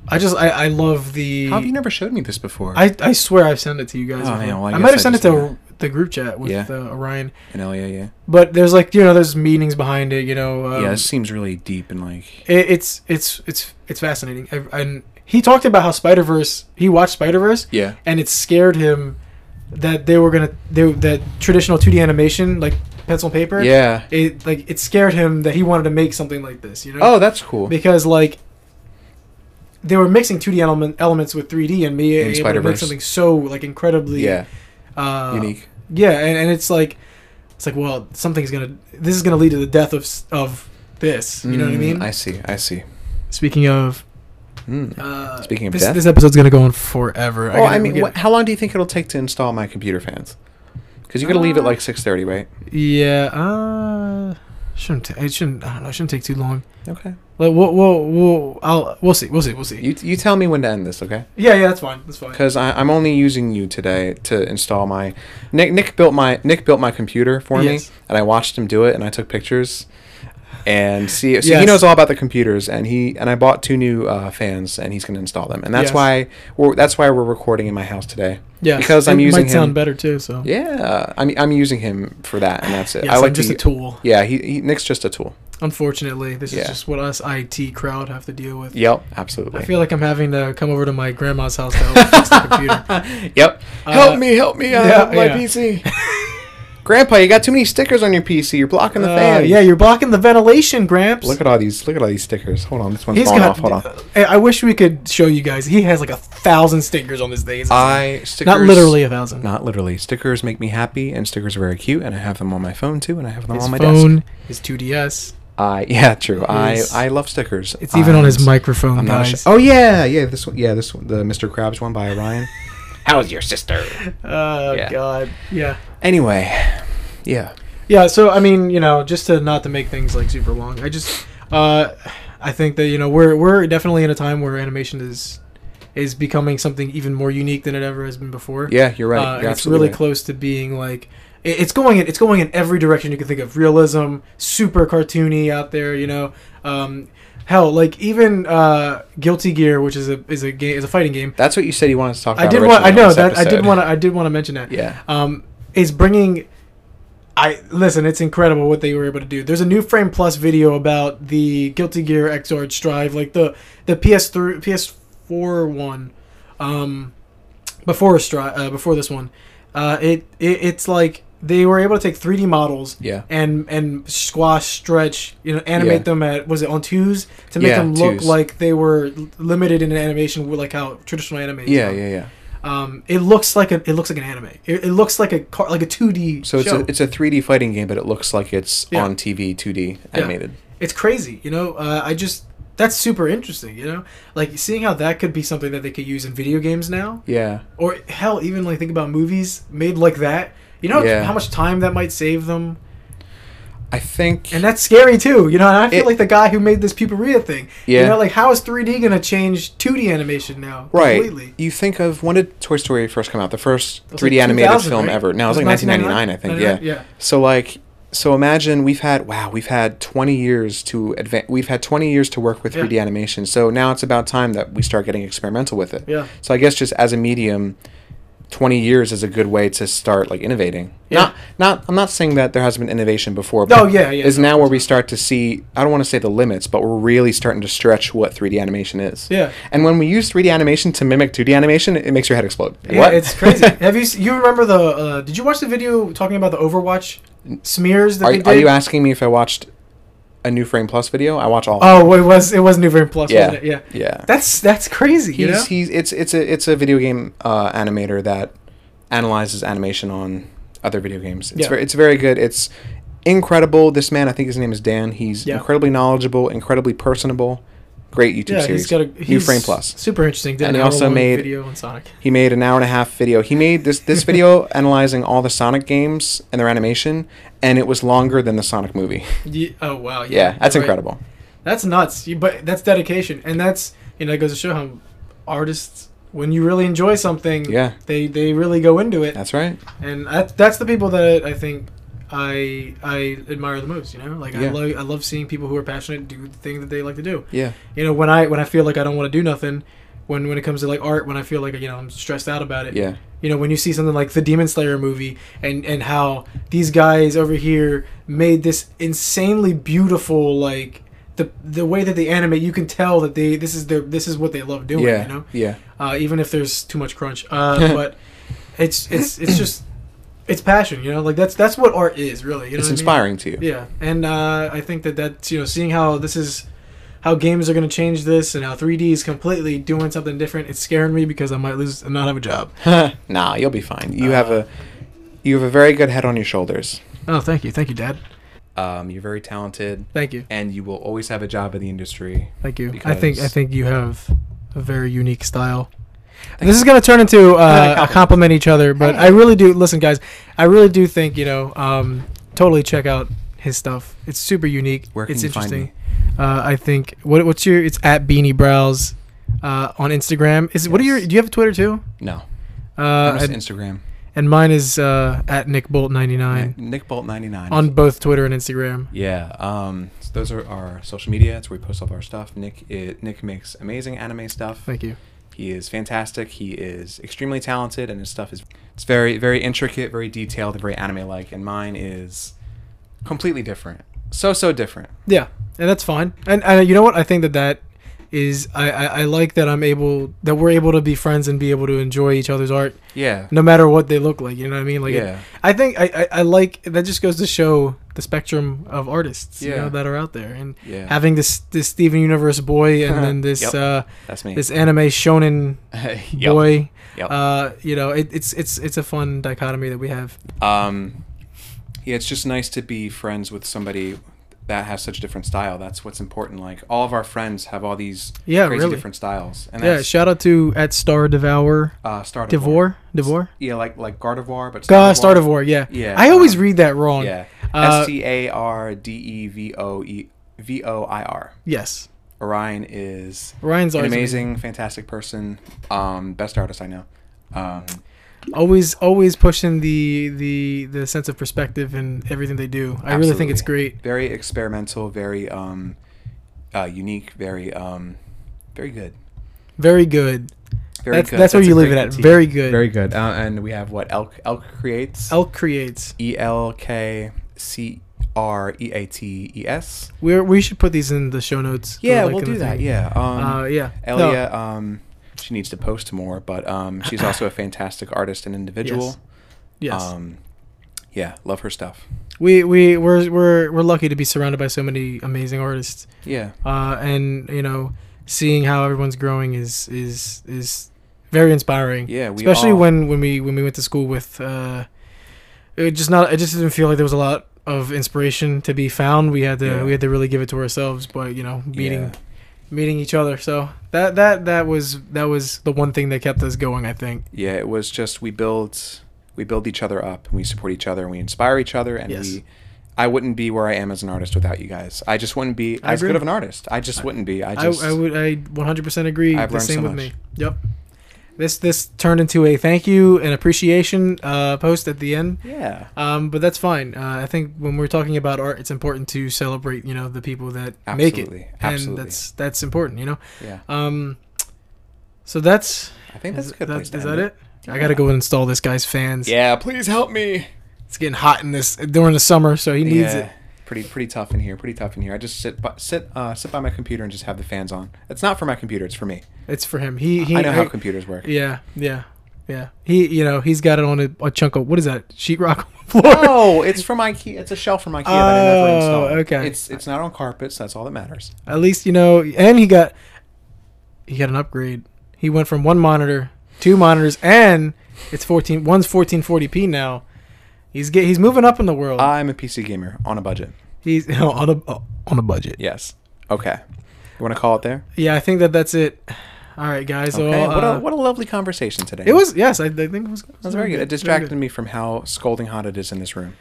Speaker 2: I just I, I love the
Speaker 1: How have you never showed me this before?
Speaker 2: I I swear I've sent it to you guys.
Speaker 1: Oh,
Speaker 2: before.
Speaker 1: man, well, I
Speaker 2: I,
Speaker 1: guess
Speaker 2: might have
Speaker 1: I
Speaker 2: sent it
Speaker 1: just
Speaker 2: to the group chat with
Speaker 1: Yeah.
Speaker 2: uh, Orion,
Speaker 1: in LA, yeah.
Speaker 2: but there's like you know there's meanings behind it. You know, um,
Speaker 1: yeah, this seems really deep and like.
Speaker 2: it, it's it's it's it's fascinating. I, and he talked about how Spider Verse. He watched Spider Verse.
Speaker 1: Yeah.
Speaker 2: and it scared him that they were gonna they, that traditional 2D animation like pencil and paper.
Speaker 1: Yeah.
Speaker 2: It like it scared him that he wanted to make something like this, you know?
Speaker 1: Oh, that's cool.
Speaker 2: Because like they were mixing 2D element, elements with 3D and
Speaker 1: In
Speaker 2: me able to make
Speaker 1: Spider-Verse.
Speaker 2: something so like incredibly
Speaker 1: Yeah,
Speaker 2: uh,
Speaker 1: unique.
Speaker 2: Yeah, and, and it's like it's like well something's gonna this is gonna lead to the death of s- of this. You know what I
Speaker 1: Mm,
Speaker 2: mean?
Speaker 1: I see. I see.
Speaker 2: Speaking of.
Speaker 1: Mm.
Speaker 2: Uh,
Speaker 1: Speaking of
Speaker 2: this,
Speaker 1: death?
Speaker 2: this episode's gonna go on forever.
Speaker 1: Oh,
Speaker 2: gotta-
Speaker 1: I
Speaker 2: we
Speaker 1: mean,
Speaker 2: gotta-
Speaker 1: what, how long do you think it'll take to install my computer fans? Because you got to leave at
Speaker 2: Uh,
Speaker 1: like six thirty, right?
Speaker 2: Yeah. Uh, Shouldn't ta- it shouldn't I don't know, it shouldn't take too long.
Speaker 1: Okay.
Speaker 2: Like we'll we'll, we'll I'll we'll see we'll see we'll see.
Speaker 1: You you tell me when to end this, okay?
Speaker 2: yeah yeah that's fine that's fine.
Speaker 1: Because I'm only using you today to install my. Nick Nick built my Nick built my computer for
Speaker 2: Yes.
Speaker 1: me, and I watched him do it, and I took pictures. And see, so he
Speaker 2: Yes.
Speaker 1: knows all about the computers, and he and I bought two new uh, fans, and he's gonna install them, and that's
Speaker 2: Yes.
Speaker 1: why we're that's why we're recording in my house today.
Speaker 2: Yeah,
Speaker 1: because I'm
Speaker 2: it
Speaker 1: using
Speaker 2: might sound
Speaker 1: him-
Speaker 2: better too. So
Speaker 1: Yeah, I'm I'm using him for that, and that's it.
Speaker 2: Yes,
Speaker 1: I like
Speaker 2: I'm just
Speaker 1: to,
Speaker 2: a tool.
Speaker 1: Yeah, he, he Nick's just a tool.
Speaker 2: Unfortunately, this
Speaker 1: Yeah.
Speaker 2: is just what us IT crowd have to deal with.
Speaker 1: Yep, absolutely.
Speaker 2: I feel like I'm having to come over to my grandma's house to help fix the computer.
Speaker 1: Yep.
Speaker 2: Uh,
Speaker 1: help me, help me out
Speaker 2: yeah,
Speaker 1: with my
Speaker 2: yeah.
Speaker 1: PC. Grandpa, you got too many stickers on your PC. You're blocking the
Speaker 2: Uh,
Speaker 1: fan.
Speaker 2: yeah, you're blocking the ventilation, Gramps.
Speaker 1: Look at all these. Look at all these stickers. Hold on, this one's
Speaker 2: He's
Speaker 1: falling
Speaker 2: got.
Speaker 1: off. Hold on.
Speaker 2: I I wish we could show you guys. He has like a thousand stickers on this thing. It's
Speaker 1: I stickers.
Speaker 2: not literally a thousand.
Speaker 1: Not literally. Stickers make me happy, and stickers are very cute, and I have them on my phone too, and I have them
Speaker 2: his
Speaker 1: on my desk.
Speaker 2: phone, his 2DS.
Speaker 1: I yeah, true. I
Speaker 2: His-
Speaker 1: I love stickers.
Speaker 2: It's even on his
Speaker 1: And
Speaker 2: microphone,
Speaker 1: Uh, I'm not.
Speaker 2: guys.
Speaker 1: asha- oh yeah, yeah. This one, yeah. This one, the Mr. Krabs one by Orion. How's your sister?
Speaker 2: Oh
Speaker 1: Yeah.
Speaker 2: God. Yeah.
Speaker 1: Anyway, yeah.
Speaker 2: Yeah. So I mean, you know, just to not to make things like super long, I just, uh, I think that you know we're we're definitely in a time where animation is is becoming something even more unique than it ever has been before.
Speaker 1: Yeah, you're right.
Speaker 2: Uh,
Speaker 1: You're
Speaker 2: and it's
Speaker 1: absolutely
Speaker 2: really
Speaker 1: right.
Speaker 2: close to being like it- it's going in, it's going in every direction you can think of. Realism, super cartoony out there, you know. Um, hell, like even uh, Guilty Gear, which is a is a game is a fighting game.
Speaker 1: That's what you said you wanted to talk about.
Speaker 2: I did want
Speaker 1: want.
Speaker 2: I know that I did want to I did want to mention that.
Speaker 1: Yeah.
Speaker 2: Um, is bringing. I listen. It's incredible what they were able to do. There's a new Frame Plus video about the Guilty Gear Xrd Strive, like the the PS3 PS4 one, um, before Strive uh, before this one. Uh, it, it it's like they were able to take 3D models
Speaker 1: Yeah.
Speaker 2: and and squash, stretch, you know, animate
Speaker 1: Yeah.
Speaker 2: them at was it on twos to make
Speaker 1: Yeah,
Speaker 2: them look
Speaker 1: twos.
Speaker 2: like they were l- limited in animation, with like how traditional anime. is
Speaker 1: Yeah,
Speaker 2: done.
Speaker 1: yeah, yeah.
Speaker 2: Um, it looks like a it looks like an anime. It, it looks like a car, like a two D.
Speaker 1: So it's
Speaker 2: show.
Speaker 1: a, it's a 3D fighting game, but it looks like it's
Speaker 2: Yeah.
Speaker 1: on TV 2D animated.
Speaker 2: it's crazy, you know. Uh, I just that's super interesting, you know. Like seeing how that could be something that they could use in video games now,
Speaker 1: Yeah.
Speaker 2: or hell, even like think about movies made like that. You know
Speaker 1: Yeah.
Speaker 2: how much time that might save them,
Speaker 1: I think.
Speaker 2: and that's scary too. You know, and I feel
Speaker 1: It-
Speaker 2: like the guy who made this Puparia thing.
Speaker 1: Yeah.
Speaker 2: You know, like how is three D gonna change two D animation now?
Speaker 1: right.
Speaker 2: Completely.
Speaker 1: You think of when did Toy Story first come out? The first
Speaker 2: It was
Speaker 1: 3D
Speaker 2: like
Speaker 1: animated
Speaker 2: 2000,
Speaker 1: film
Speaker 2: right?
Speaker 1: ever. No, it was like 1999, I think. Yeah.
Speaker 2: 1999? Yeah.
Speaker 1: So like, so imagine we've had wow, we've had 20 years to advance. We've had 20 years to work with
Speaker 2: Yeah.
Speaker 1: 3D animation. So now it's about time that we start getting experimental with it.
Speaker 2: Yeah.
Speaker 1: So I guess just as a medium, 20 years is a good way to start like innovating.
Speaker 2: Yeah.
Speaker 1: Not not I'm not saying that there hasn't been innovation before.
Speaker 2: No, yeah, yeah,
Speaker 1: Is
Speaker 2: no,
Speaker 1: now where we start to see I don't want to say the limits, but we're really starting to stretch what 3D animation is.
Speaker 2: Yeah.
Speaker 1: And when we use 3D animation to mimic 2D animation, it makes your head explode.
Speaker 2: Yeah, it's crazy. Have you s- you remember the? Uh, did you watch the video talking about the Overwatch smears that
Speaker 1: are,
Speaker 2: they
Speaker 1: you-
Speaker 2: did?
Speaker 1: are you asking me if I watched a new Frame Plus video? I watch all. of them.
Speaker 2: oh, well, it was it was New Vein Plus,
Speaker 1: yeah.
Speaker 2: wasn't it? Yeah,
Speaker 1: Yeah.
Speaker 2: that's that's crazy.
Speaker 1: he's,
Speaker 2: you know?
Speaker 1: he's it's it's a it's a video game uh, animator that analyzes animation on other video games. It's
Speaker 2: Yeah.
Speaker 1: very it's very good. It's incredible. This man, I think his name is Dan. He's
Speaker 2: Yeah.
Speaker 1: incredibly knowledgeable, incredibly personable. Great YouTube
Speaker 2: yeah,
Speaker 1: series.
Speaker 2: he's got a
Speaker 1: New
Speaker 2: he's
Speaker 1: Frame Plus.
Speaker 2: Super interesting. Did
Speaker 1: And
Speaker 2: an
Speaker 1: he also
Speaker 2: hour-long
Speaker 1: made-
Speaker 2: video on Sonic.
Speaker 1: He made an hour and a half video. He made this this video analyzing all the Sonic games and their animation, and it was longer than the Sonic movie.
Speaker 2: Ye- oh wow, yeah,
Speaker 1: Yeah, that's
Speaker 2: you're right.
Speaker 1: incredible.
Speaker 2: That's nuts. You, but that's dedication, and that's you know it goes to show how artists when you really enjoy something,
Speaker 1: Yeah.
Speaker 2: they they really go into it,
Speaker 1: That's right.
Speaker 2: and that, that's the people that I think. I I admire the most, you know. Like I
Speaker 1: Yeah.
Speaker 2: love I love seeing people who are passionate do the thing that they like to do.
Speaker 1: Yeah.
Speaker 2: you know when i when i feel like i don't want to do nothing when when it comes to like art when i feel like you know i'm stressed out about it
Speaker 1: Yeah.
Speaker 2: you know when you see something like the demon slayer movie and and how these guys over here made this insanely beautiful like the the way that they animate you can tell that they this is their this is what they love doing
Speaker 1: Yeah.
Speaker 2: you know
Speaker 1: Yeah.
Speaker 2: uh, even if there's too much crunch uh, but it's it's it's just it's passion you know like that's that's what art is really you know
Speaker 1: It's
Speaker 2: what I mean?
Speaker 1: inspiring to you.
Speaker 2: Yeah, and uh, I think that that's you know seeing how this is how games are going to change this and how 3D is completely doing something different. It's scaring me because I might lose and not have a job.
Speaker 1: nah, you'll be fine. You have a you have a very good head on your shoulders.
Speaker 2: Oh, thank you, thank you, Dad.
Speaker 1: Um, you're very talented,
Speaker 2: Thank you,
Speaker 1: and you will always have a job in the industry.
Speaker 2: thank you. I
Speaker 1: Because-
Speaker 2: think I think you have a very unique style. This is going to turn into uh,
Speaker 1: compliment.
Speaker 2: a compliment each other, but I really do listen, guys. I really do think you know um, totally check out his stuff. It's super unique.
Speaker 1: Where can
Speaker 2: it's
Speaker 1: you find
Speaker 2: interesting. Uh, I think what what's your it's at Beanie Brows uh, on Instagram. Is what are your
Speaker 1: Yes.
Speaker 2: do you have a Twitter too?
Speaker 1: No,
Speaker 2: Uh,
Speaker 1: I'm just
Speaker 2: and,
Speaker 1: Instagram.
Speaker 2: and mine is uh, at Nick Bolt ninety nine
Speaker 1: Nick Bolt ninety nine.
Speaker 2: on both Twitter and Instagram.
Speaker 1: Yeah, um, so those are our social media. That's where we post all of our stuff. Nick i Nick makes amazing anime stuff.
Speaker 2: Thank you.
Speaker 1: He is fantastic. He is extremely talented, and his stuff is it's very very intricate, very detailed, and very anime like. And mine is completely different. So so different.
Speaker 2: Yeah, and that's fine. And, and you know what? I think that that is I, I I like that I'm able that we're able to be friends and be able to enjoy each other's art
Speaker 1: Yeah.
Speaker 2: no matter what they look like. You know what I mean? Like it-
Speaker 1: yeah.
Speaker 2: I think I, I, I like that just goes to show the spectrum of artists you
Speaker 1: Yeah.
Speaker 2: know that are out there and
Speaker 1: Yeah.
Speaker 2: having this this Steven Universe boy and then this
Speaker 1: Yep.
Speaker 2: uh,
Speaker 1: That's me.
Speaker 2: this anime shonen
Speaker 1: Yep.
Speaker 2: boy
Speaker 1: Yep.
Speaker 2: uh, you know it, it's it's it's a fun dichotomy that we have
Speaker 1: Um, yeah, it's just nice to be friends with somebody that has such a different style. That's what's important. Like all of our friends have all these
Speaker 2: Yeah,
Speaker 1: crazy
Speaker 2: really.
Speaker 1: different styles. And
Speaker 2: yeah
Speaker 1: that's
Speaker 2: shout out to at Star Devour
Speaker 1: uh, Star
Speaker 2: Devor Devor
Speaker 1: Yeah, like like Gardevoir, but
Speaker 2: uh, Star Devour yeah
Speaker 1: Yeah,
Speaker 2: I always
Speaker 1: um,
Speaker 2: read that wrong
Speaker 1: Yeah,
Speaker 2: Uh,
Speaker 1: S T A R D E V O E V O I R.
Speaker 2: yes
Speaker 1: Orion is
Speaker 2: Ryan's
Speaker 1: an
Speaker 2: always
Speaker 1: amazing, fantastic person. Um, best artist I know. Um,
Speaker 2: always always pushing the the the sense of perspective in everything they do I really think it's
Speaker 1: Absolutely.
Speaker 2: great
Speaker 1: very experimental, very um, uh, unique, very um, very good.
Speaker 2: very good
Speaker 1: Very
Speaker 2: that's
Speaker 1: good.
Speaker 2: that's, where
Speaker 1: a
Speaker 2: you leave it
Speaker 1: great
Speaker 2: at.
Speaker 1: critique.
Speaker 2: Very good.
Speaker 1: Very good. Uh, and we have what elk elk creates
Speaker 2: Elk creates.
Speaker 1: E L K C R E A T E S.
Speaker 2: We we should put these in the show notes.
Speaker 1: Yeah,
Speaker 2: or, like,
Speaker 1: we'll
Speaker 2: in the
Speaker 1: do that.
Speaker 2: thing.
Speaker 1: Yeah. Um,
Speaker 2: Uh, yeah. No,
Speaker 1: Elia, um, she needs to post more, but um, she's also a fantastic artist and individual.
Speaker 2: yes.
Speaker 1: Um, yeah, love her stuff.
Speaker 2: we we we're we're we're lucky to be surrounded by so many amazing artists.
Speaker 1: Yeah,
Speaker 2: Uh, and you know, seeing how everyone's growing is is is very inspiring.
Speaker 1: yeah. We
Speaker 2: Especially
Speaker 1: all-
Speaker 2: when when we when we went to school with. Uh, it just not. It just didn't feel like there was a lot of inspiration to be found. We had to
Speaker 1: Yeah.
Speaker 2: we had to really give it to ourselves. But you know, meeting
Speaker 1: Yeah.
Speaker 2: meeting each other. So that that that was that was the one thing that kept us going. I think.
Speaker 1: Yeah, it was just we build we build each other up and we support each other and we inspire each other and
Speaker 2: Yes.
Speaker 1: we I wouldn't be where I am as an artist without you guys. I just wouldn't be
Speaker 2: I
Speaker 1: as
Speaker 2: agree.
Speaker 1: good of an artist. I just wouldn't be. I
Speaker 2: I,
Speaker 1: just
Speaker 2: I would I 100% agree.
Speaker 1: I've
Speaker 2: the
Speaker 1: learned so
Speaker 2: same with
Speaker 1: much.
Speaker 2: me. Yep. This this turned into a thank you and appreciation uh, post at the end.
Speaker 1: yeah,
Speaker 2: Um, but that's fine. Uh, I think when we're talking about art, it's important to celebrate, you know, the people that make it,
Speaker 1: Absolutely.
Speaker 2: and
Speaker 1: Absolutely.
Speaker 2: that's that's important, you know.
Speaker 1: yeah.
Speaker 2: Um, so that's
Speaker 1: I think that's
Speaker 2: is,
Speaker 1: a good
Speaker 2: that-
Speaker 1: place to
Speaker 2: is
Speaker 1: end
Speaker 2: that it? I gotta
Speaker 1: Yeah.
Speaker 2: go and install this guy's fans.
Speaker 1: Yeah, please help me.
Speaker 2: it's getting hot in this during the summer, so he needs it.
Speaker 1: Pretty pretty tough in here. Pretty tough in here. I just sit by, sit uh, sit by my computer and just have the fans on. It's not for my computer. It's for me.
Speaker 2: It's for him. He he.
Speaker 1: I know
Speaker 2: I-
Speaker 1: how computers work.
Speaker 2: Yeah, yeah, yeah. He, you know, he's got it on a, a chunk of what is that sheetrock on the floor?
Speaker 1: No, Oh, it's from IKEA. It's a shelf from IKEA that I never
Speaker 2: Oh,
Speaker 1: installed.
Speaker 2: okay.
Speaker 1: It's it's not on carpets. That's all that matters.
Speaker 2: At least you know, and he got he got an upgrade. He went from one monitor, two monitors, and it's fourteen. One's fourteen forty p now. He's get he's moving up in the world.
Speaker 1: I'm a PC gamer on a budget.
Speaker 2: he's on a on a budget. Yeah,
Speaker 1: Yes. Okay. You want to call it there?
Speaker 2: I think that that's it. All right, guys. So,
Speaker 1: Okay. what,
Speaker 2: uh,
Speaker 1: a, what a lovely conversation today.
Speaker 2: it was yes, I, I think it was.
Speaker 1: That was very good. It distracted me from how scolding hot it is in this room.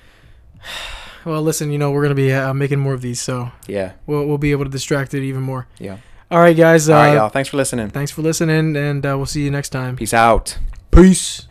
Speaker 2: Well, listen, you know we're gonna be uh, making more of these, so
Speaker 1: Yeah.
Speaker 2: we'll we'll be able to distract it even more.
Speaker 1: Yeah.
Speaker 2: All right, guys. Uh,
Speaker 1: All right, y'all. Thanks for listening.
Speaker 2: Thanks for listening, and uh, we'll see you next time.
Speaker 1: Peace out.
Speaker 2: Peace.